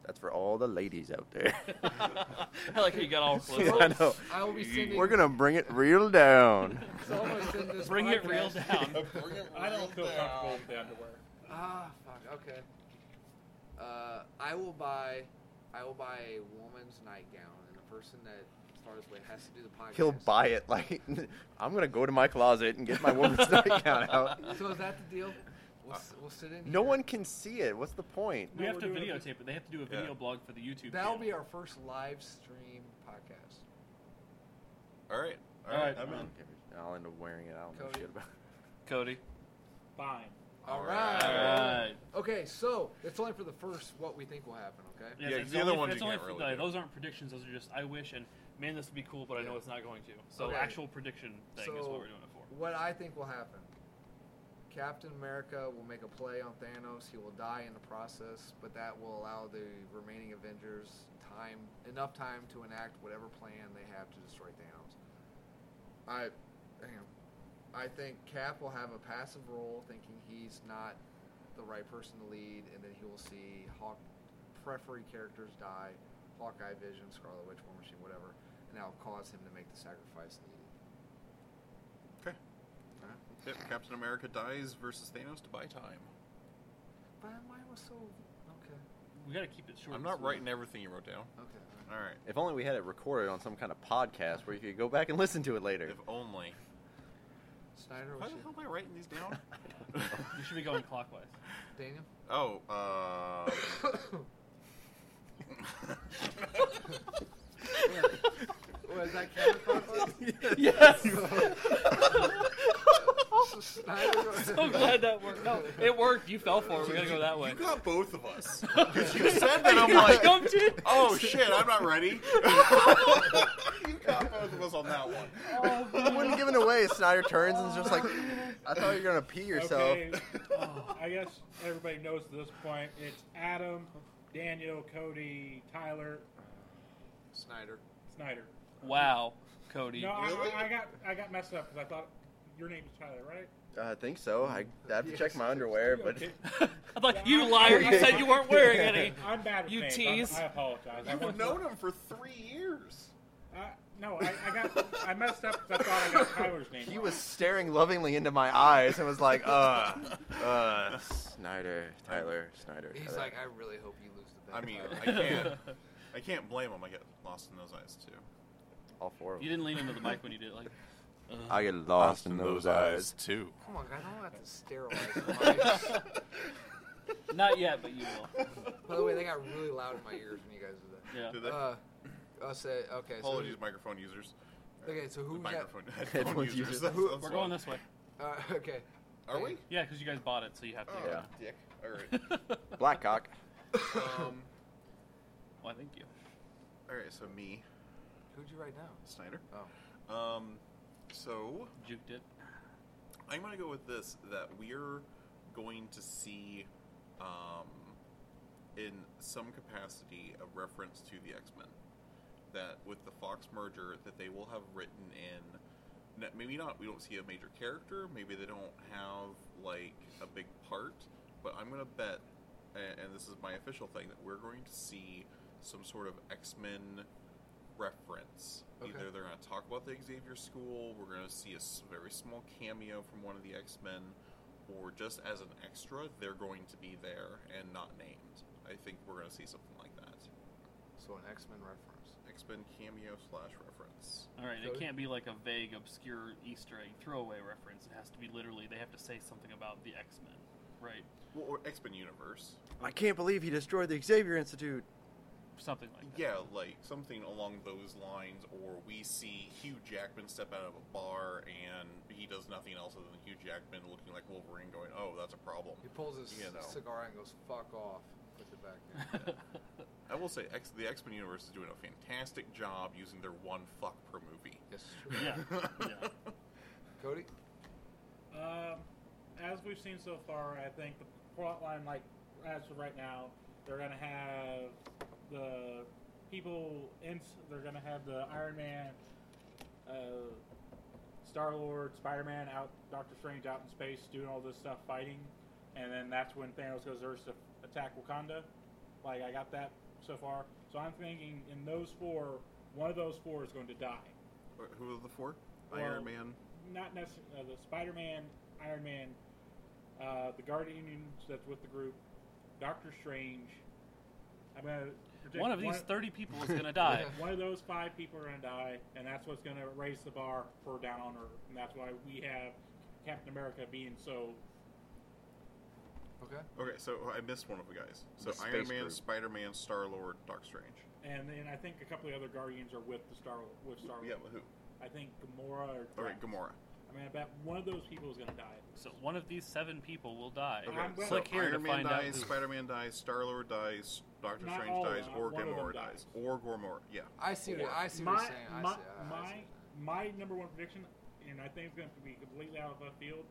D: That's for all the ladies out there.
E: I like how you got all close.
D: I know.
B: I will be sending.
D: We're gonna bring it real down.
B: so I'm gonna send this
E: Bring it real
B: podcast-
E: down.
A: I don't feel comfortable with the underwear.
B: Ah, fuck. Okay. Uh, I will buy. I will buy a woman's nightgown, and the person that starts with has to do the podcast.
D: He'll buy it. Like I'm gonna go to my closet and get my woman's nightgown out.
B: So is that the deal? We'll, s- we'll sit in.
D: No
B: here.
D: one can see it. What's the point?
E: We
A: No,
E: have
A: we're
E: to
A: doing it.
E: videotape it. They have to do a video blog for the YouTube
B: That'll
E: channel.
B: be our first live stream podcast.
C: All right.
E: All right.
D: I mean, I'll end up wearing it. I don't
B: Cody.
D: know shit about.
E: Cody.
A: Fine.
B: All right.
C: right.
B: Okay, so it's only for the first what we think will happen. Okay.
E: Yes,
C: Yeah,
E: it's
C: 'cause the other
E: only-
C: ones
E: it's
C: you
E: only
C: can't
E: for-
C: really
E: uh,
C: do.
E: Those aren't predictions. Those are just I wish and man, this would be cool, but I know
B: Yeah.
E: it's not going to. So
B: Okay.
E: actual prediction thing is
B: So-
E: what we're doing it for.
B: What I think will happen. Captain America will make a play on Thanos. He will die in the process, but that will allow the remaining Avengers time enough time to enact whatever plan they have to destroy Thanos. I, hang on. I think Cap will have a passive role, thinking he's not the right person to lead, and then he will see Hawk periphery characters die, Hawkeye, Vision, Scarlet Witch, War Machine, whatever, and that will cause him to make the sacrifice needed.
C: Okay. Yep, Captain America dies versus Thanos to buy time.
B: But mine was so okay.
E: We got to keep it short.
C: I'm
E: and
C: not
E: sweet.
C: writing everything you wrote down.
B: Okay.
C: All right.
D: If only we had it recorded on some kind of podcast where you could go back and listen to it later.
C: If only.
B: Snyder
C: Why
B: was
C: the hell am I writing these down?
E: You should be going clockwise.
B: Daniel.
C: oh, uh.
B: Was that counterclockwise?
D: yes.
B: Snyder.
E: I'm glad that worked. No, it worked. You fell for it. We got to go that way.
C: You got both of us. Because you said that, I'm like,
E: Jumped in.
C: oh shit, I'm not ready. you got both of us on that one.
D: I wouldn't give it away. Snyder turns and is just like, I thought you were gonna pee yourself.
A: Okay. I guess everybody knows at this point. It's Adam, Daniel, Cody, Tyler,
B: Snyder.
A: Snyder.
E: Wow, Cody.
A: No, I,
C: Really?
A: I, I got I got messed up because I thought your name is Tyler, right?
D: I think so. I, I have to check my underwear, but
A: Okay.
E: I'm like you liar. You said you weren't wearing any.
A: I'm bad with
E: You
A: names.
E: tease.
A: I'm, I apologize. I
C: You've
A: want-
C: known him for three years.
A: I, no, I, I got I messed up because I thought I got Tyler's name.
D: he
A: wrong.
D: was staring lovingly into my eyes and was like, uh, uh, Snyder, Tyler, Snyder.
B: He's
D: Tyler.
B: like, I really hope you lose the bet.
C: I mean,
B: Tyler."
C: I can't. I can't blame him. I get lost in those eyes too.
D: all four of
E: You
D: them.
E: didn't lean into the mic when you did it. Like
D: I get lost in those eyes.
C: too.
B: come on, guys, I don't have to sterilize. my-
E: not yet, but you will.
B: By the way, they got really loud in my ears when you guys did that.
E: Yeah.
C: Did they?
B: Uh, I'll say okay. so-
C: Apologies, microphone users.
B: okay, so who? Got,
C: microphone headphone
D: Headphone
C: users.
D: users.
C: That's-
B: Who-
C: that's
E: We're
C: all.
E: going this way.
B: uh, okay.
C: Are we?
E: Yeah, because you guys bought it, so you have to.
C: Oh,
E: go.
D: Yeah.
C: dick. All right.
D: Blackhawk.
C: Um,
E: Why? Thank you.
C: all right. So me,
B: Who'd you write down?
C: Snyder.
B: Oh,
C: Um, so
E: Juked it.
C: I'm gonna go with this that we're going to see um, in some capacity a reference to the X Men. That with the Fox merger, that they will have written in. n- Maybe not. We don't see a major character. Maybe they don't have like a big part. But I'm gonna bet, and, and this is my official thing, that we're going to see some sort of X Men reference.
B: Okay.
C: Either they're going to talk about the Xavier School, we're going to see a s- very small cameo from one of the X Men, or just as an extra, they're going to be there and not named. I think we're going to see something like that.
B: So an X Men reference.
C: X Men cameo slash reference.
E: All right,
B: Cody?
E: it can't be like a vague, obscure Easter egg throwaway reference. It has to be literally. They have to say something about the X Men, right?
C: Well, or X Men universe.
D: I can't believe he destroyed the Xavier Institute.
E: Something like that.
C: Yeah, like something along those lines, or we see Hugh Jackman step out of a bar and he does nothing else other than Hugh Jackman looking like Wolverine going, oh, that's a problem.
B: He pulls his
C: You know.
B: cigar and goes, "Fuck off." Puts it back. In.
C: I will say X, the X Men universe is doing a fantastic job using their one fuck per movie.
B: yes. sure.
E: Yeah. yeah.
B: Cody.
A: Um, as we've seen so far, I think the plot line, like as of right now, they're gonna have the people in. They're gonna have the Iron Man, uh, Star Lord, Spider Man out, Doctor Strange out in space doing all this stuff fighting, and then that's when Thanos goes to Earth to attack Wakanda. Like I got that so far, so I'm thinking in those four, one of those four is going to die.
C: Or- Who are the four?
A: Well-
C: Iron Man.
A: not necessarily uh, the Spider-Man, Iron Man, uh, the Guardians that's with the group, Doctor Strange. I'm gonna predict
E: One of these thirty people is gonna die.
A: one of those five people are gonna die, and that's what's gonna raise the bar for down on Earth, and that's why we have Captain America being so.
B: Okay.
C: Okay, so I missed one of the guys. So
D: The
C: Iron
D: space
C: Man,
D: group.
C: Spider Man, Star Lord, Dark Strange.
A: And then I think a couple of the other Guardians are with the Star with Star.
C: Yeah, but who?
A: I think Gamora or.
C: All right,
A: Drax.
C: Gamora.
A: I mean, I bet one of those people is gonna die.
E: So one of these seven people will die.
A: Okay, I'm gonna-
E: Click here
C: Um, Iron
E: to
C: Man
E: find out.
C: dies,
E: who-
C: Spider Man dies, Star Lord dies, Doctor
A: Not
C: Strange
A: all of
C: dies,
A: them,
C: or
A: one of them
C: Gamora
A: dies.
C: dies, or Gormora. Yeah.
B: I see. What, I see
A: my,
B: what you're saying. I
A: my,
B: see, I,
A: my,
B: I see.
A: my number one prediction, and I think it's going to be completely out of left field,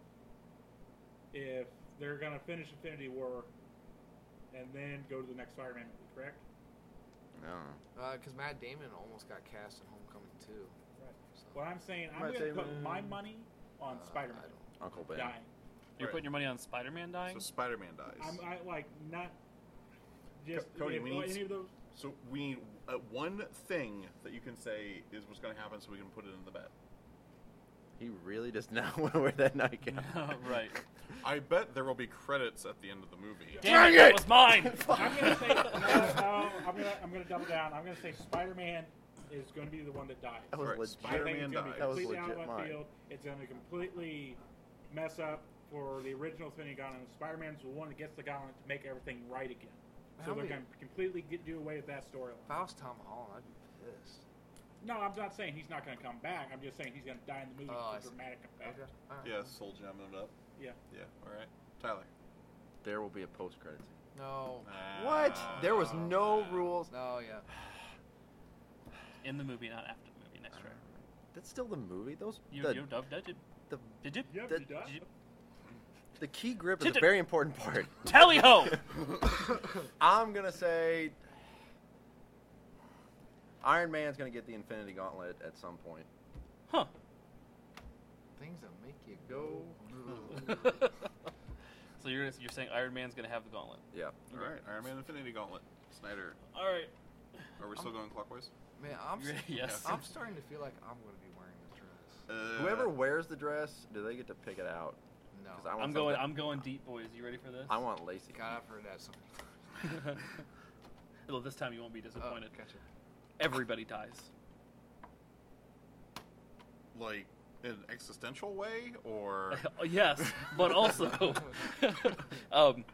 A: if they're going to finish Infinity War and then go to the next Spider Man movie, correct?
D: No.
B: Because Uh, Matt Damon almost got cast in Homecoming too.
A: Right.
B: So.
A: Well, I'm saying I'm
D: Might
A: going to
D: say,
A: put my
D: mm,
A: money on
B: uh,
A: Spider
B: I
A: Man
B: don't-
D: Uncle Ben.
A: dying.
E: You're
C: Right.
E: putting your money on Spider Man dying.
C: So Spider Man dies.
A: I'm I, like not just
C: Co- Cody,
A: if
C: we
A: any
C: need s-
A: of those.
C: so we need uh, one thing that you can say is what's going to happen so we can put it in the bet.
D: He really does not want to wear that nightgown.
E: right.
C: I bet there will be credits at the end of the movie.
E: Damn it! That was mine.
A: I'm gonna say no, no, I'm gonna I'm gonna double down. I'm gonna say Spider Man is gonna be the one that dies.
D: That was
C: Right,
A: I
D: legit.
A: think
C: Spider-Man
A: it's gonna be
C: dies.
D: That was
A: completely out of
D: legit
A: left
D: mine.
A: field. It's going to completely mess up for the original Infinity Gauntlet. Spider-Man's the one that gets the gauntlet to make everything right again. So
B: How
A: they're
B: many-
A: going to completely get, do away with that storyline.
B: If I was Tom Holland, I'd be pissed.
A: No, I'm not saying he's not going to come back. I'm just saying he's going to die in the movie
B: Oh, I
A: for
B: see.
A: dramatic effect.
B: All right.
C: Yeah, Soul Gem it up.
A: Yeah.
C: Yeah, all right. Tyler.
D: There will be a post credit scene.
B: No.
D: What?
C: Uh,
D: There was no
C: Ah.
D: rules.
B: No. Yeah.
E: In the movie, not after the movie. Next right.
D: That's still the movie. Those
E: You
D: the,
E: you dubbed that? Did,
D: the
E: did you?
A: Yep,
D: The-
A: you die.
E: Did you?
D: the key grip is a
E: Did it-
D: very important part.
E: Tally ho!
D: I'm gonna say Iron Man's gonna get the Infinity Gauntlet at some point.
E: Huh.
B: Things that make you go.
E: so you're you're saying Iron Man's gonna have the gauntlet?
D: Yeah.
C: All right, Iron Man Infinity Gauntlet. Snyder.
E: All right.
C: Are we still
E: Um,
C: going clockwise?
B: Man, I'm.
E: You ready?
B: s-
E: Yes.
B: I'm starting to feel like I'm going to be wearing this dress.
C: Uh, Oh.
D: Whoever wears the dress, do they get to pick it out?
B: No.
D: 'Cause
E: I'm going.
D: something-
E: I'm going deep, boys. You ready for this?
D: I want Lacey.
B: God, I've heard that something.
E: Well, this time you won't be disappointed.
B: Uh,
D: Oh.
B: gotcha.
E: Everybody dies.
C: Like in an existential way, or
E: Oh, yes, but also, um,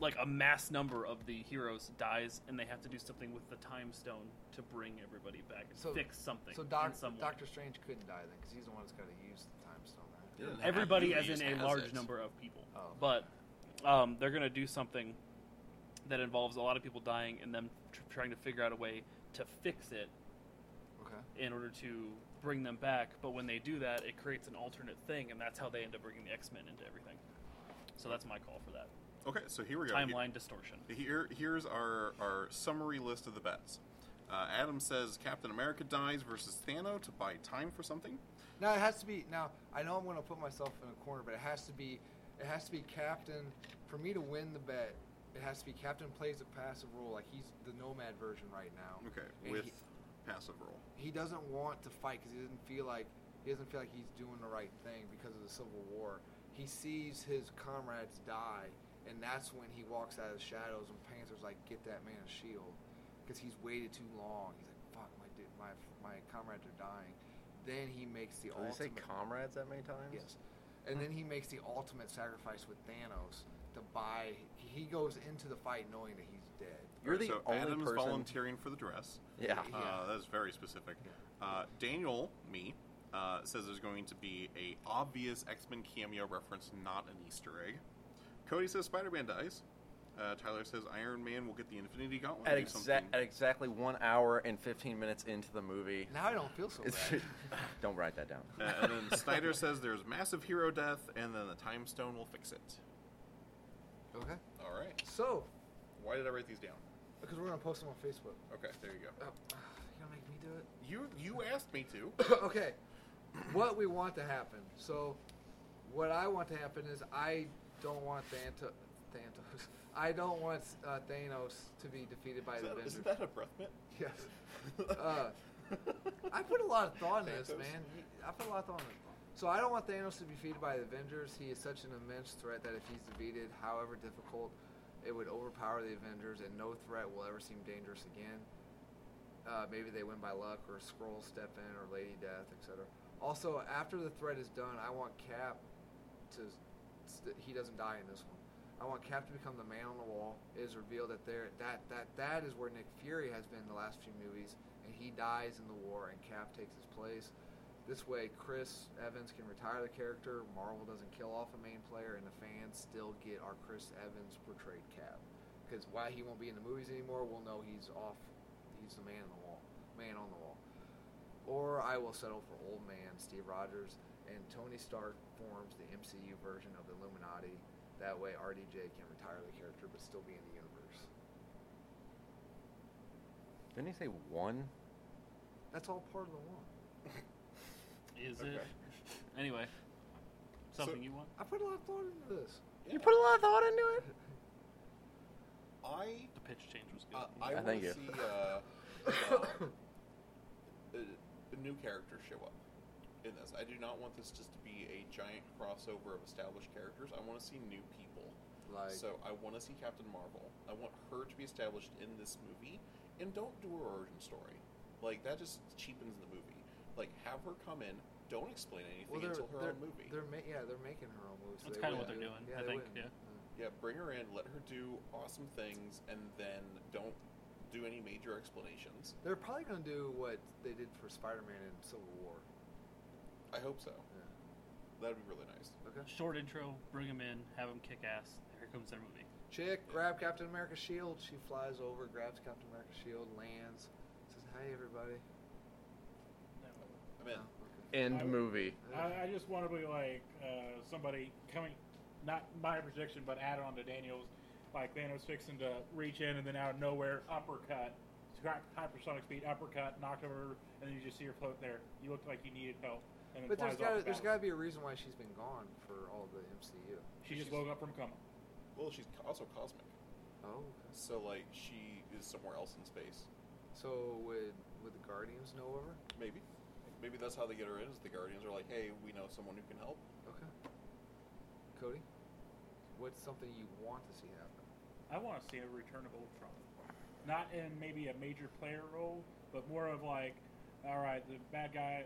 E: like a mass number of the heroes dies, and they have to do something with the time stone to bring everybody back and
B: So-
E: fix something.
B: So
E: in
B: Doc,
E: some way.
B: Doctor Strange couldn't die then, because he's the one that's got to use the time stone, right?
C: Yeah.
E: everybody
C: He
E: as in
C: just
E: a
C: has
E: large
C: it.
E: number of people
B: Oh.
E: but um, they're going to do something that involves a lot of people dying and them tr- trying to figure out a way to fix it
B: Okay.
E: in order to bring them back but when they do that it creates an alternate thing and that's how they end up bringing the x-men into everything so that's my call for that
C: Okay, so here we go. He-
E: Timeline distortion.
C: Here, here's our, our summary list of the bets. Uh, Adam says Captain America dies versus Thanos to buy time for something.
B: Now it has to be. Now I know I'm going to put myself in a corner, but it has to be. It has to be captain for me to win the bet. It has to be captain plays a passive role, like he's the nomad version right now.
C: Okay,
B: And
C: with
B: he,
C: passive roll.
B: he doesn't want to fight because he doesn't feel like he doesn't feel like he's doing the right thing because of the civil war. He sees his comrades die, and that's when he walks out of the shadows and Panther's like, "Get that man a shield," because he's waited too long. He's like, "Fuck, my dude, my my comrades are dying." Then he makes the
D: Did they say
B: ultimate.
D: comrades that many times?
B: Yes. And then he makes the ultimate sacrifice with Thanos to buy. He goes into the fight knowing that he's dead.
D: You're the
C: Alright, so
D: only
C: Adam's
D: person.
C: volunteering for the dress.
D: Yeah.
B: Yeah.
C: Uh, that is very specific. Uh, Daniel, me, uh, says there's going to be a obvious X Men cameo reference, not an Easter egg. Cody says Spider Man dies. Uh, Tyler says Iron Man will get the Infinity Gauntlet.
D: At,
C: or
D: exa-
C: something.
D: at exactly one hour and 15 minutes into the movie.
B: Now I don't feel so
D: It's-
B: bad.
D: don't write that down.
C: Uh, and then Snyder says there's massive hero death, and then the time stone will fix it.
B: okay.
C: All right.
B: So,
C: Why did I write these down?
B: because we're gonna post them on Facebook.
C: Okay, there you go.
B: Oh, you gonna make me do it?
C: You you asked me to.
B: okay. What we want to happen. So, what I want to happen is I don't want Thanta- Thanos. I don't want uh, Thanos to be defeated by the
C: Is that,
B: Avengers.
C: isn't that a breath mint?
B: yes. Uh, I put a lot of thought in this,
C: Thanos.
B: man. You- I put a lot of thought in this. So I don't want Thanos to be defeated by the Avengers. He is such an immense threat that if he's defeated, however difficult, it would overpower the Avengers, and no threat will ever seem dangerous again. Uh, maybe they win by luck, or Scrolls step in, or Lady Death, etc. Also, after the threat is done, I want Cap to st- he doesn't die in this one. I want Cap to become the man on the wall. It is revealed that there that that that is where Nick Fury has been the last few movies, and he dies in the war, and Cap takes his place. This way, Chris Evans can retire the character. Marvel doesn't kill off a main player, and the fans still get our Chris Evans portrayed Cap. Because why he won't be in the movies anymore, we'll know he's off. He's the man on the wall. Man on the wall or I will settle for old man Steve Rogers and Tony Stark forms the MCU version of the Illuminati. That way, RDJ can retire the character but still be in the universe.
D: Didn't he say one?
B: That's all part of the one.
E: Is it? Anyway, something you want?
B: I put a lot of thought into this.
D: You put a lot of thought into it?
C: I
E: The pitch change was good.
C: Uh, I,
D: Yeah,
C: want
D: thank
C: to
D: you.
C: see uh, uh, a, a new character show up in this. I do not want this just to be a giant crossover of established characters. I want to see new people.
B: Like,
C: so I want to see Captain Marvel. I want her to be established in this movie, and don't do her origin story. Like that just cheapens the movie. Like have her come in. Don't explain anything until her
B: they're,
C: own movie.
B: they're ma- yeah, they're making her own movie. So
E: That's
B: they
E: kinda
C: what
B: wouldn't do
E: they're
B: it.
E: doing,
B: Yeah,
E: I
B: they
E: think,
B: wouldn't.
E: yeah.
C: Yeah, bring her in. Let her do awesome things, and then don't do any major
B: Mm.
C: explanations.
B: They're probably going to do what they did for Spider-Man in Civil War.
C: I hope so.
B: Yeah.
C: That'd be really nice.
B: Okay.
E: Short intro, bring him in, have him kick ass. Here comes their movie.
B: Chick, grab Captain America's shield. She flies over, grabs Captain America's shield, lands, says, "Hi, everybody."
C: I'm in.
B: Oh, okay.
D: End movie.
A: I, I just want to be like uh, somebody coming, not my prediction, but add on to Daniel's. Like Thanos fixing to reach in and then out of nowhere, uppercut, hy- hypersonic speed, uppercut, knocked over, and then you just see her float there. You looked like you needed help, and then
B: But
A: flies
B: there's got
A: off
B: to
A: the
B: there's got to
A: balcony.
B: be a reason why she's been gone for all the MCU.
A: She just woke up from coma.
C: Well, she's co- also cosmic,
B: Oh,
C: so like she is somewhere else in space.
B: so would would the Guardians know of her?
C: Maybe, maybe that's how they get her in. Is the Guardians are like, hey, we know someone who can help.
B: Okay. Cody, what's something you want to see happen?
A: I want to see a return of Ultron. Not in maybe a major player role, but more of like, all right, the bad guy,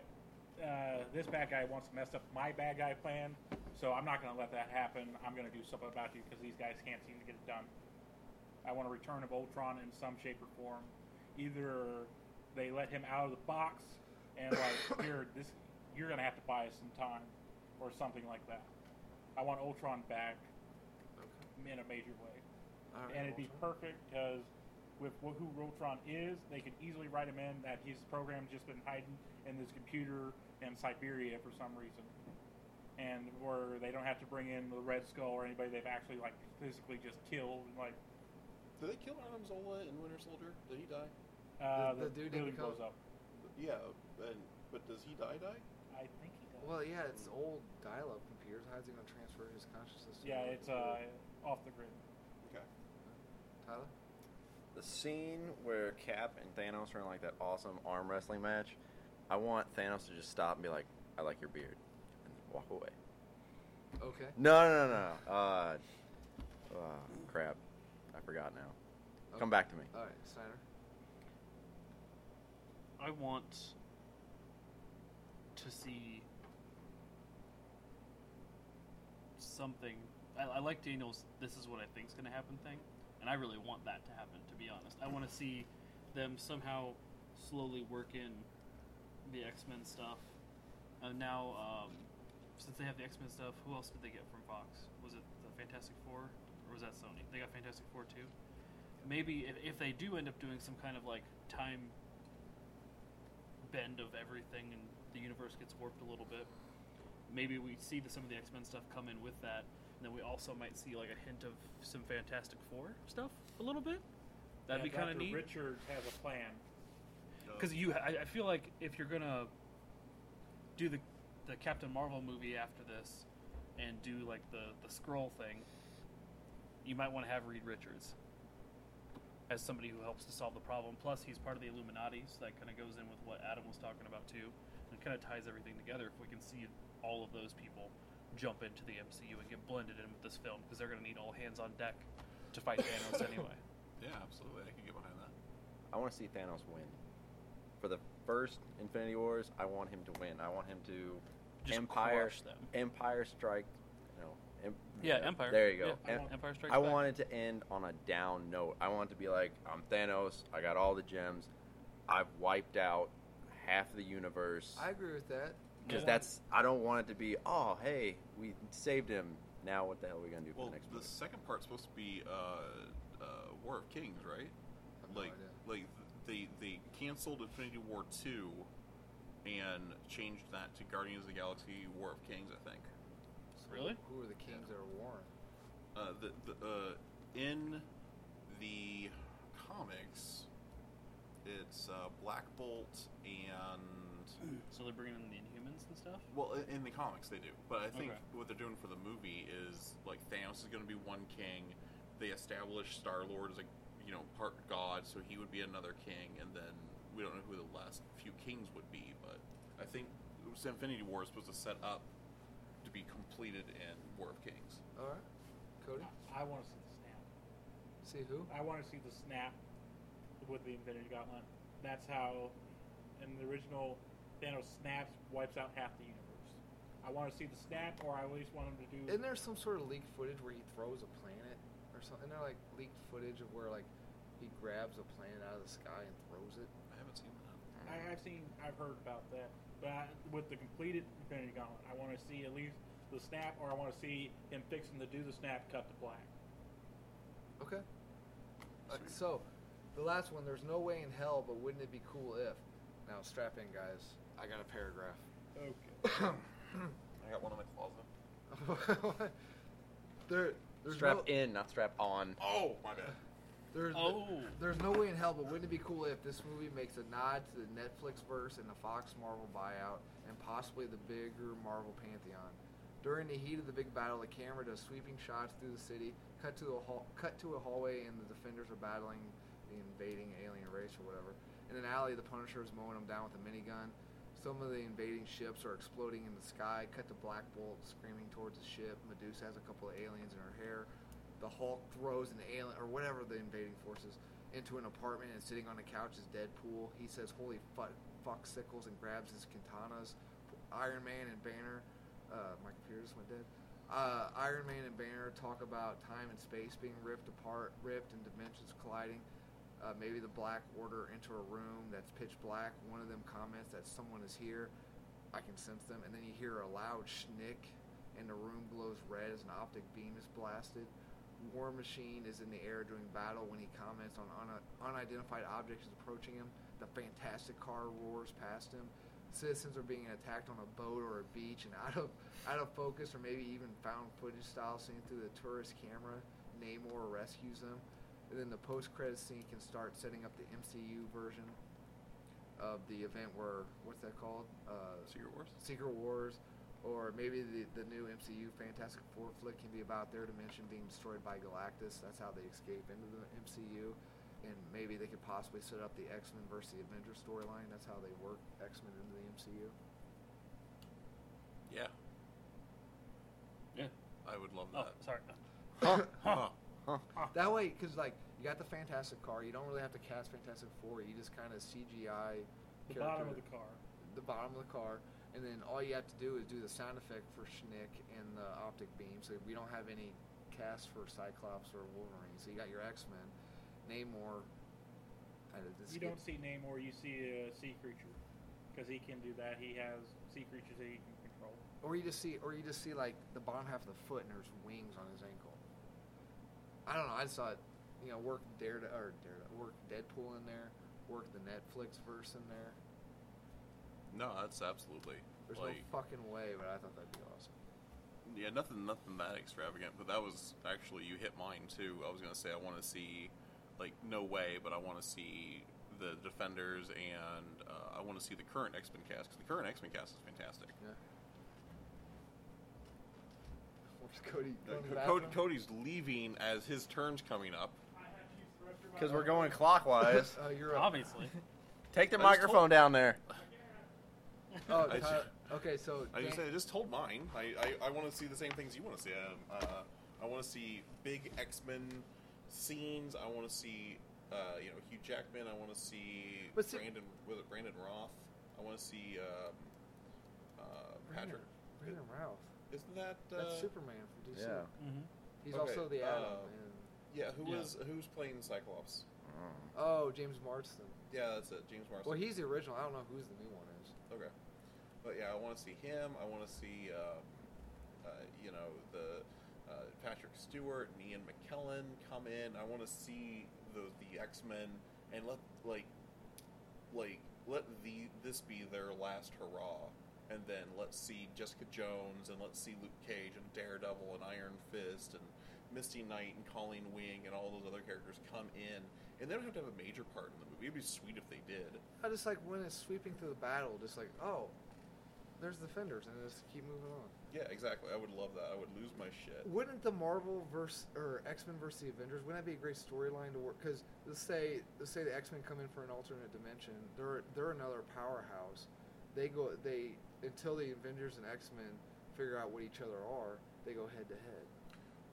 A: uh, this bad guy wants to mess up my bad guy plan, so I'm not going to let that happen. I'm going to do something about you because these guys can't seem to get it done. I want a return of Ultron in some shape or form. Either they let him out of the box and like you're this, you're going to have to buy us some time, or something like that. I want Ultron back
B: Okay.
A: in a major way
B: All right,
A: and it'd be
B: Ultron.
A: perfect because with wh- who Rotron is, they could easily write him in that his program's just been hiding in this computer in Siberia for some reason. and where they don't have to bring in the Red Skull or anybody they've actually like physically just killed. And, like
C: Did they kill Adam Zola in Winter Soldier? Did he die?
A: uh,
B: The- the dude
A: building
B: didn't come-
A: blows up.
C: Yeah, and but does he die? Die?
A: I think he does.
B: Well, yeah, it's old dial-up computers. How's he gonna transfer his consciousness? to
A: yeah,
B: another
A: it's uh,
B: computer?
A: off the grid.
C: Okay.
B: Tyler.
D: The scene where Cap and Thanos are in like that awesome arm wrestling match, I want Thanos to just stop and be like, "I like your beard," and walk away.
B: Okay.
D: No, no, no, no. Uh, uh, crap, I forgot now. Come back to me.
B: All right, Snyder.
E: I want to see something. I, I like Daniel's "This is what I think's going to happen" thing, and I really want that to happen. To be honest, I want to see them somehow slowly work in the X Men stuff. And now, um, since they have the X Men stuff, who else did they get from Fox? Was it the Fantastic Four, or was that Sony? They got Fantastic Four too. Maybe if, if they do end up doing some kind of like time bend of everything and the universe gets warped a little bit. Maybe we see the, some of the X Men stuff come in with that, and then we also might see like a hint of some Fantastic Four stuff a little bit. That'd
A: Yeah,
E: be kind of
A: Dr.
E: neat.
A: Richards has a plan.
C: Uh,
E: Because you, I, I feel like if you're gonna do the the Captain Marvel movie after this, and do like the the scroll thing, you might want to have Reed Richards as somebody who helps to solve the problem. Plus, he's part of the Illuminati, so that kind of goes in with what Adam was talking about too, and kind of ties everything together. If we can see all of those people jump into the MCU and get blended in with this film, because they're gonna need all hands on deck to fight Thanos anyway.
C: Yeah, absolutely. I can get behind that.
D: I want to see Thanos win. For the first Infinity Wars, I want him to win. I want him to
E: Just
D: Empire
E: crush them.
D: Empire Strike. You know, em-
E: Yeah, Empire.
D: There you go.
E: Yeah,
D: Em-
E: Empire Strikes
D: I
E: Back.
D: wanted to end on a down note. I want it to be like, I'm Thanos. I got all the gems. I've wiped out half the universe.
B: I agree with that.
D: Because
E: Yeah.
D: that's I don't want it to be. Oh, hey, we saved him. Now what the hell are we gonna do for
C: Well,
D: the next
C: the
D: movie?
C: second part's supposed to be uh, uh, War of Kings, right?
B: I have no
C: Like,
B: idea.
C: like they they canceled Infinity War two, and changed that to Guardians of the Galaxy War of Kings. I think
B: So
E: Really?
B: Who are the kings that are Warren?
C: uh, the, the uh, in the comics, it's uh, Black Bolt and
E: So they're bringing in the Inhumans and stuff.
C: Well, i- in the comics they do, but I think
E: Okay.
C: what they're doing for the movie is like Thanos is going to be one king. They establish Star Lord as like you know part god, so he would be another king, and then we don't know who the last few kings would be. But I think Infinity War is supposed to set up to be completed in War of Kings.
B: All right. Cody.
A: I, I want to see the snap.
B: See who?
A: I want to see the snap with the Infinity Gauntlet. That's how, in the original, Thanos snaps, wipes out half the universe. I want to see the snap, or I at least want him to do.
B: Isn't there some sort of leaked footage where he throws a planet or something? Isn't there like leaked footage of where like he grabs a planet out of the sky and throws it?
C: I haven't seen that.
A: I, I've seen, I've heard about that, but I, with the completed Infinity Gauntlet, I want to see at least the snap, or I want to see him fixing to do the snap, cut the black.
B: Okay. Uh, so, the last one. There's no way in hell, but wouldn't it be cool if? Now strap in, guys. I got a paragraph.
A: Okay.
C: I got one in my closet.
B: there, there's
D: strap
B: no,
D: in, not strap on.
C: Oh my bad.
B: There's,
E: Oh.
B: there's no way in hell, but wouldn't it be cool if this movie makes a nod to the Netflix verse and the Fox Marvel buyout and possibly the bigger Marvel pantheon? During the heat of the big battle, the camera does sweeping shots through the city, cut to a hall, cut to a hallway, and the defenders are battling the invading alien race or whatever. In an alley, the Punisher is mowing them down with a minigun. Some of the invading ships are exploding in the sky. Cut to Black Bolt screaming towards the ship. Medusa has a couple of aliens in her hair. The Hulk throws an alien or whatever the invading forces into an apartment and sitting on a couch is Deadpool. He says, "Holy fuck, fuck sickles!" and grabs his katanas. Iron Man and Banner. Uh, my computer just went dead. Uh, Iron Man and Banner talk about time and space being ripped apart, ripped, and dimensions colliding. Uh, maybe the Black Order enter a room that's pitch black. One of them comments that someone is here. I can sense them. And then you hear a loud schnick, and the room glows red as an optic beam is blasted. War Machine is in the air during battle when he comments on un- unidentified objects is approaching him. The fantastic car roars past him. citizens are being attacked on a boat or a beach and out of out of focus or maybe even found footage style seen through the tourist camera, Namor rescues them. And then the post credit scene can start setting up the MCU version of the event where what's that called? Uh,
C: Secret Wars.
B: Secret Wars or maybe the, the new MCU Fantastic Four flick can be about their dimension being destroyed by Galactus. That's how they escape into the MCU. And maybe they could possibly set up the X Men versus the Avengers storyline. That's how they work X Men into the MCU.
C: Yeah,
E: Yeah.
C: I would love
E: Oh,
C: that.
E: sorry.
C: Huh.
B: That way, because like you got the Fantastic Car, you don't really have to cast Fantastic Four. You just kind of CGI
A: The bottom of
B: character-
A: the car.
B: the bottom of the car, and then all you have to do is do the sound effect for Schnick and the optic beam. So we don't have any cast for Cyclops or Wolverine. So you got your X Men, Namor. I did this
A: You
B: get-
A: don't see Namor, you see a sea creature. Because he can do that. He has sea creatures that he can control.
B: or you just see, or you just see like the bottom half of the foot, and there's wings on his ankle. I don't know. I saw it. You know, work Daredevil or Daredevil, work Deadpool in there, work the Netflix verse in there.
C: No, that's absolutely
B: There's
C: like
B: no fucking way, but I thought that'd be awesome.
C: yeah, nothing, nothing that extravagant. But that was actually you hit mine too. I was gonna say I want to see like no way, but I want to see the Defenders and uh, I want to see the current X Men cast 'cause the current X Men cast is fantastic.
B: Yeah. Where's Cody? Going to the
C: Uh, Cody,
B: bathroom?
C: Cody's leaving as his turn's coming up.
D: Because we're going clockwise.
B: Uh, you're up.
E: Obviously.
D: Take the
C: I just
D: microphone
C: told-
D: down there.
B: Oh,
C: I
B: Tyler-
C: ju-
B: okay, so
C: I just
B: Dan-
C: said I just told mine. I, I, I want to see the same things you want to see. Um, uh, I want to see big X Men scenes. I want to see uh, you know Hugh Jackman. I want to see
B: But see-
C: Brandon was it Brandon Roth. I want to see um, uh, Patrick.
B: Brandon, Brandon Ralph.
C: Isn't that uh,
B: That's Superman from DC.
D: Yeah.
E: hmm
A: Mm-hmm.
B: He's
C: Okay,
B: also the Atom.
C: uh,
B: and,
C: yeah? Who
E: Yeah.
C: was who's playing Cyclops?
B: oh, James Marston.
C: Yeah, that's it. James Marsden.
B: Well, he's the original. I don't know who's the new one is.
C: Okay. But yeah, I want to see him. I want to see, um, uh, you know, the uh, Patrick Stewart and Ian McKellen come in. I want to see the the X Men and let like like let the this be their last hurrah. And then let's see Jessica Jones and let's see Luke Cage and Daredevil and Iron Fist and Misty Knight and Colleen Wing and all those other characters come in. And they don't have to have a major part in the movie. It'd be sweet if they did.
B: I just like when it's sweeping through the battle, just like oh, there's the Fenders, and just keep moving on.
C: Yeah, exactly. I would love that. I would lose my shit.
B: Wouldn't the Marvel verse or X Men versus the Avengers? Wouldn't that be a great storyline to work? Because let's say let's say the X Men come in for an alternate dimension. They're they're another powerhouse. They go they until the Avengers and X Men figure out what each other are. They go head to head.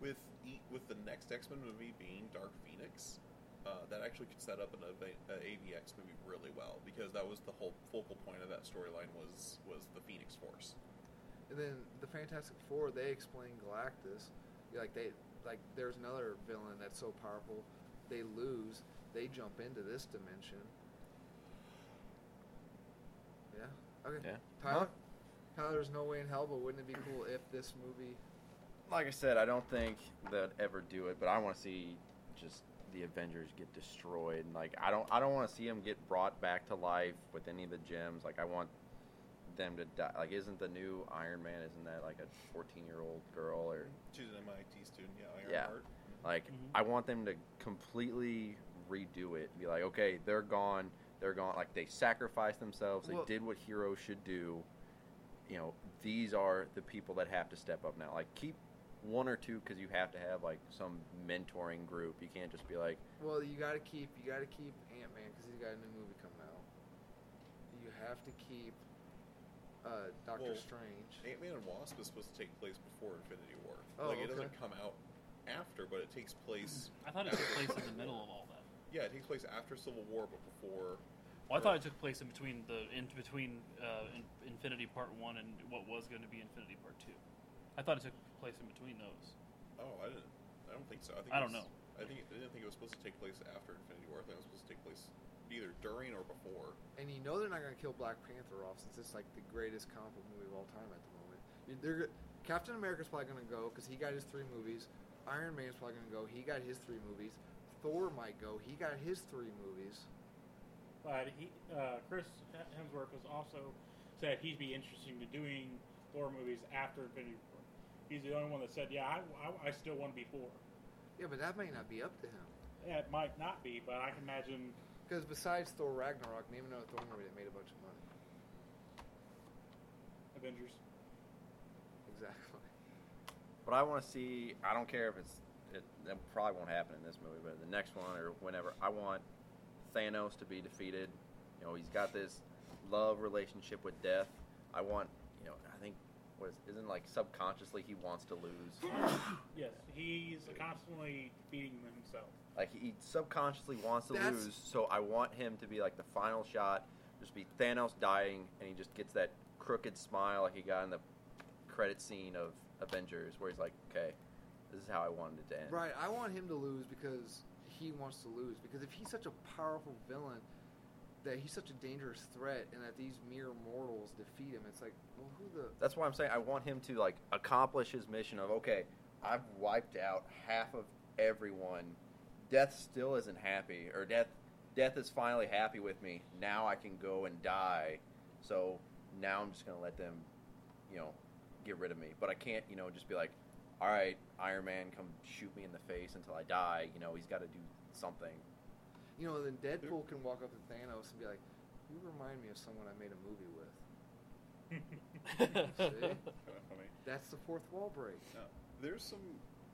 C: With e- with the next X Men movie being Dark Phoenix, uh, that actually could set up an AV- uh, AVX movie really well because that was the whole focal point of that storyline was was the Phoenix Force.
B: And then the Fantastic Four, they explain Galactus. Yeah, Like they, like there's another villain that's so powerful, they lose. They jump into this dimension. Yeah. Okay.
D: Yeah.
B: Tyler,
D: Huh?
B: Tyler, there's no way in hell, but wouldn't it be cool if this movie?
D: Like I said, I don't think they'd ever do it, but I want to see just the Avengers get destroyed. And like, I don't, I don't want to see them get brought back to life with any of the gems. Like, I want them to die. Like, isn't the new Iron Man? Isn't that like a 14 year old girl or
C: She's an MIT student, yeah,
D: Yeah.
C: Ironheart.
D: Like
E: Mhm.
D: I want them to completely redo it. Be like, okay, they're gone. They're gone. Like they sacrificed themselves.
B: Well-
D: they did what heroes should do. You know, these are the people that have to step up now. Like keep one or two because you have to have like some mentoring group. You can't just be like,
B: Well, you got to keep, you got to keep Ant Man because he's got a new movie coming out. You have to keep uh, Doctor
C: Well,
B: Strange.
C: Ant Man and Wasp is supposed to take place before Infinity War.
B: Oh,
C: like it
B: okay.
C: doesn't come out after, but it takes place.
E: I thought it took place in the middle of all that.
C: Yeah, it takes place after Civil War, but before.
E: Well, I thought it took place in between the in between uh, in, Infinity Part One and what was going to be Infinity Part Two. I thought it took place in between those.
C: Oh, I didn't. I don't think so. I think
E: I
C: it
E: don't
C: was-
E: know.
C: I think I didn't think it was supposed to take place after Infinity War. I think it was supposed to take place either during or before.
B: and you know they're not going to kill Black Panther off since it's like the greatest comic book movie of all time at the moment. You- They're, Captain America's probably going to go because he got his three movies. Iron Man's probably going to go. He got his three movies. Thor might go. He got his three movies.
A: But he, uh, Chris Hemsworth was also said he'd be interested in doing Thor movies after Infinity War. He's the only one that said, "Yeah, I, I, I still want to be Thor."
B: Yeah, but that may not be up to him.
A: Yeah, it might not be, but I can imagine.
B: Because besides Thor Ragnarok, name another Thor movie that made a bunch of money.
A: Avengers.
B: Exactly.
D: But I want to see. I don't care if it's. It, it probably won't happen in this movie, but the next one or whenever. I want Thanos to be defeated. You know, he's got this love relationship with death. I want. You know, I think. Was isn't like subconsciously he wants to lose.
A: Yes, he's constantly defeating himself.
D: Like he subconsciously wants to
B: That's-
D: lose. So I want him to be like the final shot. Just be Thanos dying, and he just gets that crooked smile like he got in the credit scene of Avengers, where he's like, "Okay, this is how I wanted it to end."
B: Right, I want him to lose because he wants to lose. Because if he's such a powerful villain, that he's such a dangerous threat, and that these mere mortals defeat him, it's like, well, who the?
D: That's why I'm saying I want him to like accomplish his mission of okay, I've wiped out half of everyone. Death still isn't happy, or death, death is finally happy with me. Now I can go and die. So now I'm just gonna let them, you know, get rid of me. But I can't, you know, just be like, all right, Iron Man, come shoot me in the face until I die. You know, he's got to do something.
B: You know, then Deadpool can walk up to Thanos and be like, "You remind me of someone I made a movie with."
C: Kind of funny.
B: That's the fourth wall break.
C: Now, there's some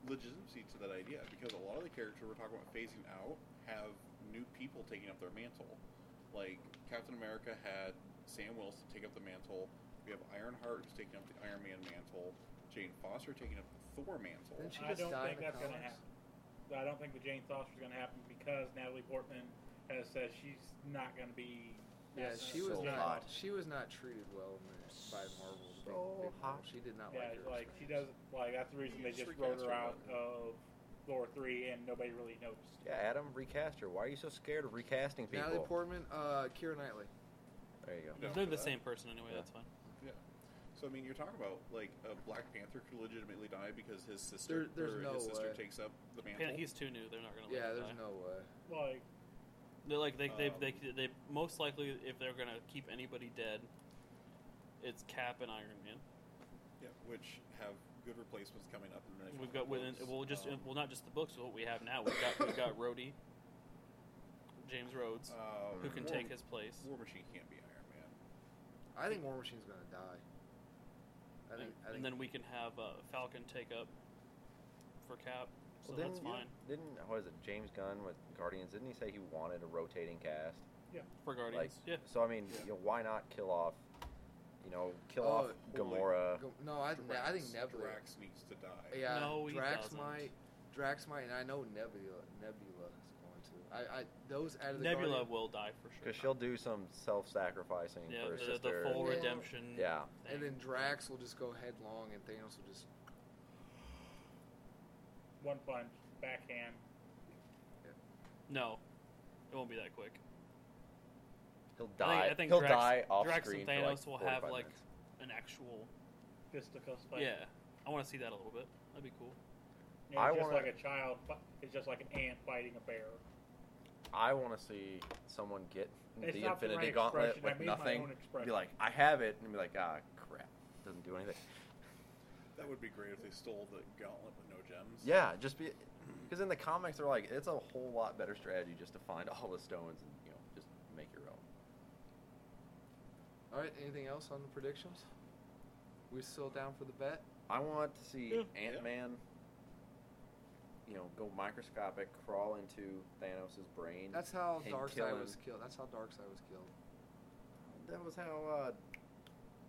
C: legitimacy to that idea because a lot of the characters we're talking about phasing out have new people taking up their mantle. Like Captain America had Sam Wilson take up the mantle. We have Ironheart who's taking up the Iron Man mantle. Jane Foster taking up the Thor mantle.
B: Didn't she
A: I
B: just
A: don't
B: die
A: think
B: in the
A: that's going to
B: comics?
A: happen. I don't think the Jane Foster's going to happen because Natalie Portman has said she's not going to be.
B: Yeah,
A: That's
B: she
A: so
B: was not.
D: hot.
B: She was not treated well in- by Marvel. the big- big
D: So
B: Marvel.
D: hot.
B: She did not
A: Yeah,
B: like her.
A: like she doesn't like. That's the reason they
C: Just
A: just wrote
C: recast
A: her
C: her,
A: out
C: but-
A: of Thor three, and nobody really noticed.
D: Yeah, Adam, recast her. Why are you so scared of recasting people?
B: Natalie Portman, uh, Keira Knightley.
D: there you go.
C: No,
E: They're
C: for
E: the
C: that.
E: same person anyway.
D: Yeah.
E: That's fine.
C: Yeah. So I mean, you're talking about like a Black Panther could legitimately die because his
B: There-
C: sister,
B: there's
C: or
B: no
C: his sister
B: way.
C: takes up the mantle.
E: Pan- He's too new. They're not gonna. Let
B: Yeah,
E: him
B: there's
E: die.
B: no way.
A: Like
E: They're like they, they,
C: Um,
E: they, they most likely if they're gonna keep anybody dead, it's Cap and Iron Man.
C: yeah, which have good replacements coming up in the next.
E: We've got
C: couple
E: within
C: books.
E: well just
C: Um,
E: well not just the books, but what we have now. We've got we've got Rhodey, James Rhodes,
C: um,
E: who can
C: War-
E: take his place.
C: War Machine can't be Iron Man.
B: I think War Machine's gonna die. I
E: And,
B: think. I think
E: and then we can have uh, Falcon take up for Cap. So
D: Well,
E: that's
D: didn't-
E: fine
D: Didn't what is it? James Gunn with Guardians? Didn't he say he wanted a rotating cast?
E: for Guardians. yeah,
D: So I mean,
C: Yeah.
D: you know, why not kill off? You know, kill
B: Oh,
A: Uh,
D: off
C: or
D: Gamora.
B: Go- no, I, I think
C: Drax-
B: Nebula.
C: Drax needs to die.
B: Yeah,
E: No, he
B: Drax
E: doesn't.
B: might. Drax might, and I know Nebula. Nebula is going to. I, I those out of the
E: Nebula
B: Guardian-
E: will die for sure.
D: Because she'll do some self-sacrificing
E: yeah,
D: for her
E: the, the
D: sister.
E: full
B: Yeah.
E: redemption.
D: Yeah.
E: thing.
B: and then Drax will just go headlong, and Thanos will just.
A: one punch, backhand.
E: No, it won't be that quick.
D: He'll
E: I
D: die.
E: think- I think
D: he'll
E: Drax-
D: die off
E: Drax and
D: screen.
E: Thanos
D: for
E: will
D: like
E: have,
D: 45
E: like,
D: minutes.
E: An actual.
A: Fisticuffs fight.
E: Yeah, I want to see that a little bit. That'd be cool.
A: You know,
D: I
A: it's just
D: wanna-
A: like a child. fi- It's just like an ant fighting a bear.
D: I want to see someone get
A: It's
D: the
A: not the
D: Infinity
A: right
D: Gauntlet
A: expression. I
D: with
A: made my
D: nothing.
A: own expression.
D: Be like, I have it, and be like, ah, crap, doesn't do anything.
C: That would be great if they stole the gauntlet with no gems.
D: Yeah, just be because in the comics they're like it's a whole lot better strategy just to find all the stones and you know just make your own.
B: All right. Anything else on the predictions? We still down for the bet?
D: I want to see
E: Yeah.
D: Ant Man, you know, go microscopic, crawl into Thanos' brain.
B: That's how
D: And
B: Darkseid
D: kill him.
B: was killed. That's how Darkseid was killed.
D: that was how uh,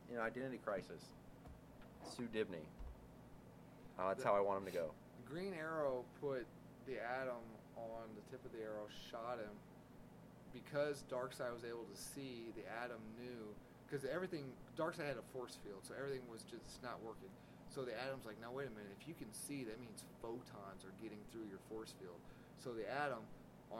D: you know Identity Crisis. Sue Dibney. Uh, that's how I want him to go.
B: Green Arrow put the atom on the tip of the arrow, shot him. Because Darkseid was able to see, the atom knew. Because everything, Darkseid had a force field, so everything was just not working. So the atom's like, now wait a minute, if you can see, that means photons are getting through your force field. So the atom